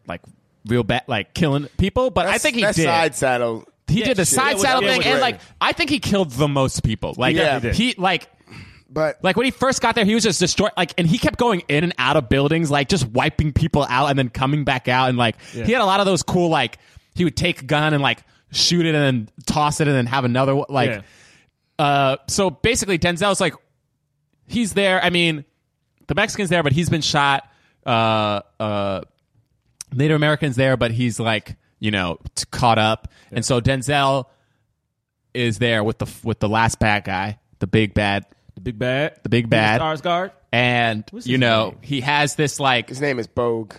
D: like real bad like killing people, but I
B: That's-
D: think he
B: that
D: did.
B: side saddle.
D: he did the
C: shit.
D: side
C: Yeah,
D: saddle
C: yeah,
D: thing,
C: was
D: and
C: great.
D: like I think he killed the most people. Like
B: Yeah, he did.
D: he like
B: But
D: like when he first got there, he was just destroyed. Like, and he kept going in and out of buildings, like just wiping people out and then coming back out. And like, he had a lot of those cool, like, he would take a gun and like shoot it and then toss it and then have another one. Like,
C: Yeah.
D: uh, so basically, Denzel's like, he's there. I mean, the Mexican's there, but he's been shot. Uh, uh, Native Americans there, but he's like, you know, t- caught up. And so Denzel is there with the with the last bad guy, the big bad,
C: the big bad,
D: the big bad,
C: Skarsgård.
D: and
C: What's
D: you
C: his
D: know
C: name?
D: he has this like
B: His name is Bogue.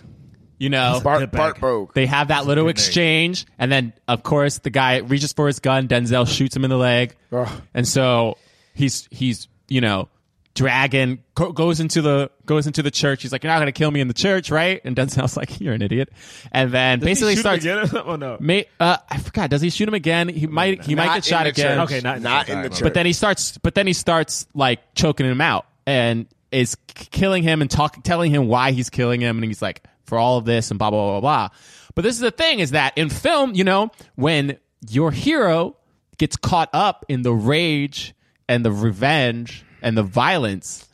D: you know
B: Bart, Bart Bogue.
D: they have that little exchange, and then of course the guy reaches for his gun. Denzel shoots him in the leg,
B: Ugh.
D: and so he's he's you know dragon co- goes into the goes into the church. He's like, "You're not gonna kill me in the church, right?" And Denzel's like, "You're an idiot," and then basically
C: Shoot him
D: starts.
C: again? oh no.
D: Ma- uh, I forgot. Does he shoot him again? He might. He might
B: Not
D: get
B: in
D: shot
B: the
D: again.
B: church.
C: Okay, not in the
B: not
C: church.
B: in the
C: But
B: church.
D: But then he starts. But then he starts like choking him out and is k- killing him and talk, telling him why he's killing him, and he's like for all of this and blah blah blah blah. blah. But this is the thing: is that in film, you know, when your hero gets caught up in the rage and the revenge and the violence,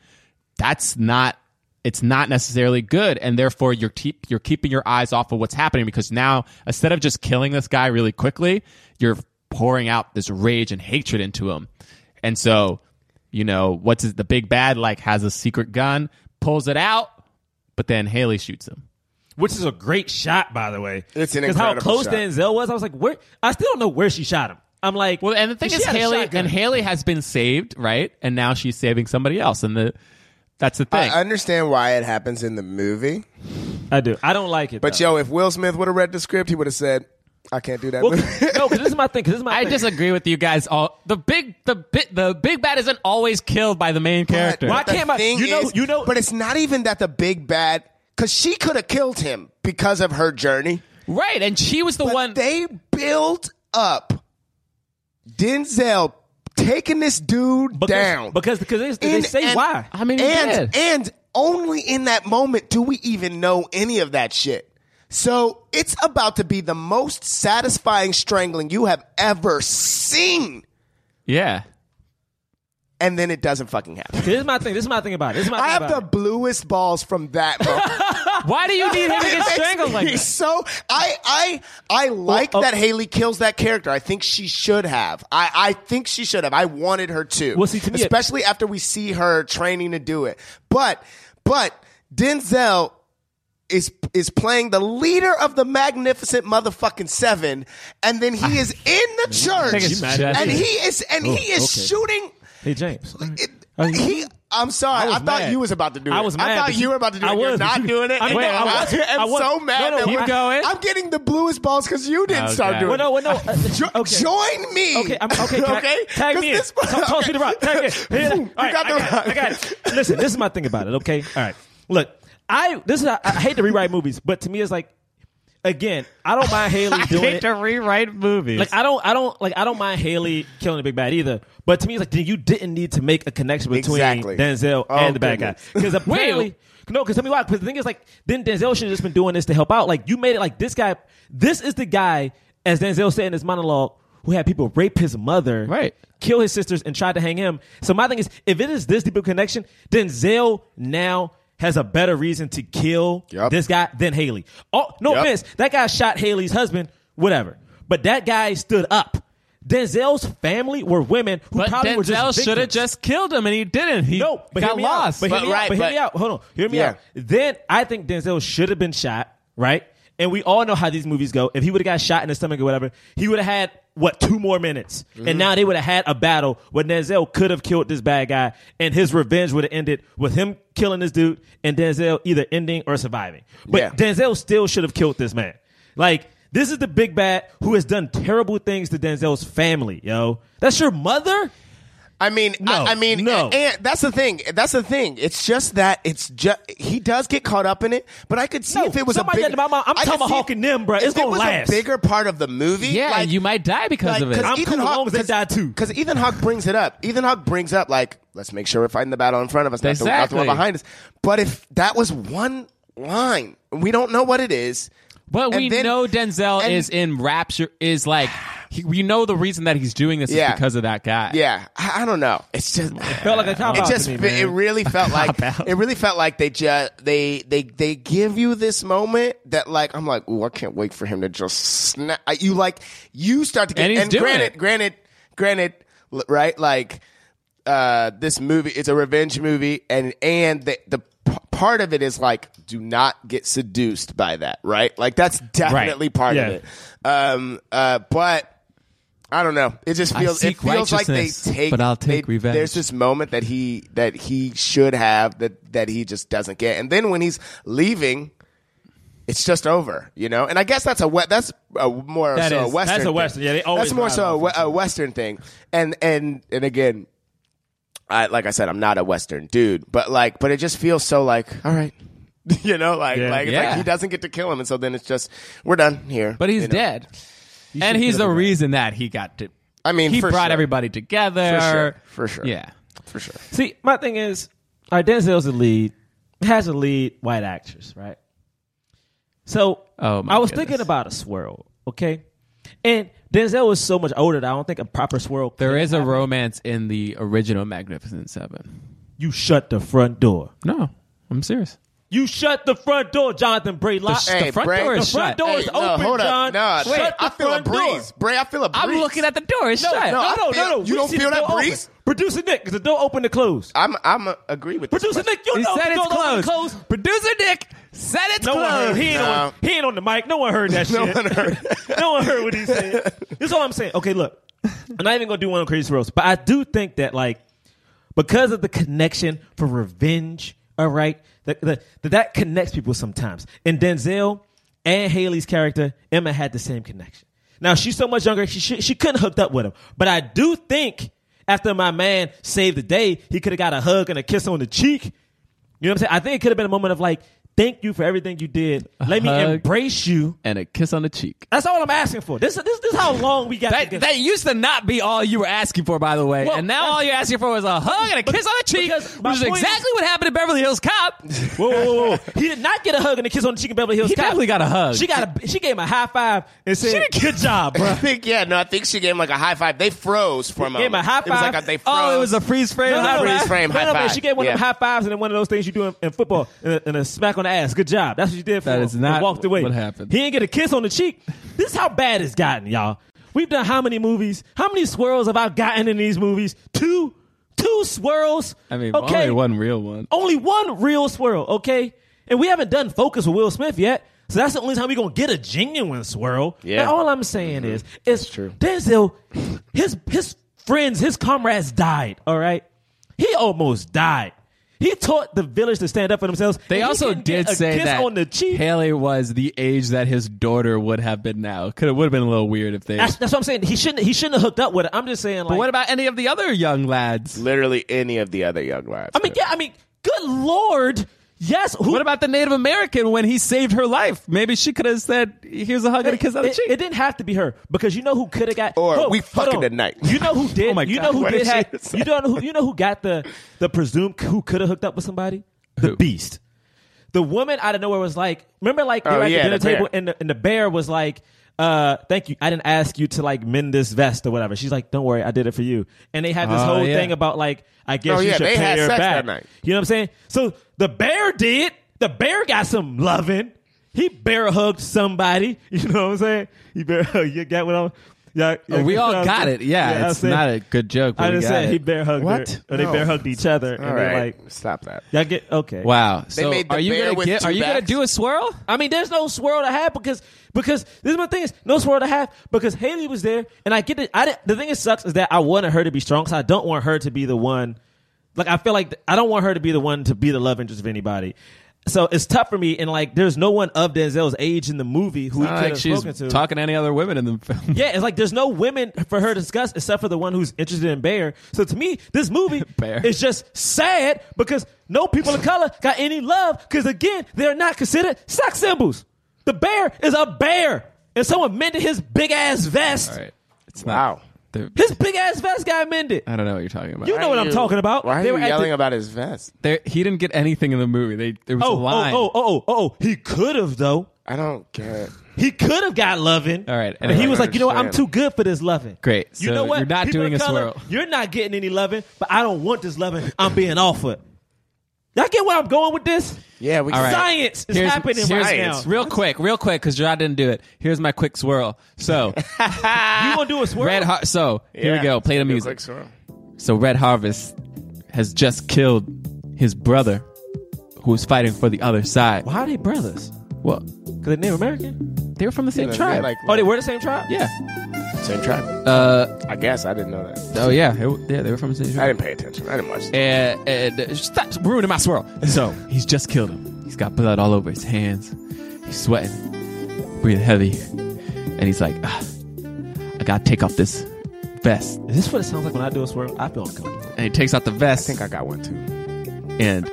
D: that's not it's not necessarily good and therefore you're keep you're keeping your eyes off of what's happening because now instead of just killing this guy really quickly you're pouring out this rage and hatred into him and so you know what's his, the big bad like has a secret gun pulls it out but then haley shoots him
C: which is a great shot, by the way.
B: It's an
C: how
B: incredible
C: close
B: shot.
C: Denzel was. I was like, where? I still don't know where she shot him. I'm like,
D: well and the thing
C: she
D: is
C: had a
D: haley
C: shotgun.
D: and haley has been saved right and now she's saving somebody else and the that's the thing
B: I understand why it happens in the movie,
C: I do. I don't like it.
B: but
C: though.
B: yo, if Will Smith would have read the script, he would have said, "I can't do that."
C: well,
B: movie.
C: no, because this is my thing. 'cause this is my.
D: I
C: thing.
D: disagree with you guys. All the big, the bit, the big bad isn't always killed by the main character.
C: why
B: The
C: can't my-
B: thing
C: you know-
B: is-
C: you know-
B: But it's not even that the big bad, because she could have killed him because of her journey.
D: Right, and she was the
B: But
D: one.
B: they built up Denzel taking this dude
C: because,
B: down
C: because because they, they
B: In-
C: say
B: and-
C: why.
D: I mean, yeah.
B: and and only in that moment do we even know any of that shit. So it's about to be the most satisfying strangling you have ever seen,
D: yeah,
B: and then it doesn't fucking happen.
C: this is my thing. This is my thing about it. This is my
B: I
C: thing
B: have
C: about
B: the bluest balls from that. moment.
D: why do you need him to
B: It
D: get
B: makes
D: strangled like
B: me
D: that?
B: So I I I like
C: oh.
B: that Haley kills that character. I think she should have. I I think she should have. I wanted her to.
C: Well, see, to me-
B: especially after we see her training to do it. But but Denzel is is playing the leader of the magnificent motherfucking seven, and then he
C: Ah.
B: is in the
D: it's
B: church,
D: Jeff.
B: and he is and he is shooting.
C: it. Hey James.
B: It, he, I'm sorry. I,
D: was
B: thought
D: mad.
B: you was about to do it.
C: I was mad
B: I thought
C: that
B: you
C: you-
B: were about to do
C: I
B: it. You're
C: was, but
B: not
C: you-
B: doing it.
C: I was, I was,
B: am
C: I was.
B: so mad.
C: No, no,
B: that
C: keep
B: we're-
D: going.
B: I'm getting the bluest balls because you didn't
D: Oh,
B: start
D: God.
B: doing
C: Well,
B: it.
C: no, well, no.
B: Jo-
C: okay.
B: Join me.
C: Okay, I'm, okay, can I-
B: okay?
C: Tag
B: 'Cause
C: me in.
B: this-
C: Toss- Toss me the rock. Tag me in.
B: Boom,
C: Here, all
B: you
C: right, I
B: got the
C: got it, I
B: rock.
C: got it. Listen, this is my thing about it. Okay, all right. Look, I this is I, I hate to rewrite movies, but to me it's like, again, I don't mind Haley doing it.
D: rewrite movies.
C: Like I don't, I don't, like I don't mind Haley killing the big bad either. But to me, it's like then you didn't need to make a connection between
B: Exactly.
C: Denzel
B: Oh,
C: and the bad guy
B: goodness.
C: because apparently, no, because tell me why. Because the thing is, like, then Denzel should have just been doing this to help out. Like you made it like this guy. This is the guy, as Denzel said in his monologue, who had people rape his mother,
D: Right.
C: kill his sisters, and tried to hang him. So my thing is, if it is this deep of a connection, Denzel now. Has a better reason to kill
B: Yup.
C: this guy than Haley. Oh, no
B: Yup.
C: offense, that guy shot Haley's husband, whatever. But that guy stood up. Denzel's family were women who
D: but
C: probably were
D: Denzel
C: just
D: should have
C: victims.
D: just killed him, and he didn't. He
C: no, but hear
D: got
C: me
D: lost.
C: Out. But, hear me out.
B: right,
C: But hear
B: but-
C: me out. Hold on. Hear me
B: Yeah.
C: out. Then I think Denzel should have been shot, right? And we all know how these movies go. If he would have got shot in the stomach or whatever, he would have had what two more minutes,
B: Mm-hmm.
C: and now they would have had a battle where Denzel could have killed this bad guy, and his revenge would have ended with him killing this dude and Denzel either ending or surviving. But
B: Yeah.
C: Denzel still should have killed this man. Like this is the big bad who has done terrible things to Denzel's family. Yo, that's your mother.
B: I mean,
C: No,
B: I, I mean,
C: no.
B: and, and that's the thing. That's the thing. It's just that it's just he does get caught up in it. But I could see
C: No,
B: if it was
C: somebody
B: a
C: that
B: bigger.
C: my mom- I'm
B: I could see
C: tomahawking
B: if-
C: them, bruh. It's
B: if
C: gonna
B: it was
C: last.
B: A bigger part of the movie.
D: yeah,
B: like,
D: you might die because of it.
C: I'm cool as long as they die too.
B: Because Ethan Hawke brings it up. Ethan Hawke brings up like, let's make sure we're fighting the battle in front of us, not, the, not the
D: Exactly.
B: one behind us. But if that was one line, we don't know what it is.
D: But
B: And
D: we
B: then-
D: know Denzel
B: and-
D: is in rapture. Is like he, we know the reason that he's doing this
B: Yeah.
D: is because of that guy.
B: Yeah, I, I don't know. It's just
C: Felt like a cop
B: it
C: out
B: just
C: to me,
B: fe-
C: man.
B: it really felt like it really felt like they just they they they give you this moment that like I'm like ooh I can't wait for him to just snap I- you like you start to get
D: And he's doing
B: granted
D: it.
B: granted granted l- right like uh this movie it's a revenge movie and and the the p- part of it is like, do not get seduced by that, right? Like that's definitely part
C: Yeah.
B: of it. Um, uh, but I don't know. It just
D: I
B: feels it
D: seek
B: feels like they
D: righteousness,
B: take.
D: but I'll take
B: they-
D: revenge.
B: There's this moment that he that he should have that that he just doesn't get, and then when he's leaving. It's just over, you know, and I guess that's a we- that's a more
C: That
B: so a
C: is-
B: western.
C: that's a
B: thing.
C: Western. Yeah, they always
B: that's more
C: ride
B: so a,
C: off
B: we- a western thing, and and and again, I like I said, I'm not a Western dude, but like, but it just feels so like, all right, you know, like,
C: Yeah.
B: like, it's
D: Yeah.
B: like he doesn't get to kill him, and so then it's just we're done here.
D: But he's
B: you know?
D: dead. And he's the reason that he got to.
B: I mean,
D: he
B: for
D: brought
B: sure.
D: everybody together.
B: for sure, for sure,
D: Yeah.
B: for sure.
C: See, my thing is, all right, Denzel's the lead, has a lead white actress, right? So
D: Oh, my
C: I was
D: goodness.
C: thinking about a swirl, okay? And Denzel was so much older that I don't think a proper swirl.
D: There
C: could
D: is a
C: happen.
D: romance in the original Magnificent Seven.
C: You shut the front door.
D: No, I'm serious.
C: You shut the front door, Jonathan Braylock.
D: The
B: Hey,
D: front
B: Brad-
D: door
C: the
D: is
C: front
D: shut.
C: door is
B: Hey,
C: open,
B: no, hold
C: John.
B: up, no,
C: Shut
B: I
C: the
B: feel a
C: front
B: breeze,
C: door.
B: Bray. I feel a breeze.
D: I'm looking at the door. It's
C: No,
D: shut.
C: no,
B: I
C: no, no,
B: feel-
C: no.
B: you
C: We
B: don't
C: see
B: feel
C: the
B: that
C: door open.
B: breeze?
C: Producer Nick, because the door open to close.
B: I'm, I'm uh, agree with this
C: Producer
B: question.
C: Nick, you
D: He
C: know
D: said
C: the
D: it's
C: door open
D: closed.
C: to close.
D: Producer Dick said it's
C: No one heard.
D: closed.
C: He ain't, on, he ain't on the mic. No one heard that shit.
B: one heard.
C: no one heard what he said. That's all I'm saying. Okay, look. I'm not even gonna do one on Crazy Rose, but I do think that like because of the connection for revenge, all right, that that that connects people sometimes. And Denzel and Haley's character, Emma had the same connection. Now she's so much younger, she she, she couldn't hooked up with him. But I do think after my man saved the day, he could have got a hug and a kiss on the cheek. You know what I'm saying? I think it could have been a moment of like, thank you for everything you did. Let
D: hug.
C: me embrace you.
D: And a kiss on the cheek.
C: That's all I'm asking for. This this this is how long we got.
D: That,
C: to-
D: that used to not be all you were asking for, by the way.
C: Well,
D: and now
C: that's-
D: all you're asking for is a hug and a kiss on the cheek,
C: Because my
D: which is
C: point is-
D: exactly what happened in Beverly Hills Cop.
C: whoa, whoa, whoa, whoa. He did not get a hug and a kiss on the cheek in Beverly Hills.
D: He
C: Cop.
D: definitely got a hug.
C: She got a she gave him a high five and said, "Good job, bro."
B: I think yeah, no, I think she gave him like a high five. They froze for a moment.
C: Gave him a high
B: It was like
C: five.
B: a, they froze.
D: Oh, it was a freeze frame.
C: No, no, no,
B: freeze
C: no.
B: frame,
C: No,
B: high
C: no, man.
B: five.
C: She gave one of them
B: Yeah.
C: high fives and then one of those things you do in, in football and a, and a smack on the ass. Good job. That's what you did for
D: That
C: him.
D: is not
C: and walked away.
D: what happened.
C: He didn't get a kiss on the cheek. This is how bad it's gotten, y'all. We've done how many movies? How many swirls have I gotten in these movies? Two, two swirls.
D: I mean,
C: okay, Oh,
D: only one real one.
C: Only one real swirl, okay? And we haven't done focus with Will Smith yet. So that's the only time we're gonna get a genuine swirl.
B: Yeah.
C: And all I'm saying
D: Mm-hmm.
C: is is true. Denzel, his his friends, his comrades died, all right? He almost died. He taught the village to stand up for themselves. and
D: They
C: he
D: also
C: didn't get
D: did
C: a
D: say
C: kiss
D: that
C: on the cheek.
D: Haley was the age that his daughter would have been now. Could it would have been a little weird if they.
C: That's, that's what I'm saying. He shouldn't he shouldn't have hooked up with it. I'm just saying like
D: but what about any of the other young lads?
B: literally any of the other young wives.
C: I mean, yeah, I mean, good lord. Yes, who
D: What about the Native American when he saved her life? Maybe she could have said, "Here's a hug and a kiss on the
C: it,
D: cheek."
C: it didn't have to be her because you know who could have got
B: Or
C: Hold-
B: we
C: hold
B: fucking
C: on.
B: tonight.
C: You know who did?
D: Oh my
C: you
D: God.
C: know who
D: What
C: did
D: did
C: have,
D: she say?
C: You know who you know who got the the presumed who could have hooked up with somebody? The
D: Who?
C: beast. The woman out of nowhere was like, remember like they
B: Oh,
C: were at
B: yeah,
C: the dinner
B: the bear.
C: table and the, and the bear was like uh, thank you. I didn't ask you to like mend this vest or whatever. She's like, "Don't worry, I did it for you." And they had this
D: Oh,
C: whole
D: yeah.
C: thing about like, "I guess
B: Oh,
C: you
B: yeah,
C: should
B: they
C: pay
B: had
C: her
B: sex
C: back."
B: that night.
C: You know what I'm saying? So the bear did. The bear got some loving. He bear hugged somebody. You know what I'm saying? He bear hugged. You got what I'm. Yeah, yeah,
D: Oh, we all
C: I'm
D: got
C: saying?
D: it. Yeah,
C: I'm
D: it's
C: saying-
D: not a good joke, but
C: I
D: we
C: just
D: got
C: said
D: it.
C: he bear hugged.
B: What?
C: her, or they
B: No.
C: bear hugged each other.
B: all
C: and they're
B: right,
C: like,
B: stop that.
C: y'all get okay.
D: Wow. So
B: made the
D: are you
B: bear
D: gonna
B: with
D: get,
B: two
D: are you gonna
B: backs?
D: do a swirl?
C: I mean, there's no swirl to have because because this is my thing is no swirl to have because Haley was there and I get it. I didn't, the thing that sucks is that I wanted her to be strong, so I don't want her to be the one. Like I feel like th- I don't want her to be the one to be the love interest of anybody. So it's tough for me, and like there's no one of Denzel's age in the movie who he could
D: Not like
C: have
D: she's
C: spoken to.
D: talking to any other women in the film.
C: yeah, it's like there's no women for her to discuss except for the one who's interested in Bear. So to me, this movie
D: Bear.
C: is just sad because no people of color got any love because again, they're not considered sex symbols. The bear is a bear, and someone mended his big ass vest.
D: All right. It's
B: Wow.
D: not.
C: His big ass vest got mended.
D: I don't know what you're talking about.
C: You know what I'm talking about.
B: Why are
C: They
B: you
C: were at
B: yelling
C: the-
B: about his vest?
D: There, he didn't get anything in the movie. They, there was a
C: Oh, oh,
D: line.
C: oh, oh, oh, oh! He could have though.
B: I don't get. it.
C: He could have got loving.
D: All right,
C: But he was like, you know what? I'm too
B: understand.
C: good for this loving.
D: Great.
C: You
D: So
C: know what?
D: you're not
C: People
D: doing
C: of
D: a
C: color,
D: swirl.
C: You're not getting any loving, but I don't want this loving. I'm being offered. Y'all get where I'm going with this?
B: Yeah, we.
D: All right.
C: Science is happening right
D: science.
C: now.
D: Real quick, real quick, because Gerard didn't do it. Here's my quick swirl. So,
C: You gonna do a swirl?
D: Red Har- So, here we
B: Yeah.
D: go. Play the
B: Real
D: music.
B: quick swirl.
D: So Red Harvest has just killed his brother, who's fighting for the other side.
C: Why are they brothers?
D: Well,
C: Because they're Native American?
D: they were from the same
B: Yeah, they're
D: tribe.
B: like-
C: Oh, they were the same tribe?
D: yeah.
B: Same tribe.
D: Uh,
B: I guess I didn't know that.
D: oh yeah. They were- yeah, they were from the
B: I
D: same tribe.
B: didn't pay attention. I didn't watch it.
D: And, and uh, stop ruining my swirl. So he's just killed him. He's got blood all over his hands. He's sweating, breathing heavy, and he's like, ah, "I gotta take off this vest."
C: Is this what it sounds like when I do a swirl? I feel uncomfortable.
D: And he takes out the
B: I
D: vest.
B: think I got one too.
D: and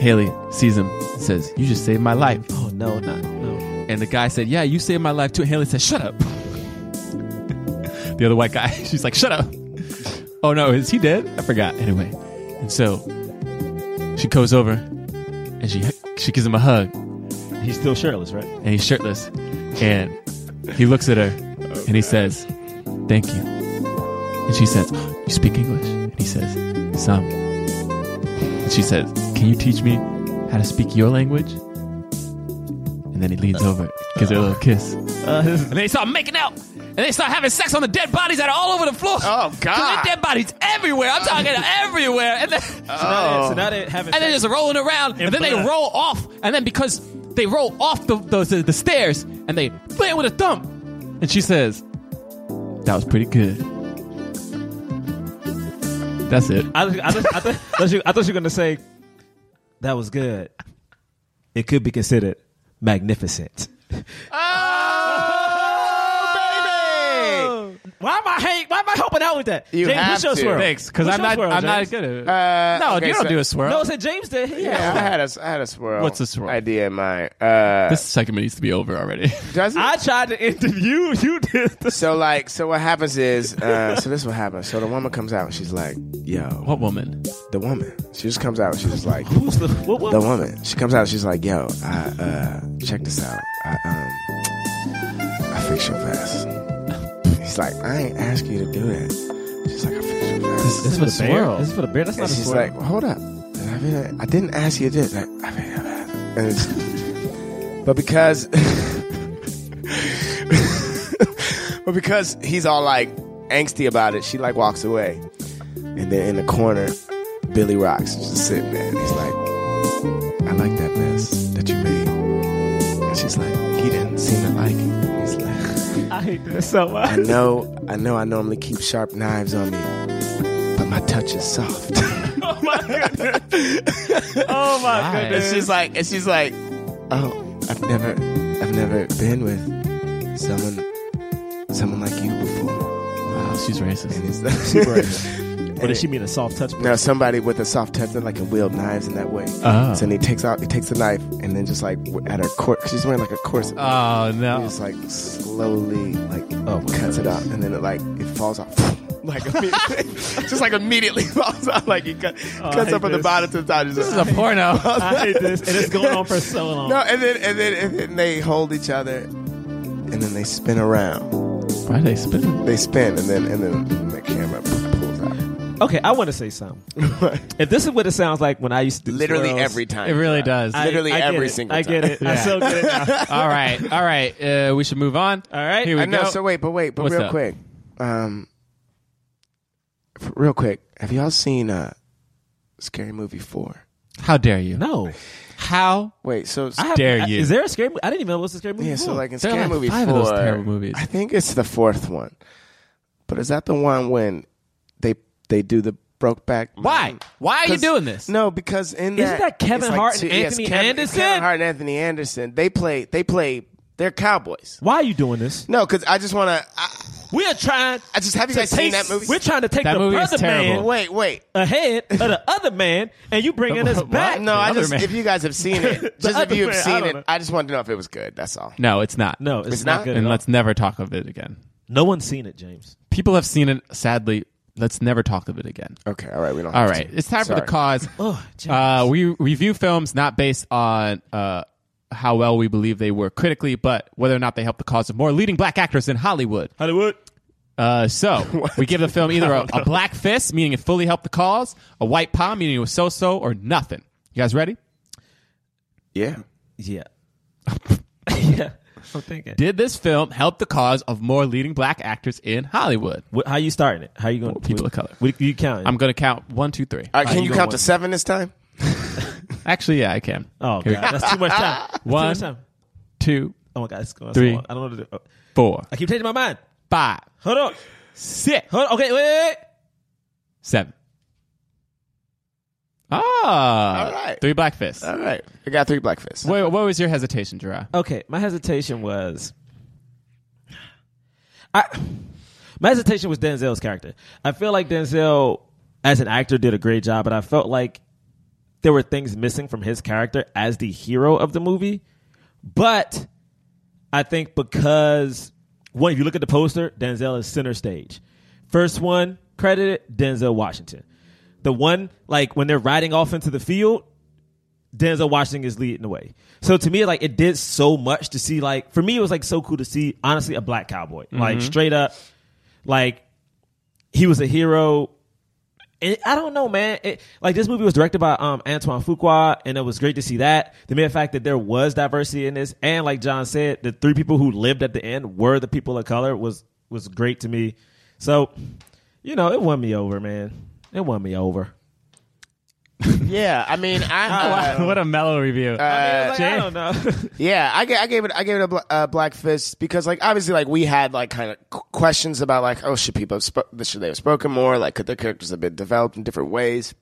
D: Haley sees him and says, You just saved my life.
C: Oh, no, not. No.
D: And the guy said, Yeah, you saved my life too. And Haley says, Shut up. the other white guy, she's like, Shut up. oh no, is he dead? I forgot. Anyway. And so she goes over and she she gives him a hug
C: He's still shirtless, right?
D: and he's shirtless. And he looks at her and he says, Thank you. And she says, You speak English? And he says, Some. And she says, Can you teach me how to speak your language? And then he leans over, gives her a little kiss.
B: Uh,
D: and they start making out. And they start having sex on the dead bodies that are all over the floor.
B: Oh, God.
D: 'Cause there's dead bodies everywhere. I'm talking everywhere. And then,
C: Oh. So now they haven't.
D: and they're just rolling around, and, then they
C: blood.
D: roll off, and then because they roll off the the, the, the stairs, and they land with a thump, and she says, "That was pretty good." That's it.
C: I, was- I, was- I, thought, I, thought you, I thought you were going to say, that was good. It could be considered magnificent.
B: Oh,
C: Why am I hate? Why am I helping out with that?
B: You
C: James,
B: have
C: what's your
B: to.
C: swirl?
D: Thanks, because
C: What's
D: I'm
C: your
D: not
C: swirl,
D: I'm not
C: James?
D: good at it.
B: Uh,
D: no,
B: okay,
D: you don't
B: so-
D: do a swirl.
C: No, it's a James did. Yeah.
B: Yeah, I had a I had a swirl.
D: What's a swirl?
B: Idea in my uh,
D: this segment needs to be over already.
B: does it?
C: I tried to interview you. Did this.
B: so like so what happens is uh, so this is what happens. So the woman comes out. and She's like, yo,
D: what woman?
B: the woman. She just comes out. and She's just like,
C: Who's the what, what?
B: the woman. She comes out. and She's like, "Yo, I uh, check this out. I um, I fix your vest." He's like, "I ain't ask you to do that." She's like, "I fix your vest."
C: This is for the swirl. This is for the bear. That's
B: And
C: not a
B: she's like,
C: swirl.
B: "Hold up, I, mean, I didn't ask you to do this." Like, I mean, I- and it's- but because, but because he's all like angsty about it, she like walks away, and then in the corner, Billy Rocks is just sitting there, and he's like, "I like that mess that you made," and she's like, "He didn't seem to like it." And He's like.
C: I hate this so
B: I
C: much.
B: know, I know I normally keep sharp knives on me, but my touch is soft. oh my goodness.
C: Oh my
D: Why?
C: goodness.
B: and she's like, and she's like, oh, I've never, I've never been with someone, someone like you before.
D: Wow, she's
B: And
D: racist.
B: it's
C: Ah, What does she mean? A soft touch?
B: Now somebody with a soft touch, they're like a wield knives in that way.
D: Oh.
C: Uh-huh.
B: So then he takes out, he takes the knife, and then just like w- at her court, she's wearing like a corset.
D: Oh
B: He
D: no.
B: just like slowly like
C: Oh,
B: cuts it out, and then it like it falls off. Like immediately, just like immediately falls out. Like he cut, cuts
C: hate
B: up from the
C: this.
B: bottom to the top. Just,
D: This is a porno.
C: I hate this, and it's going on for so long.
B: no, and then and then and then they hold each other, and then they spin around.
D: Why are they spinning?
B: They spin, and then and then the camera pulls out.
C: Okay, I want to say something. If this is what it sounds like when I used to do
B: Literally
C: swirls,
B: every time.
D: It really does.
C: I-
B: literally
C: I get
B: every
C: it.
B: single
C: I get
B: time.
C: it. I so get it now.
D: all right, all right. Uh, we should move on.
C: All right.
D: Here we
B: I know.
D: go.
B: So wait, but wait, but
D: What's
B: real
D: up?
B: quick, um, f- real quick. Have y'all seen uh, Scary Movie Four?
D: How dare you?
C: No,
D: How
B: Wait, so
C: I haven't-
D: Dare you.
C: Is there a scary? mo- I didn't even know it was a scary movie.
B: Yeah, so
C: before.
B: like in
D: There are
B: Scary
D: like
B: Movie
D: five of
B: Four,
D: those terrible movies.
B: I think it's the fourth one. But is that the one when they they do the Brokeback?
D: Why?
B: Mountain?
D: Why are you
B: 'Cause-
D: doing this?
B: No, because in
C: Isn't that Kevin
B: it's
C: Hart and
B: two- yes,
C: Anthony
B: Kevin-
C: Anderson?
B: Kevin Hart and Anthony Anderson. They play. They play. They're cowboys.
C: why are you doing this?
B: No, because I just want to. I,
C: We are trying.
B: I just have you
C: to
B: guys seen
C: take-
B: that movie?
C: We're trying to take
D: That
C: the
D: movie is
C: brother
D: terrible.
C: man
B: Wait, wait. Uh,
C: ahead of the other man, and you bringing us
D: What?
C: back.
B: No, I
D: other
B: just
D: man.
B: if you guys have seen it, just if
C: other
B: you have
C: man, I
B: seen
C: don't
B: it,
C: know.
B: I just wanted to know if it was good. That's all.
D: No, it's not.
C: no, it's,
B: It's
C: not,
B: not?
C: good. at
D: And
C: all.
D: let's never talk of it again.
C: No one's seen it, James.
D: People have seen it, sadly. Let's never talk of it again.
B: Okay, all right, we don't.
D: All
B: have
D: right.
B: to.
D: It's time for
B: Sorry.
D: the cause.
C: Oh, James.
D: Uh, we review films not based on uh, how well we believe they were critically, but whether or not they help the cause of more leading black actors in Hollywood.
C: Hollywood.
D: Uh, so we give the film either a, a black fist, meaning it fully helped the cause, a white palm, meaning it was so so, or nothing. You guys ready?
B: Yeah.
C: Yeah. yeah. I'm thinking.
D: Did this film help the cause of more leading black actors in Hollywood?
C: What, how you starting it? How you going?
D: People of color.
C: What, you counting?
D: I'm going to count one, two, three.
B: All right,
C: All right,
B: can
C: you
B: you
C: go
B: count
C: one.
B: to seven this time?
D: Actually, yeah, I can.
C: Oh,
D: Here we
C: God,
D: go.
C: that's too much time. That's too
D: One,
C: much time.
D: two,
C: Oh my God, it's going
D: Three.
C: So long. I don't know. What to do. Oh,
D: four,
C: I keep changing my mind.
D: five,
C: Hold on.
D: six,
C: Hold on. Okay, wait, wait, wait.
D: seven. Ah,
B: All right.
D: Three black fists.
B: All right. I got three black fists.
D: Wait, what was your hesitation, Gerard?
C: Okay, my hesitation was. I, my hesitation was Denzel's character. I feel like Denzel, as an actor, did a great job, but I felt like there were things missing from his character as the hero of the movie. But I think because one, if you look at the poster, Denzel is center stage. First one credited Denzel Washington. The one like when they're riding off into the field, Denzel Washington is leading the way. So to me, like it did so much to see. Like for me, it was like so cool to see. Honestly, a black cowboy, like straight up, like he was a hero. And I don't know, man. It, like this movie was directed by um, Antoine Fuqua, and it was great to see that. The mere fact that there was diversity in this, and like John said, the three people who lived at the end were the people of color was was great to me. So, you know, it won me over, man. It won me over.
B: Yeah, I mean, I
D: what a mellow review.
B: Uh,
C: I, was like, I don't know.
B: yeah, I, ga- I gave it I gave it a bla- uh, black fist because like obviously like we had like kind of questions about like oh should people have sp- should they have spoken more like could their characters have been developed in different ways,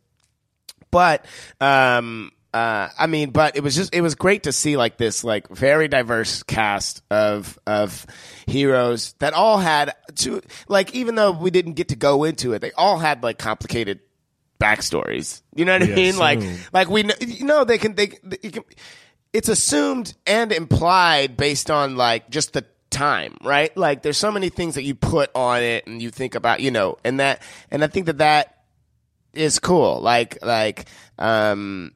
B: but um uh I mean but it was just it was great to see like this like very diverse cast of of heroes that all had to like even though we didn't get to go into it they all had like complicated backstories you know what I mean like like we know, you know they can they you can it's assumed and implied based on like just the time, right? Like there's so many things that you put on it and you think about, you know, and that and I think that that is cool. Like like um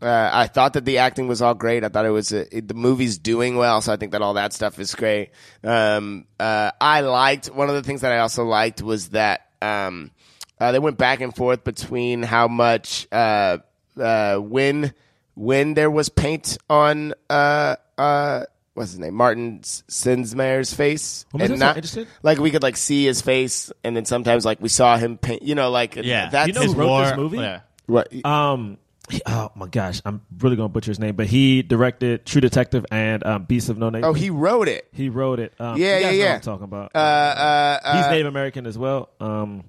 B: uh, I thought that the acting was all great. I thought it was a, it- the movie's doing well, so I think that all that stuff is great. Um, uh, I liked one of the things that I also liked was that um, uh, they went back and forth between how much uh, uh, when when there was paint on uh, uh, what's his name Martin S- Sinsmayer's face,
C: What was that? Interested?
B: like we could like see his face, and then sometimes like we saw him paint, you know, like
D: Yeah.
B: that's
C: You know who wrote this movie?
D: Yeah.
B: what
C: Um, he- oh my gosh, I'm really gonna butcher his name, but he directed True Detective and um, Beast of No Nation.
B: oh he wrote it.
C: he wrote it. Um,
B: Yeah,
C: you guys
B: yeah,
C: know
B: yeah.
C: what I'm talking about. Um,
B: Uh, uh, uh,
C: He's Native American as well. Um,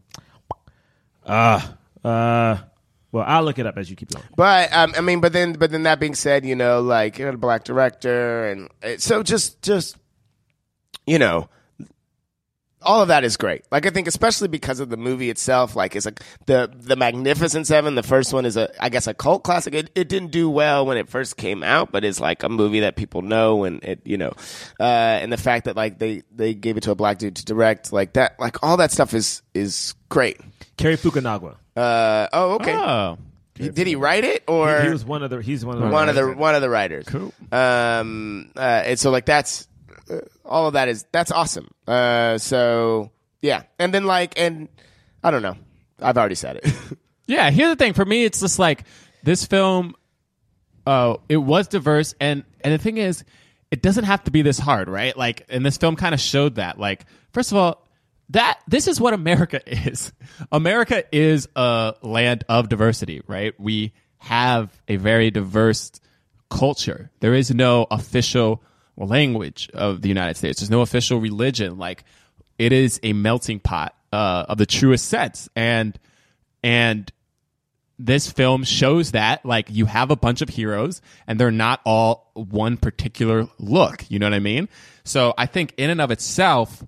C: ah, uh, well, I'll look it up as you keep going.
B: But um, I mean, but then, but then that being said, you know, like you know, the black director, and it, so just, just, you know, all of that is great. Like I think, especially because of the movie itself, like it's like the the Magnificent Seven. The first one is a, I guess, a cult classic. It, it didn't do well when it first came out, but it's like a movie that people know, and it, you know, uh, and the fact that like they they gave it to a black dude to direct, like that, like all that stuff is is great.
C: Kerry Fukunaga.
B: Uh, oh, okay.
D: Oh.
B: Did he write it or
C: Ah. he was one of the. He's one of the.
B: one of the one of the writers.
D: Cool.
B: Um, uh, and so like that's uh, all of that is that's awesome. Uh, so yeah, and then like and I don't know. I've already said it.
D: Yeah, here's the thing. For me, it's just like this film. Uh, it was diverse, and and the thing is, it doesn't have to be this hard, right? Like, and this film kind of showed that. Like, first of all, that this is what America is. America is a land of diversity, right? We have a very diverse culture. There is no official language of the United States. There's no official religion. Like, it is a melting pot uh, of the truest sense, and and this film shows that like you have a bunch of heroes and they're not all one particular look you know what i mean so i think in and of itself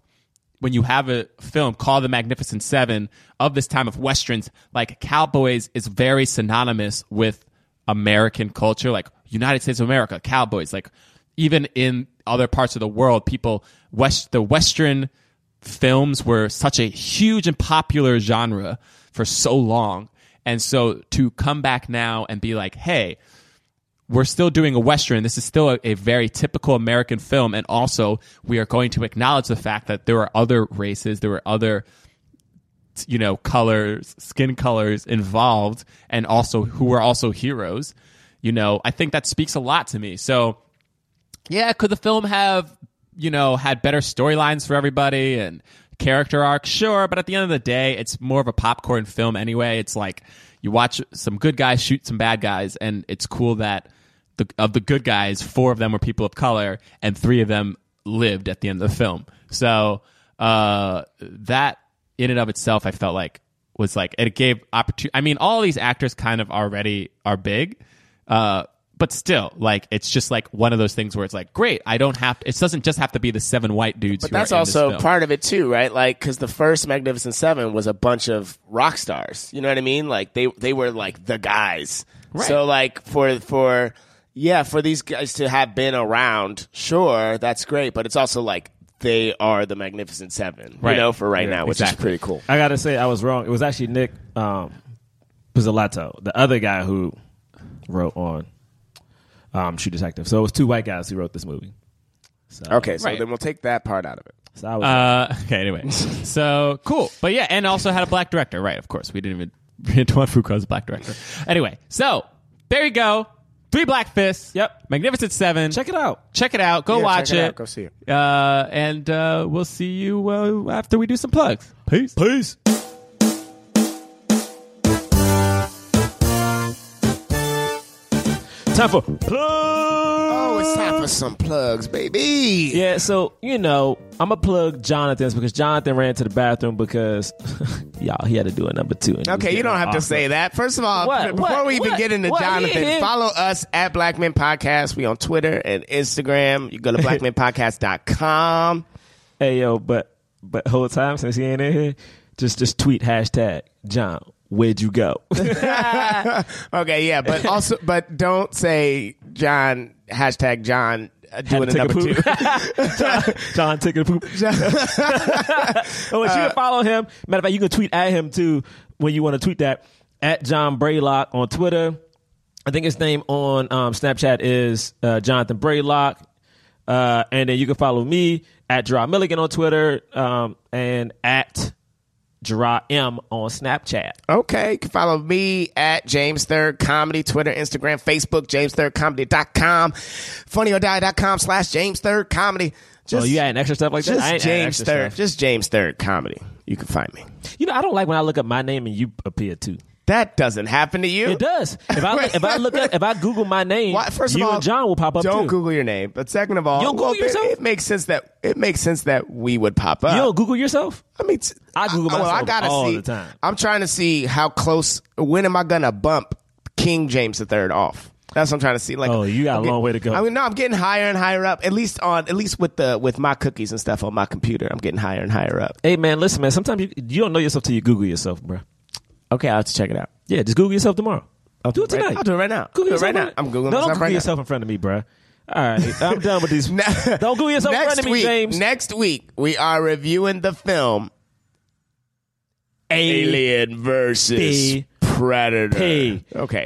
D: when you have a film called the magnificent seven of this time of westerns like cowboys is very synonymous with american culture like united states of america cowboys like even in other parts of the world people west the western films were such a huge and popular genre for so long. And so to come back now and be like, hey, we're still doing a Western. This is still a, a very typical American film. And also, we are going to acknowledge the fact that there are other races, there are other, you know, colors, skin colors involved, and also who are also heroes. You know, I think that speaks a lot to me. So, yeah, could the film have, you know, had better storylines for everybody and character arc, sure, but at the end of the day, it's more of a popcorn film anyway. It's like you watch some good guys shoot some bad guys, and it's cool that the, of the good guys, four of them were people of color, and three of them lived at the end of the film. So uh, that in and of itself, I felt like was like it gave opportunity. I mean, all these actors kind of already are big, uh, but still, like it's just like one of those things where it's like, great, I don't have. To, it doesn't just have to be the seven white dudes.
B: But
D: who are
B: that's
D: in this
B: also
D: film.
B: part of it too, right? Like, because the first Magnificent Seven was a bunch of rock stars. You know what I mean? Like they they were like the guys.
D: Right.
B: So like for for yeah for these guys to have been around, sure, that's great. But it's also like they are the Magnificent Seven,
C: Right.
B: you know, for right
C: Yeah,
B: now, which is
C: exactly.
B: pretty cool.
C: I gotta say, I was wrong. It was actually Nick um, Pizzolatto, the other guy who wrote on um, Shoe Detective. So it was two white guys who wrote this movie. So,
B: Okay, so then we'll take that part out of it.
C: So I was
D: Uh, okay, anyway. so cool. But yeah, and also had a black director, right? Of course. We didn't even. Antoine Foucault's a black director. Anyway, so there you go. Three Black Fists.
C: Yep.
D: Magnificent Seven.
C: check it out.
D: Check it out. Go
B: Yeah,
D: watch
B: check it
D: it.
B: out. Go see it.
D: Uh, and uh, we'll see you uh, after we do some plugs. Peace. Peace.
C: Time for plug.
B: Oh, it's time for some plugs, baby.
C: Yeah, so you know, I'm gonna plug Jonathan's because Jonathan ran to the bathroom because y'all he had to do a number two. and he was
B: Okay, you
C: getting
B: don't have to
C: awkward.
B: say that. First of all,
C: What?
B: b- before
C: What?
B: we even
C: What?
B: get into
C: What?
B: Jonathan,
C: Yeah, yeah.
B: follow us at Black Men Podcast. We on Twitter and Instagram. You go to blackmenpodcast.com.
C: Hey yo, but but whole time since he ain't in here, just just tweet hashtag John. Where'd you go?
B: Okay, yeah, but also, but don't say John hashtag John uh, doing a
C: Had
B: number
C: to
B: two.
C: take a poop. John, John taking a poop. oh, if you can follow him. Matter of fact, you can tweet at him too when you want to tweet that at John Braylock on Twitter. I think his name on um, Snapchat is uh, Jonathan Braylock. Uh, and then you can follow me at Gerard Milligan on Twitter um, and at Gerard M on Snapchat. Oh,
B: Okay, you can follow me at James Third Comedy, Twitter, Instagram, Facebook, JamesThirdComedy.com, FunnyOrDie.com slash James Third Comedy.
C: oh, you adding extra stuff like that? I
B: just
C: ain't adding
B: James
C: extra
B: Third,
C: stuff.
B: just James Third Comedy. You can find me.
C: You know, I don't like when I look up my name and you appear too.
B: That doesn't happen to you.
C: It does. If I look, if I look up, if I Google my name,
B: Why, first
C: you
B: of all,
C: and John will pop up
B: Don't
C: too.
B: Google your name. But second of all,
C: You don't Google
B: it-
C: yourself?
B: It makes sense that it makes sense that we would pop up.
C: you don't Google yourself.
B: I mean, t-
C: I Google
B: well, I
C: myself
B: gotta
C: all
B: see,
C: the time.
B: I'm trying to see how close. When am I gonna bump King James III off? That's what I'm trying to see. Like,
C: Oh, you got a
B: I'm get-
C: long way to go.
B: I mean, no, I'm getting higher and higher up. At least on, at least with the with my cookies and stuff on my computer, I'm getting higher and higher up.
C: Hey man, listen man. Sometimes you, you don't know yourself till you Google yourself, bro.
B: Okay, I'll have to check it out.
C: Yeah, just Google yourself tomorrow. I'll do it
B: right-
C: tonight.
B: I'll do it right now.
C: Google
B: I'll do it right
C: yourself
B: now. I'm Googling
C: no, don't
B: myself
C: Google
B: right now.
C: yourself in front of me, bro. All right, I'm done with these. don't Google yourself in
B: next
C: front of me,
B: week,
C: James.
B: Next week, we are reviewing the film Alien versus
C: B.
B: Predator.
C: P.
B: Okay.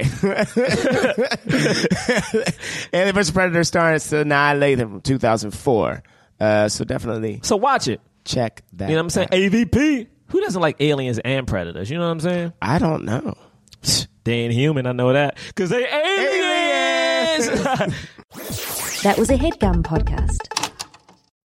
B: Alien versus Predator starring Sanaa Lathan from 2004. Uh, so definitely
C: so watch it.
B: check that.
C: You know what I'm saying?
B: out.
C: AVP. Who doesn't like aliens and predators? You know what I'm saying?
B: I don't know.
C: They ain't human. I know that because they aliens.
A: That was a headgum podcast.